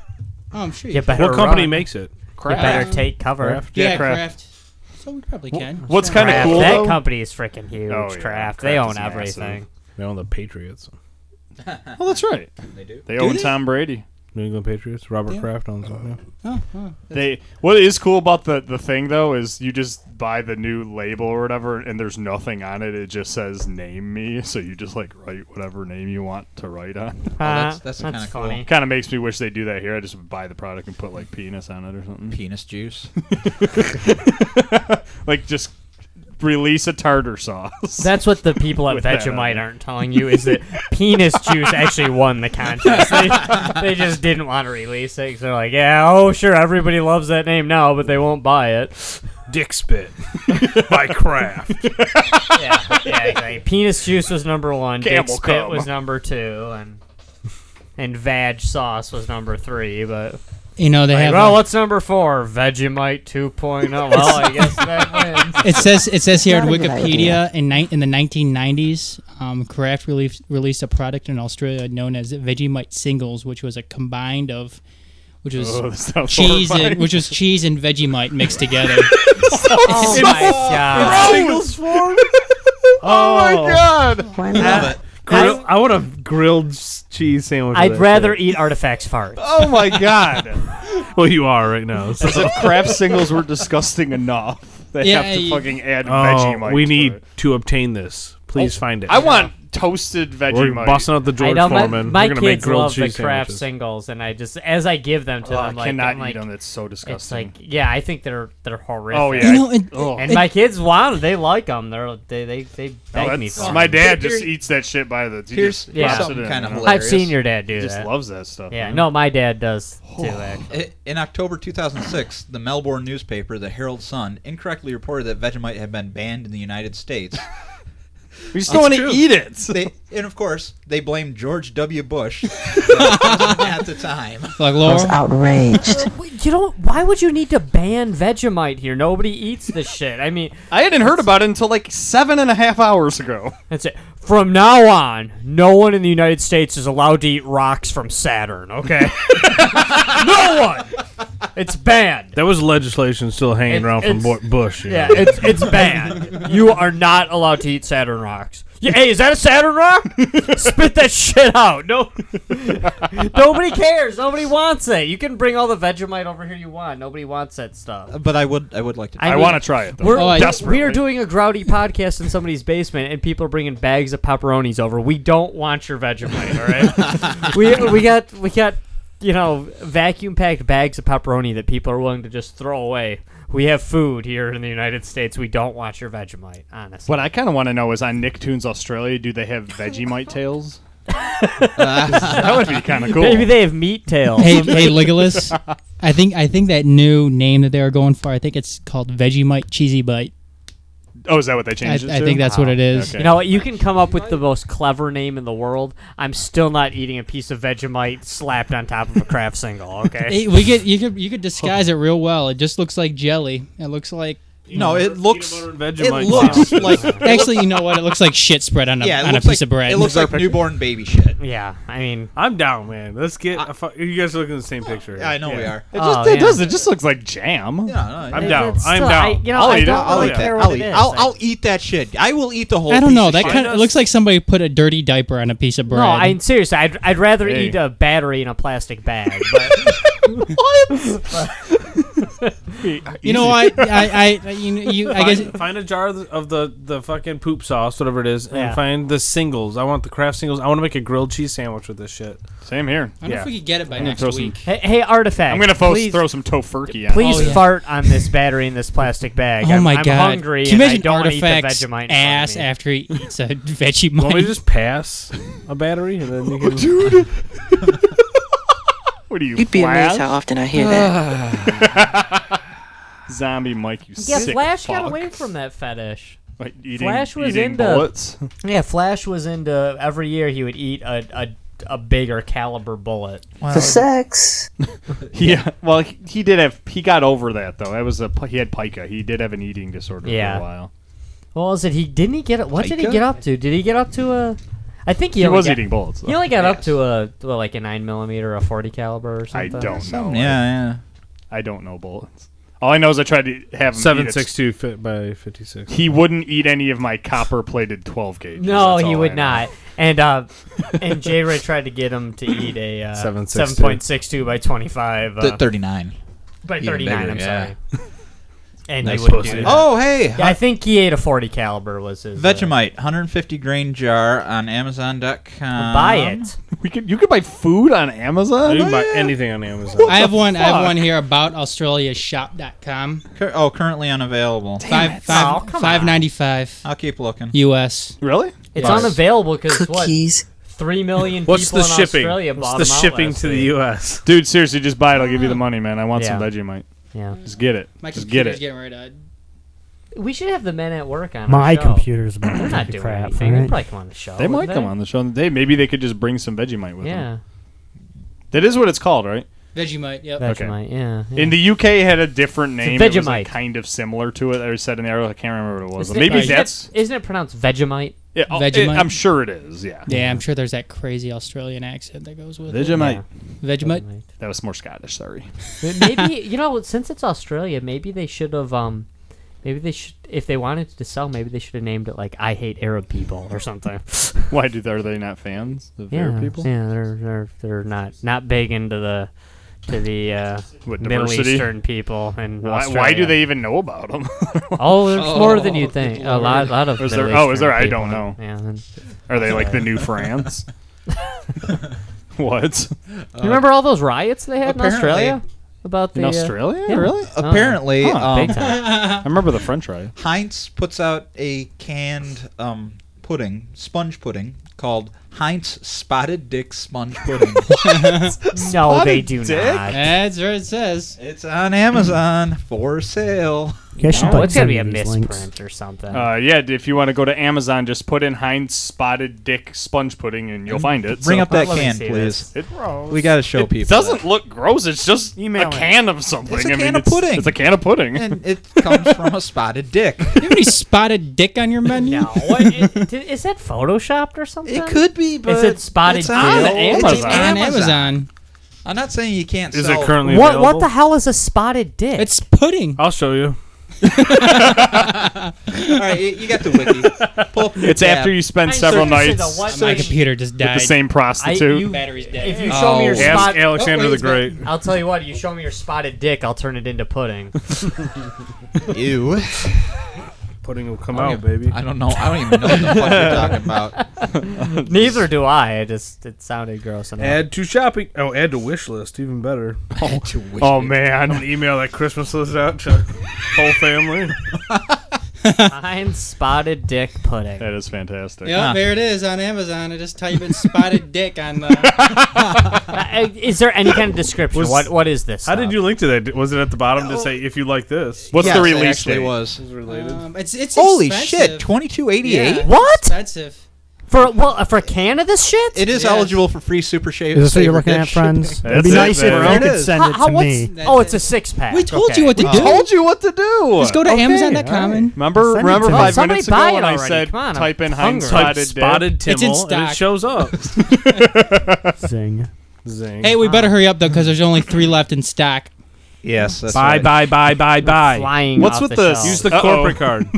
[SPEAKER 6] Oh, I'm sure you
[SPEAKER 1] You
[SPEAKER 6] can.
[SPEAKER 1] better
[SPEAKER 7] What company
[SPEAKER 1] run.
[SPEAKER 7] makes it?
[SPEAKER 1] You better
[SPEAKER 6] Kraft.
[SPEAKER 1] take cover.
[SPEAKER 7] Kraft?
[SPEAKER 6] Yeah,
[SPEAKER 2] Yeah, Kraft.
[SPEAKER 6] Kraft. So we probably can.
[SPEAKER 2] What's kind of
[SPEAKER 1] Kraft.
[SPEAKER 2] cool
[SPEAKER 1] that
[SPEAKER 2] though?
[SPEAKER 1] company is freaking huge.
[SPEAKER 2] Oh, yeah.
[SPEAKER 1] Kraft.
[SPEAKER 2] Kraft
[SPEAKER 1] They
[SPEAKER 2] is
[SPEAKER 1] own
[SPEAKER 2] massive.
[SPEAKER 1] everything.
[SPEAKER 7] They own the Patriots.
[SPEAKER 2] oh, that's right.
[SPEAKER 3] They do.
[SPEAKER 2] They own
[SPEAKER 6] they?
[SPEAKER 2] Tom Brady.
[SPEAKER 7] New England Patriots. Robert
[SPEAKER 6] Yeah.
[SPEAKER 7] Kraft owns them. yeah.
[SPEAKER 6] Oh, oh.
[SPEAKER 2] They what is cool about the the thing though is you just buy the new label or whatever and there's nothing on it. It just says name me, so you just like write whatever name you want to write on.
[SPEAKER 3] that's-
[SPEAKER 1] Uh,
[SPEAKER 3] that's kinda cool.
[SPEAKER 1] funny.
[SPEAKER 2] kind of makes me wish they do that here. I just would buy the product and put like penis on it or something.
[SPEAKER 3] Penis juice.
[SPEAKER 2] like just release a tartar sauce.
[SPEAKER 1] That's what the people at
[SPEAKER 2] With that,
[SPEAKER 1] Vegemite
[SPEAKER 2] uh,
[SPEAKER 1] aren't telling you is that penis juice actually won the contest. They, they just didn't want to release it. 'cause they're like, yeah, oh sure, everybody loves that name now, but they won't buy it.
[SPEAKER 7] Dick spit by Kraft.
[SPEAKER 1] Yeah, yeah. Exactly. Penis juice was number one.
[SPEAKER 2] Camel
[SPEAKER 1] Dick spit
[SPEAKER 2] cum.
[SPEAKER 1] was number two, and and vag sauce was number three. But
[SPEAKER 6] You know they
[SPEAKER 1] like,
[SPEAKER 6] have.
[SPEAKER 1] well,
[SPEAKER 6] um,
[SPEAKER 1] what's number four? Vegemite 2.0. Well, I guess that wins.
[SPEAKER 6] it says it says here on
[SPEAKER 4] Not a good
[SPEAKER 6] Wikipedia in ni- in the 1990s, um, Kraft released released a product in Australia known as Vegemite Singles, which was a combined of, which was
[SPEAKER 2] Oh, that sounds
[SPEAKER 6] cheese
[SPEAKER 2] horrifying.
[SPEAKER 6] and which was cheese and Vegemite mixed together.
[SPEAKER 1] Oh my god!
[SPEAKER 2] Singles form. oh my god!
[SPEAKER 4] Why not?
[SPEAKER 7] Grill, I want a grilled s- cheese sandwich. with
[SPEAKER 1] I'd
[SPEAKER 7] that
[SPEAKER 1] rather
[SPEAKER 7] shit.
[SPEAKER 1] eat artifacts farts.
[SPEAKER 2] Oh my god!
[SPEAKER 7] Well, you are right now. so-
[SPEAKER 2] As if craft singles were disgusting enough. They
[SPEAKER 6] Yeah,
[SPEAKER 2] have to
[SPEAKER 6] I-
[SPEAKER 2] fucking add
[SPEAKER 7] Oh,
[SPEAKER 2] Vegemite.
[SPEAKER 7] we
[SPEAKER 2] to
[SPEAKER 7] need
[SPEAKER 2] it.
[SPEAKER 7] to obtain this. Please find it.
[SPEAKER 2] I want toasted
[SPEAKER 7] We're
[SPEAKER 2] Vegemite.
[SPEAKER 7] busting out the George
[SPEAKER 1] I know my,
[SPEAKER 7] Foreman.
[SPEAKER 1] my
[SPEAKER 7] We're gonna make
[SPEAKER 1] kids
[SPEAKER 7] grilled
[SPEAKER 1] love the
[SPEAKER 7] cheese
[SPEAKER 1] craft
[SPEAKER 7] sandwiches.
[SPEAKER 1] singles, and I just as I give them to
[SPEAKER 2] Oh, I
[SPEAKER 1] them, like,
[SPEAKER 2] cannot
[SPEAKER 1] I'm like,
[SPEAKER 2] eat them. It's so
[SPEAKER 1] It's
[SPEAKER 2] disgusting.
[SPEAKER 1] like yeah, I think they're they're horrific.
[SPEAKER 2] oh yeah.
[SPEAKER 6] You know, and-
[SPEAKER 2] oh.
[SPEAKER 1] and my kids want 'em. They like them. They're they they they
[SPEAKER 2] Oh,
[SPEAKER 1] beg me
[SPEAKER 2] that's-
[SPEAKER 1] for 'em.
[SPEAKER 2] my dad just
[SPEAKER 3] Here-
[SPEAKER 2] eats that shit by the. He
[SPEAKER 3] here's-
[SPEAKER 2] just
[SPEAKER 1] here's
[SPEAKER 2] drops
[SPEAKER 1] something
[SPEAKER 2] it in,
[SPEAKER 3] kinda
[SPEAKER 2] you know?
[SPEAKER 3] hilarious.
[SPEAKER 1] I've seen your dad do
[SPEAKER 2] He just
[SPEAKER 1] that.
[SPEAKER 2] loves that stuff.
[SPEAKER 1] yeah,
[SPEAKER 2] man.
[SPEAKER 1] no, my dad does too. Actually.
[SPEAKER 3] I- In October 2006, the Melbourne newspaper, the Herald Sun, incorrectly reported that Vegemite had been banned in the United States.
[SPEAKER 2] we just don't want to eat it.
[SPEAKER 3] They, and of course, they blamed George W. Bush at the time.
[SPEAKER 6] like
[SPEAKER 4] I was
[SPEAKER 6] Laura,
[SPEAKER 4] outraged.
[SPEAKER 1] Wait, You don't. Why would you need to ban Vegemite here? Nobody eats this shit. I mean,
[SPEAKER 2] I hadn't heard about it until like seven and a half hours ago.
[SPEAKER 1] that's it. From now on, no one in the United States is allowed to eat rocks from Saturn. Okay, no one. It's banned.
[SPEAKER 7] That was legislation still hanging
[SPEAKER 1] It's-
[SPEAKER 7] around from Bo-
[SPEAKER 1] it's-
[SPEAKER 7] Bush. you
[SPEAKER 1] Yeah,
[SPEAKER 7] know.
[SPEAKER 1] it's it's banned. you are not allowed to eat Saturn rocks. Yeah, hey, is that a Saturn rock? Spit that shit out. No, nobody cares. Nobody wants it. You can bring all the Vegemite over here you want. Nobody wants that stuff.
[SPEAKER 3] But I would, I would like to.
[SPEAKER 2] I,
[SPEAKER 1] mean,
[SPEAKER 2] want to try it. Though.
[SPEAKER 1] We're
[SPEAKER 6] Oh, I-
[SPEAKER 1] we are
[SPEAKER 2] Desperately.
[SPEAKER 1] doing a grouty podcast in somebody's basement, and people are bringing bags of pepperonis over. We don't want your Vegemite, all right? we we got we got you know vacuum packed bags of pepperoni that people are willing to just throw away. We have food here in the United States. We don't want your Vegemite, honestly.
[SPEAKER 2] What I kind of want to know is on Nicktoons Australia, do they have Vegemite tails? that would be kind of cool.
[SPEAKER 1] Maybe they have meat tails.
[SPEAKER 6] hey, hey, Legolas. I think I think that new name that they were going for. I think it's called Vegemite Cheesy Bite.
[SPEAKER 2] Oh, is that what they
[SPEAKER 6] I,
[SPEAKER 2] changed it
[SPEAKER 6] I
[SPEAKER 2] to?
[SPEAKER 6] think that's what it
[SPEAKER 3] Oh,
[SPEAKER 6] is.
[SPEAKER 2] Okay.
[SPEAKER 1] You know what? You can come up with the most clever name in the world. I'm still not eating a piece of Vegemite slapped on top of a craft single. Okay.
[SPEAKER 6] Hey, we could you could you could disguise it real well. It just looks like jelly. It looks like
[SPEAKER 3] No, Oh, it looks.
[SPEAKER 7] butter and
[SPEAKER 3] It
[SPEAKER 7] Vegemite.
[SPEAKER 3] looks like.
[SPEAKER 6] actually, you know what? It looks like shit spread on a
[SPEAKER 3] Yeah, it
[SPEAKER 6] on a
[SPEAKER 3] looks
[SPEAKER 6] piece
[SPEAKER 3] like,
[SPEAKER 6] of bread.
[SPEAKER 3] It looks like
[SPEAKER 2] Perfect.
[SPEAKER 3] newborn baby shit.
[SPEAKER 1] yeah. I mean,
[SPEAKER 7] I'm down, man. Let's get. a fu- you guys are looking at the same picture. here.
[SPEAKER 3] I know we are.
[SPEAKER 2] It, just,
[SPEAKER 1] Oh,
[SPEAKER 2] it
[SPEAKER 1] yeah.
[SPEAKER 2] does. It just looks like jam.
[SPEAKER 3] Yeah, no,
[SPEAKER 7] I'm
[SPEAKER 3] it-
[SPEAKER 7] down.
[SPEAKER 1] it's
[SPEAKER 7] I'm
[SPEAKER 1] still-
[SPEAKER 7] down.
[SPEAKER 1] I- you know,
[SPEAKER 2] I'll
[SPEAKER 1] I
[SPEAKER 2] eat it.
[SPEAKER 1] don't
[SPEAKER 2] I'll
[SPEAKER 1] really
[SPEAKER 2] eat
[SPEAKER 1] care
[SPEAKER 2] it.
[SPEAKER 1] what
[SPEAKER 3] I'll
[SPEAKER 1] it
[SPEAKER 3] eat.
[SPEAKER 1] is.
[SPEAKER 3] I'll, I'll eat that shit. I will eat the whole.
[SPEAKER 6] I don't know.
[SPEAKER 3] piece of
[SPEAKER 6] That
[SPEAKER 3] shit.
[SPEAKER 6] kind of looks like somebody put a dirty diaper on a piece of bread.
[SPEAKER 1] no, I seriously, I'd, I'd rather
[SPEAKER 2] Hey.
[SPEAKER 1] eat a battery in a plastic bag. But
[SPEAKER 6] you know what? I, I, I you, you I
[SPEAKER 7] Find,
[SPEAKER 6] guess
[SPEAKER 7] find a jar of the, of the the fucking poop sauce, whatever it is, and
[SPEAKER 1] Yeah.
[SPEAKER 7] find the singles. I want the craft singles. I want to make a grilled cheese sandwich with this shit.
[SPEAKER 2] Same here.
[SPEAKER 6] I don't know
[SPEAKER 7] Yeah.
[SPEAKER 6] if we could get it by
[SPEAKER 2] gonna
[SPEAKER 6] next
[SPEAKER 2] throw some-
[SPEAKER 6] week.
[SPEAKER 1] hey, hey, artifact.
[SPEAKER 2] I'm gonna fo-
[SPEAKER 1] please,
[SPEAKER 2] throw some tofurkey on.
[SPEAKER 1] Please
[SPEAKER 6] Oh, yeah.
[SPEAKER 1] fart on this battery in this plastic bag.
[SPEAKER 6] oh
[SPEAKER 1] I'm,
[SPEAKER 6] my
[SPEAKER 1] I'm
[SPEAKER 6] god!
[SPEAKER 1] hungry.
[SPEAKER 6] Can
[SPEAKER 1] and
[SPEAKER 6] you imagine
[SPEAKER 1] I don't wanna
[SPEAKER 6] artifacts
[SPEAKER 1] eat the Vegemite in front of
[SPEAKER 6] ass
[SPEAKER 1] me.
[SPEAKER 6] after he eats a
[SPEAKER 7] Want me
[SPEAKER 6] Vegemite?
[SPEAKER 7] to just pass a battery and then you can?
[SPEAKER 2] dude. what are you?
[SPEAKER 12] You'd be
[SPEAKER 2] Flash?
[SPEAKER 12] amazed how often I hear that.
[SPEAKER 2] Zombie Mike, you
[SPEAKER 1] Yeah,
[SPEAKER 2] sick
[SPEAKER 1] Flash
[SPEAKER 2] fuck.
[SPEAKER 1] got away from that fetish.
[SPEAKER 2] Like eating,
[SPEAKER 1] Flash was
[SPEAKER 2] eating
[SPEAKER 1] into-
[SPEAKER 2] bullets.
[SPEAKER 1] Yeah, Flash was into every year he would eat a a, a bigger caliber bullet.
[SPEAKER 4] For sex.
[SPEAKER 2] Yeah. Well, he, he did have. He got over that though. That was a. He had pica. He did have an eating disorder for
[SPEAKER 1] Yeah.
[SPEAKER 2] a while.
[SPEAKER 1] What was it? He didn't he get what did he
[SPEAKER 3] Pica?
[SPEAKER 1] get up to? Did he get up to a? I think he,
[SPEAKER 2] He
[SPEAKER 1] only
[SPEAKER 2] was
[SPEAKER 1] got,
[SPEAKER 2] eating bullets.
[SPEAKER 1] He
[SPEAKER 2] Though.
[SPEAKER 1] only got up
[SPEAKER 3] Yes.
[SPEAKER 1] to a to like a nine millimeter, a forty caliber, or
[SPEAKER 2] I
[SPEAKER 1] something.
[SPEAKER 2] don't know.
[SPEAKER 3] Yeah, yeah.
[SPEAKER 2] I don't know bullets. All I know is I tried to have him eat
[SPEAKER 7] Seven
[SPEAKER 2] a-
[SPEAKER 7] six two fit by fifty six.
[SPEAKER 2] He wouldn't eat any of my copper plated twelve gauge.
[SPEAKER 1] No, he would not. And uh, and J Ray tried to get him to eat a uh,
[SPEAKER 7] Seven six
[SPEAKER 1] seven point six two by twenty five uh,
[SPEAKER 3] Th- Thirty-nine.
[SPEAKER 1] by
[SPEAKER 3] even
[SPEAKER 1] thirty nine.
[SPEAKER 3] bigger,
[SPEAKER 1] I'm
[SPEAKER 3] yeah.
[SPEAKER 1] sorry. And
[SPEAKER 3] Nice
[SPEAKER 1] he would
[SPEAKER 3] pussy.
[SPEAKER 1] do that.
[SPEAKER 3] Oh hey,
[SPEAKER 1] Yeah, I think he ate a forty caliber. Was his uh,
[SPEAKER 3] Vegemite, 150 grain jar on Amazon.com.
[SPEAKER 1] buy it.
[SPEAKER 2] We could. You could buy food on Amazon.
[SPEAKER 7] You can
[SPEAKER 3] Oh,
[SPEAKER 7] buy anything on Amazon.
[SPEAKER 6] I have one. I have one here about AustraliaShop.com.
[SPEAKER 3] Cur- oh, currently unavailable.
[SPEAKER 6] Five
[SPEAKER 1] Oh,
[SPEAKER 6] five
[SPEAKER 1] come on.
[SPEAKER 6] five ninety five
[SPEAKER 3] I'll keep looking.
[SPEAKER 6] U.S.
[SPEAKER 2] Really?
[SPEAKER 1] It's
[SPEAKER 3] Yes.
[SPEAKER 1] unavailable because what
[SPEAKER 12] Cookies.
[SPEAKER 1] three million
[SPEAKER 7] What's
[SPEAKER 1] people
[SPEAKER 7] the
[SPEAKER 1] in
[SPEAKER 7] shipping?
[SPEAKER 1] Australia
[SPEAKER 7] What's
[SPEAKER 1] bought
[SPEAKER 7] the
[SPEAKER 1] them out
[SPEAKER 7] shipping
[SPEAKER 1] last
[SPEAKER 7] to the
[SPEAKER 1] week.
[SPEAKER 7] U.S.
[SPEAKER 2] Dude, seriously, just buy it. I'll give you the money, man. I want some
[SPEAKER 1] Ah. Yeah.
[SPEAKER 2] Vegemite.
[SPEAKER 1] Yeah,
[SPEAKER 2] Just get it.
[SPEAKER 6] My
[SPEAKER 2] just get
[SPEAKER 6] computer's
[SPEAKER 2] it.
[SPEAKER 6] getting rid of.
[SPEAKER 1] we should have the men at work on
[SPEAKER 5] My
[SPEAKER 1] our show.
[SPEAKER 5] computer's about
[SPEAKER 1] They're
[SPEAKER 5] to
[SPEAKER 1] not
[SPEAKER 5] take a
[SPEAKER 1] doing
[SPEAKER 5] crap.
[SPEAKER 1] anything.
[SPEAKER 5] all
[SPEAKER 1] They
[SPEAKER 5] right?
[SPEAKER 1] probably come on the show.
[SPEAKER 2] They might
[SPEAKER 1] wouldn't
[SPEAKER 2] come on the show. They maybe they could just bring some Vegemite with them.
[SPEAKER 1] Yeah,
[SPEAKER 2] That is what it's called, right?
[SPEAKER 6] Vegemite. Yep.
[SPEAKER 2] Okay.
[SPEAKER 1] Vegemite. Yeah, yeah.
[SPEAKER 2] In the UK, it had a different name. It was, like,
[SPEAKER 1] Vegemite.
[SPEAKER 2] kind of similar to it. I said in the article, I can't remember what it was.
[SPEAKER 1] Isn't
[SPEAKER 2] But
[SPEAKER 1] it-
[SPEAKER 2] maybe
[SPEAKER 1] isn't it-
[SPEAKER 2] that's.
[SPEAKER 1] isn't it pronounced Vegemite?
[SPEAKER 2] Yeah, I'll- it-
[SPEAKER 6] Vegemite?
[SPEAKER 2] I'm sure it is. Yeah.
[SPEAKER 6] Yeah, I'm sure there's that crazy Australian accent that goes with it.
[SPEAKER 2] Vegemite.
[SPEAKER 6] Vegemite.
[SPEAKER 2] That was more Scottish. Sorry.
[SPEAKER 1] maybe you know since it's Australia, maybe they should have um, maybe they should if they wanted to sell, maybe they should have named it like "I hate Arab people" or something.
[SPEAKER 2] Why do are they not fans of
[SPEAKER 1] yeah,
[SPEAKER 2] their people?
[SPEAKER 1] yeah, they're they're they're not not big into the to the uh,
[SPEAKER 2] What,
[SPEAKER 1] Middle
[SPEAKER 2] diversity?
[SPEAKER 1] Eastern people and
[SPEAKER 2] Why, why do they even know about them?
[SPEAKER 1] Oh, there's more than you
[SPEAKER 6] Oh,
[SPEAKER 1] think.
[SPEAKER 6] good
[SPEAKER 1] A lot, lot of.
[SPEAKER 2] Or is there-
[SPEAKER 1] Middle
[SPEAKER 2] oh, is there?
[SPEAKER 1] Eastern
[SPEAKER 2] I don't
[SPEAKER 1] people.
[SPEAKER 2] know.
[SPEAKER 1] Yeah. and-
[SPEAKER 2] Are they like the new France? what?
[SPEAKER 1] you remember all those riots they had in
[SPEAKER 3] Uh, apparently-
[SPEAKER 1] Australia about the
[SPEAKER 2] In
[SPEAKER 1] uh,
[SPEAKER 2] Australia?
[SPEAKER 1] yeah.
[SPEAKER 2] Really?
[SPEAKER 3] Apparently,
[SPEAKER 2] Huh.
[SPEAKER 3] um,
[SPEAKER 1] big time.
[SPEAKER 2] I remember the French riot.
[SPEAKER 3] Heinz puts out a canned um, pudding, sponge pudding, called Heinz Spotted Dick Sponge Pudding.
[SPEAKER 1] No, they do
[SPEAKER 2] dick?
[SPEAKER 1] not.
[SPEAKER 3] Eh,
[SPEAKER 6] That's what it says.
[SPEAKER 3] it's on Amazon for sale.
[SPEAKER 5] You guys should
[SPEAKER 1] Oh,
[SPEAKER 5] like
[SPEAKER 1] it's gotta
[SPEAKER 5] send
[SPEAKER 1] be a
[SPEAKER 5] me these links.
[SPEAKER 1] misprint or something.
[SPEAKER 2] Uh, yeah, if you want to go to Amazon, just put in Heinz Spotted Dick Sponge Pudding and you'll find it.
[SPEAKER 3] Bring
[SPEAKER 2] So-
[SPEAKER 3] up that
[SPEAKER 1] Let me
[SPEAKER 3] can,
[SPEAKER 1] see
[SPEAKER 3] please.
[SPEAKER 1] this.
[SPEAKER 2] It,
[SPEAKER 3] We got to show
[SPEAKER 2] it
[SPEAKER 3] people.
[SPEAKER 2] doesn't
[SPEAKER 3] that.
[SPEAKER 2] look gross. It's just
[SPEAKER 5] Email
[SPEAKER 2] a
[SPEAKER 5] it.
[SPEAKER 2] can of something.
[SPEAKER 3] It's a
[SPEAKER 2] I mean,
[SPEAKER 3] can of
[SPEAKER 2] it's-
[SPEAKER 3] pudding.
[SPEAKER 2] It's a can of pudding.
[SPEAKER 3] And it comes from a spotted dick.
[SPEAKER 6] You have any spotted dick on your menu?
[SPEAKER 1] No, what, it, d- is that photoshopped or something?
[SPEAKER 3] It could be, but
[SPEAKER 1] it spotted
[SPEAKER 3] it's on
[SPEAKER 1] dick?
[SPEAKER 3] Amazon. It's
[SPEAKER 6] It's on Amazon.
[SPEAKER 3] I'm not saying you can't
[SPEAKER 7] Is
[SPEAKER 3] sell.
[SPEAKER 7] it currently
[SPEAKER 1] What?
[SPEAKER 7] available?
[SPEAKER 1] What the hell is a spotted dick?
[SPEAKER 6] It's pudding.
[SPEAKER 7] I'll show you.
[SPEAKER 3] All right, you, you got the wiki. Pull up your
[SPEAKER 2] it's
[SPEAKER 3] tab.
[SPEAKER 2] after you spend
[SPEAKER 1] I'm
[SPEAKER 2] several
[SPEAKER 1] seriously
[SPEAKER 2] nights
[SPEAKER 1] the what-
[SPEAKER 2] Oh, with
[SPEAKER 6] My
[SPEAKER 1] Search-
[SPEAKER 6] computer just died.
[SPEAKER 2] the same prostitute.
[SPEAKER 1] you-
[SPEAKER 6] battery's dead.
[SPEAKER 1] if you show me your
[SPEAKER 6] Oh.
[SPEAKER 7] Ask
[SPEAKER 1] spot,
[SPEAKER 7] Alexander
[SPEAKER 3] Oh, wait,
[SPEAKER 7] the
[SPEAKER 3] it's not-
[SPEAKER 7] Great.
[SPEAKER 1] I'll tell you what. You show me your spotted dick, I'll turn it into pudding.
[SPEAKER 3] Ew.
[SPEAKER 7] Pudding will
[SPEAKER 1] Oh,
[SPEAKER 7] come
[SPEAKER 3] I don't
[SPEAKER 7] out, baby.
[SPEAKER 3] even- I don't know. I don't even know what the fuck you're talking about.
[SPEAKER 1] Neither do I. It just it sounded gross enough.
[SPEAKER 7] Add to shopping. Oh, add to wish list. Even better.
[SPEAKER 2] oh
[SPEAKER 3] Tuition.
[SPEAKER 2] man,
[SPEAKER 7] Email that Christmas list out to whole family.
[SPEAKER 1] Fine spotted dick pudding.
[SPEAKER 2] That is fantastic.
[SPEAKER 6] Yeah, there it is on Amazon. I just type in spotted dick on the.
[SPEAKER 1] Uh, is there any kind of description?
[SPEAKER 7] Was-
[SPEAKER 1] what What is this?
[SPEAKER 7] How did
[SPEAKER 1] stuff?
[SPEAKER 7] you link to that? Was it at the bottom to say if you like this?
[SPEAKER 2] What's
[SPEAKER 3] yes,
[SPEAKER 2] the
[SPEAKER 3] it
[SPEAKER 2] release
[SPEAKER 3] actually
[SPEAKER 2] date?
[SPEAKER 3] was.
[SPEAKER 7] related?
[SPEAKER 6] Um, it's it's
[SPEAKER 3] Holy shit,
[SPEAKER 6] expensive.
[SPEAKER 3] twenty two eighty
[SPEAKER 6] Yeah,
[SPEAKER 3] eight.
[SPEAKER 6] it's
[SPEAKER 1] What?
[SPEAKER 6] Expensive.
[SPEAKER 1] for well uh, for a can of this shit?
[SPEAKER 3] It is
[SPEAKER 6] Yeah.
[SPEAKER 3] eligible for free super shave.
[SPEAKER 5] Is this what you're
[SPEAKER 3] saver
[SPEAKER 5] looking at,
[SPEAKER 3] dish.
[SPEAKER 5] friends?
[SPEAKER 2] That's
[SPEAKER 5] It'd be
[SPEAKER 2] it,
[SPEAKER 5] nice if
[SPEAKER 2] man.
[SPEAKER 5] you
[SPEAKER 3] There it
[SPEAKER 5] could
[SPEAKER 3] is.
[SPEAKER 5] send it
[SPEAKER 1] How- how-
[SPEAKER 5] to
[SPEAKER 1] what's-
[SPEAKER 5] me.
[SPEAKER 6] That's
[SPEAKER 1] oh, it's
[SPEAKER 6] it.
[SPEAKER 1] a six pack.
[SPEAKER 6] We told
[SPEAKER 1] Okay.
[SPEAKER 6] you what to
[SPEAKER 2] I
[SPEAKER 3] Oh.
[SPEAKER 6] do.
[SPEAKER 2] told you what to do.
[SPEAKER 6] Just go to Amazon.com and
[SPEAKER 2] Remember,
[SPEAKER 5] Send it
[SPEAKER 2] remember
[SPEAKER 5] to me.
[SPEAKER 2] five
[SPEAKER 1] Somebody
[SPEAKER 2] minutes
[SPEAKER 1] buy
[SPEAKER 2] ago
[SPEAKER 1] it
[SPEAKER 2] when I
[SPEAKER 1] already.
[SPEAKER 2] said
[SPEAKER 1] Come on, I'm
[SPEAKER 2] type in Heinz
[SPEAKER 7] Type
[SPEAKER 2] Spotted Dick?
[SPEAKER 10] spotted
[SPEAKER 6] It's in
[SPEAKER 10] Timmel and
[SPEAKER 6] stock.
[SPEAKER 10] it shows up.
[SPEAKER 5] Zing.
[SPEAKER 7] Zing.
[SPEAKER 6] Hey, we better hurry up though, because there's only three left in stock.
[SPEAKER 3] Yes, that's
[SPEAKER 7] bye,
[SPEAKER 3] right.
[SPEAKER 7] bye, bye, bye, bye.
[SPEAKER 1] Flying.
[SPEAKER 2] What's
[SPEAKER 1] off
[SPEAKER 2] with
[SPEAKER 1] the
[SPEAKER 2] the-
[SPEAKER 1] shelves.
[SPEAKER 7] Use the
[SPEAKER 2] Uh-oh.
[SPEAKER 7] corporate card.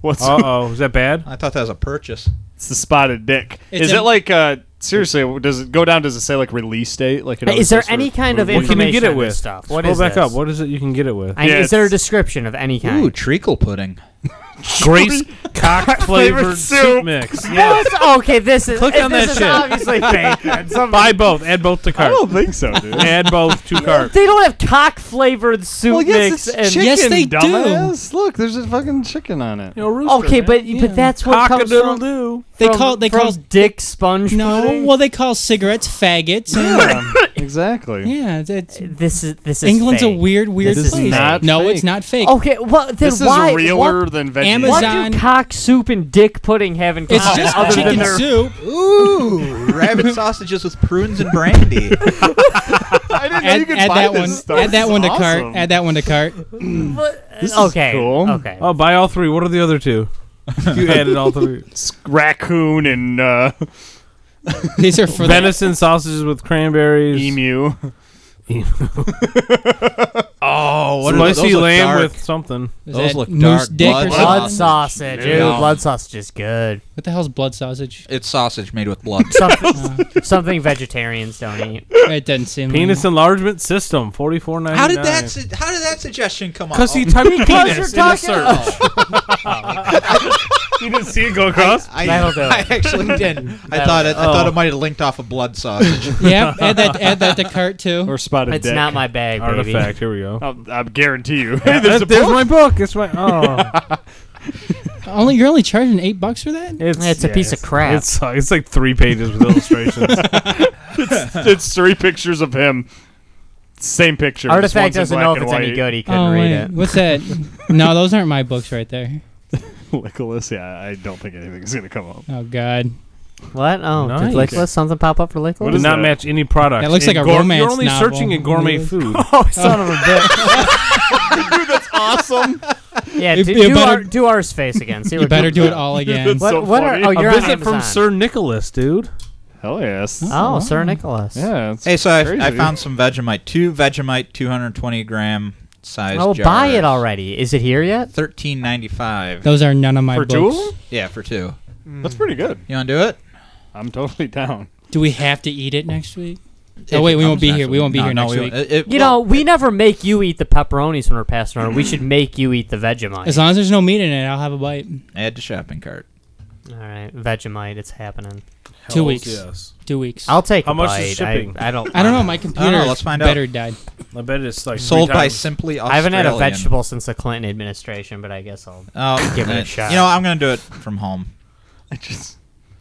[SPEAKER 2] What's
[SPEAKER 7] Uh oh, is that bad?
[SPEAKER 3] I thought that was a purchase.
[SPEAKER 2] it's the Spotted Dick?
[SPEAKER 6] It's
[SPEAKER 2] is
[SPEAKER 6] a-
[SPEAKER 2] it like uh, seriously? Does it go down? Does it say like release date? Like it
[SPEAKER 1] Hey,
[SPEAKER 2] always
[SPEAKER 1] is there
[SPEAKER 2] says for-
[SPEAKER 1] any kind of
[SPEAKER 2] What
[SPEAKER 7] What
[SPEAKER 1] information
[SPEAKER 7] can you get
[SPEAKER 1] on
[SPEAKER 7] it
[SPEAKER 1] this
[SPEAKER 7] with?
[SPEAKER 1] stuff? What
[SPEAKER 7] Scroll
[SPEAKER 1] is
[SPEAKER 7] back
[SPEAKER 1] this?
[SPEAKER 7] up. What is it you can get it with?
[SPEAKER 1] I mean,
[SPEAKER 2] Yeah,
[SPEAKER 1] is there a
[SPEAKER 2] it's-
[SPEAKER 1] description of any kind?
[SPEAKER 3] Ooh, treacle pudding.
[SPEAKER 7] Grace cock flavored
[SPEAKER 2] Flavored
[SPEAKER 7] soup
[SPEAKER 2] soup.
[SPEAKER 7] mix. Yeah.
[SPEAKER 1] Yes. oh, okay, this is
[SPEAKER 7] Click
[SPEAKER 1] this
[SPEAKER 7] on that
[SPEAKER 1] is
[SPEAKER 7] shit.
[SPEAKER 1] obviously Oh. fake. man. Some-
[SPEAKER 7] Buy both. Add both to
[SPEAKER 2] I
[SPEAKER 7] cart.
[SPEAKER 2] don't think so, dude.
[SPEAKER 7] Add both to cart.
[SPEAKER 1] they don't have cock flavored soup
[SPEAKER 2] well,
[SPEAKER 1] mix
[SPEAKER 2] yes,
[SPEAKER 1] and
[SPEAKER 2] it's chicken.
[SPEAKER 6] Yes, they do.
[SPEAKER 2] dumbass. Look, there's a fucking chicken on it.
[SPEAKER 1] okay, but but that's what comes from.
[SPEAKER 7] Cock-a-doodle-doo.
[SPEAKER 6] They
[SPEAKER 1] from-
[SPEAKER 6] call they
[SPEAKER 1] from
[SPEAKER 6] call
[SPEAKER 1] dick sponge.
[SPEAKER 6] no.
[SPEAKER 1] pudding?
[SPEAKER 6] Well, they call cigarettes faggots. and-
[SPEAKER 2] exactly.
[SPEAKER 6] yeah, that's,
[SPEAKER 1] This is this is
[SPEAKER 6] England's
[SPEAKER 1] fake.
[SPEAKER 6] a weird, weird
[SPEAKER 2] This is
[SPEAKER 6] place.
[SPEAKER 2] not
[SPEAKER 6] no,
[SPEAKER 2] fake.
[SPEAKER 6] it's not fake.
[SPEAKER 1] Okay, well then
[SPEAKER 2] This is
[SPEAKER 1] why
[SPEAKER 2] realer than veggie.
[SPEAKER 6] Amazon-
[SPEAKER 1] What, what do
[SPEAKER 6] Zan-
[SPEAKER 1] cock soup and dick pudding have in
[SPEAKER 6] it's
[SPEAKER 1] common
[SPEAKER 6] just
[SPEAKER 1] other than
[SPEAKER 6] chicken
[SPEAKER 1] their
[SPEAKER 6] soup.
[SPEAKER 3] Ooh, rabbit sausages with prunes and brandy.
[SPEAKER 2] I didn't know
[SPEAKER 6] Add,
[SPEAKER 2] you could
[SPEAKER 6] add
[SPEAKER 2] buy
[SPEAKER 6] that
[SPEAKER 2] this
[SPEAKER 6] one.
[SPEAKER 2] stuff.
[SPEAKER 6] Add that
[SPEAKER 2] This
[SPEAKER 6] one
[SPEAKER 2] is
[SPEAKER 6] to cart.
[SPEAKER 2] awesome.
[SPEAKER 6] Add that one to cart.
[SPEAKER 2] This is
[SPEAKER 1] Okay.
[SPEAKER 2] cool.
[SPEAKER 1] Okay.
[SPEAKER 7] Oh, buy all three. What are the other two? You added all three.
[SPEAKER 2] S- Raccoon and uh,
[SPEAKER 6] These are for the
[SPEAKER 7] Venison sausages with cranberries.
[SPEAKER 2] emu.
[SPEAKER 3] oh, what are those? Those
[SPEAKER 7] Spicy
[SPEAKER 3] look
[SPEAKER 7] lamb
[SPEAKER 3] dark.
[SPEAKER 7] with something.
[SPEAKER 6] Is
[SPEAKER 3] Those
[SPEAKER 6] that
[SPEAKER 3] look
[SPEAKER 6] moose
[SPEAKER 3] dark.
[SPEAKER 6] dick or
[SPEAKER 3] Blood
[SPEAKER 6] something?
[SPEAKER 1] Blood
[SPEAKER 3] Blood
[SPEAKER 1] sausage. Ew,
[SPEAKER 3] Yum.
[SPEAKER 1] blood sausage is good.
[SPEAKER 6] What the hell's blood sausage?
[SPEAKER 3] It's sausage made with blood.
[SPEAKER 1] Something, something vegetarians don't eat.
[SPEAKER 6] it doesn't seem.
[SPEAKER 7] Penis
[SPEAKER 6] Like.
[SPEAKER 7] enlargement system. Forty four ninety nine.
[SPEAKER 3] How did that? Su- how did that suggestion come up?
[SPEAKER 7] Because he
[SPEAKER 3] Oh,
[SPEAKER 7] typed
[SPEAKER 1] Because
[SPEAKER 7] penis
[SPEAKER 1] you're
[SPEAKER 7] in the search.
[SPEAKER 3] oh,
[SPEAKER 2] You didn't see it go across.
[SPEAKER 3] I,
[SPEAKER 1] That'll do it.
[SPEAKER 3] I actually did. I thought it, I thought
[SPEAKER 1] Oh.
[SPEAKER 3] it might have linked off a blood sausage.
[SPEAKER 6] yep. Add that. Add that to cart too.
[SPEAKER 2] or spotted
[SPEAKER 1] It's
[SPEAKER 2] dick.
[SPEAKER 1] not my bag, baby.
[SPEAKER 7] Artifact. Here we go.
[SPEAKER 2] I'll, I guarantee you. Hey, there's a
[SPEAKER 7] There's
[SPEAKER 2] book.
[SPEAKER 7] my book. It's my. Oh,
[SPEAKER 6] Only you're only charging eight bucks for that.
[SPEAKER 7] it's,
[SPEAKER 1] It's a piece of crap.
[SPEAKER 7] It's like- it's like three pages with illustrations.
[SPEAKER 2] it's three pictures of him. Same picture. just
[SPEAKER 1] Artifact
[SPEAKER 2] one's in
[SPEAKER 1] doesn't
[SPEAKER 2] black
[SPEAKER 1] know if
[SPEAKER 2] and
[SPEAKER 1] it's any
[SPEAKER 2] white.
[SPEAKER 1] good. He couldn't
[SPEAKER 6] Oh
[SPEAKER 1] read
[SPEAKER 6] wait,
[SPEAKER 1] it.
[SPEAKER 6] what's that? no, those aren't my books right there.
[SPEAKER 2] Nicholas, yeah, I don't think anything's gonna come up.
[SPEAKER 6] Oh god,
[SPEAKER 1] What? Oh,
[SPEAKER 7] Nice.
[SPEAKER 1] did Lickless something pop up for
[SPEAKER 7] It
[SPEAKER 1] Lickless?
[SPEAKER 7] does
[SPEAKER 2] is
[SPEAKER 7] not
[SPEAKER 2] that?
[SPEAKER 7] match any product.
[SPEAKER 6] That looks
[SPEAKER 7] In
[SPEAKER 6] like a
[SPEAKER 7] You're
[SPEAKER 6] romance
[SPEAKER 7] only
[SPEAKER 6] novel.
[SPEAKER 7] searching in gourmet
[SPEAKER 6] Really?
[SPEAKER 7] food.
[SPEAKER 1] Oh, son of a bitch!
[SPEAKER 2] Awesome.
[SPEAKER 1] Yeah,
[SPEAKER 6] You-
[SPEAKER 1] do,
[SPEAKER 6] you
[SPEAKER 1] do
[SPEAKER 6] better-
[SPEAKER 1] our do ours face again. See
[SPEAKER 6] you
[SPEAKER 1] what
[SPEAKER 6] better do it all again.
[SPEAKER 1] What?
[SPEAKER 2] So
[SPEAKER 1] what are?
[SPEAKER 2] funny.
[SPEAKER 1] Oh,
[SPEAKER 7] a
[SPEAKER 1] you're on
[SPEAKER 7] visit
[SPEAKER 1] Amazon.
[SPEAKER 7] from Sir Nicholas, dude.
[SPEAKER 2] Hell yes.
[SPEAKER 1] Oh, Sir Nicholas.
[SPEAKER 2] Yeah. it's
[SPEAKER 3] hey, so I, I
[SPEAKER 2] crazy.
[SPEAKER 3] found some Vegemite. Two Vegemite, 220 gram size.
[SPEAKER 1] Oh, buy it
[SPEAKER 3] jars.
[SPEAKER 1] already. Is it here yet?
[SPEAKER 3] 13.95.
[SPEAKER 6] Those are none of my
[SPEAKER 2] for
[SPEAKER 6] books.
[SPEAKER 2] two of them.
[SPEAKER 3] Yeah, for two.
[SPEAKER 2] That's pretty good.
[SPEAKER 3] You want to do it?
[SPEAKER 1] Oh,
[SPEAKER 2] I'm totally down.
[SPEAKER 6] Do we have to eat it next week?
[SPEAKER 3] If
[SPEAKER 6] Oh
[SPEAKER 3] it
[SPEAKER 6] wait, we
[SPEAKER 3] comes
[SPEAKER 6] won't be
[SPEAKER 3] next
[SPEAKER 6] here. We
[SPEAKER 3] week.
[SPEAKER 6] won't be
[SPEAKER 3] No,
[SPEAKER 6] here
[SPEAKER 3] no,
[SPEAKER 6] next
[SPEAKER 3] we
[SPEAKER 6] week.
[SPEAKER 3] won't. It- it-
[SPEAKER 1] You know,
[SPEAKER 3] well,
[SPEAKER 1] we never make you eat the pepperonis when we're passing around. We should make you eat the Vegemite.
[SPEAKER 6] As long as there's no meat in it, I'll have a bite.
[SPEAKER 3] add to shopping cart.
[SPEAKER 1] All right, Vegemite, it's happening.
[SPEAKER 6] Two weeks.
[SPEAKER 7] Yes.
[SPEAKER 6] Two weeks.
[SPEAKER 1] I'll take.
[SPEAKER 7] How
[SPEAKER 1] a
[SPEAKER 7] much is
[SPEAKER 1] bite. I-
[SPEAKER 7] shipping?
[SPEAKER 1] I, don't.
[SPEAKER 6] I don't know.
[SPEAKER 1] wanna-
[SPEAKER 6] My computer
[SPEAKER 3] let's find out.
[SPEAKER 6] better died.
[SPEAKER 7] I bet it's like
[SPEAKER 3] Sold
[SPEAKER 7] three
[SPEAKER 3] by
[SPEAKER 7] times.
[SPEAKER 3] Simply
[SPEAKER 1] I haven't
[SPEAKER 3] Australian.
[SPEAKER 1] had a vegetable since the Clinton administration, but I guess I'll.
[SPEAKER 3] Oh,
[SPEAKER 1] Give it a
[SPEAKER 3] uh,
[SPEAKER 1] shot.
[SPEAKER 3] You know, I'm going to do it from home.
[SPEAKER 2] I just.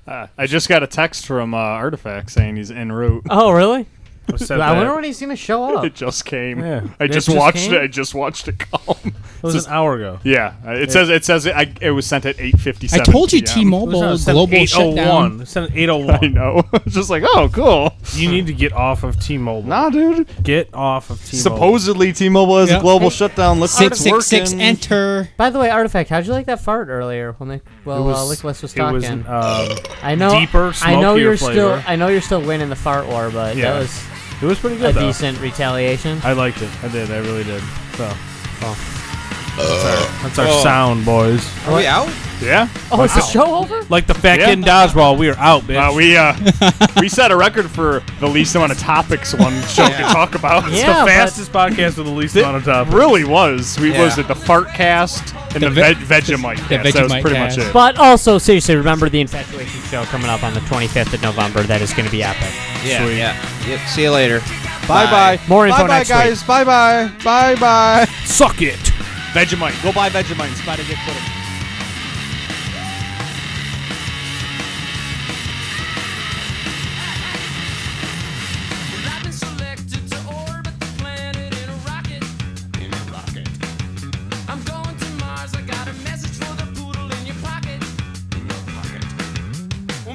[SPEAKER 2] Uh, I just got a text from uh, Artifact saying he's en route.
[SPEAKER 1] Oh really?
[SPEAKER 7] I said
[SPEAKER 1] I wonder
[SPEAKER 7] that.
[SPEAKER 1] when he's gonna show up.
[SPEAKER 2] It just came.
[SPEAKER 7] Yeah.
[SPEAKER 2] I
[SPEAKER 7] It
[SPEAKER 2] just,
[SPEAKER 7] just
[SPEAKER 2] watched
[SPEAKER 7] came?
[SPEAKER 2] it. I just watched it come.
[SPEAKER 7] It was an hour ago.
[SPEAKER 2] yeah, uh, it says it says it, I, it was sent at 8:57.
[SPEAKER 6] I told you,
[SPEAKER 2] PM.
[SPEAKER 6] T-Mobile global
[SPEAKER 7] oh
[SPEAKER 3] oh
[SPEAKER 6] shutdown.
[SPEAKER 7] It's an
[SPEAKER 2] I
[SPEAKER 7] 801.
[SPEAKER 2] know. just like, oh, cool.
[SPEAKER 7] You need to get off of T-Mobile.
[SPEAKER 2] Nah, dude.
[SPEAKER 7] Get off of T-Mobile.
[SPEAKER 2] Supposedly, T-Mobile has
[SPEAKER 6] Yeah.
[SPEAKER 2] a global shutdown. Let's
[SPEAKER 6] Six
[SPEAKER 2] it's
[SPEAKER 6] six six.
[SPEAKER 2] working.
[SPEAKER 6] Enter.
[SPEAKER 1] By the way, artifact, how'd you like that fart earlier? When they, well,
[SPEAKER 7] It
[SPEAKER 1] uh,
[SPEAKER 7] was,
[SPEAKER 1] Lickless was
[SPEAKER 7] it was,
[SPEAKER 1] talking.
[SPEAKER 7] um,
[SPEAKER 1] I know.
[SPEAKER 7] deeper,
[SPEAKER 1] I know
[SPEAKER 7] smokier
[SPEAKER 1] you're
[SPEAKER 7] flavor.
[SPEAKER 1] still. I know you're still winning the fart war, but
[SPEAKER 7] Yeah.
[SPEAKER 1] that was
[SPEAKER 7] it was pretty
[SPEAKER 1] a
[SPEAKER 7] good though.
[SPEAKER 1] decent retaliation.
[SPEAKER 7] I liked it. I did. I really did. So. oh. That's our, that's our
[SPEAKER 3] Oh.
[SPEAKER 7] sound, boys.
[SPEAKER 3] Are we out?
[SPEAKER 2] Yeah.
[SPEAKER 1] Oh, is the show over?
[SPEAKER 7] Like the fat
[SPEAKER 2] Yeah.
[SPEAKER 7] kid in dodgeball, we are out, bitch.
[SPEAKER 2] Uh, we uh, we set a record for the least amount of topics one show could talk about.
[SPEAKER 1] Yeah,
[SPEAKER 7] the
[SPEAKER 1] but-
[SPEAKER 7] fastest podcast with the least
[SPEAKER 2] It
[SPEAKER 7] amount of time.
[SPEAKER 2] really was. We
[SPEAKER 3] Yeah.
[SPEAKER 2] was it the fart cast and
[SPEAKER 6] The
[SPEAKER 2] the,
[SPEAKER 6] ve-
[SPEAKER 2] veg- Vegemite
[SPEAKER 6] the
[SPEAKER 2] cast. that was
[SPEAKER 6] Vegemite
[SPEAKER 2] pretty
[SPEAKER 6] cast.
[SPEAKER 2] much it.
[SPEAKER 1] But also, seriously, remember the infatuation show coming up on the 25th of November. That is going to be epic.
[SPEAKER 3] Yeah, yeah. Yep, see you later.
[SPEAKER 10] Bye bye.
[SPEAKER 1] More info
[SPEAKER 10] Bye bye,
[SPEAKER 1] next week.
[SPEAKER 10] guys. Bye bye. Bye bye.
[SPEAKER 2] Suck it, Vegemite.
[SPEAKER 10] Go buy Vegemite. Spotted dick pudding.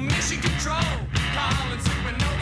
[SPEAKER 12] mission control. Calling Supernova.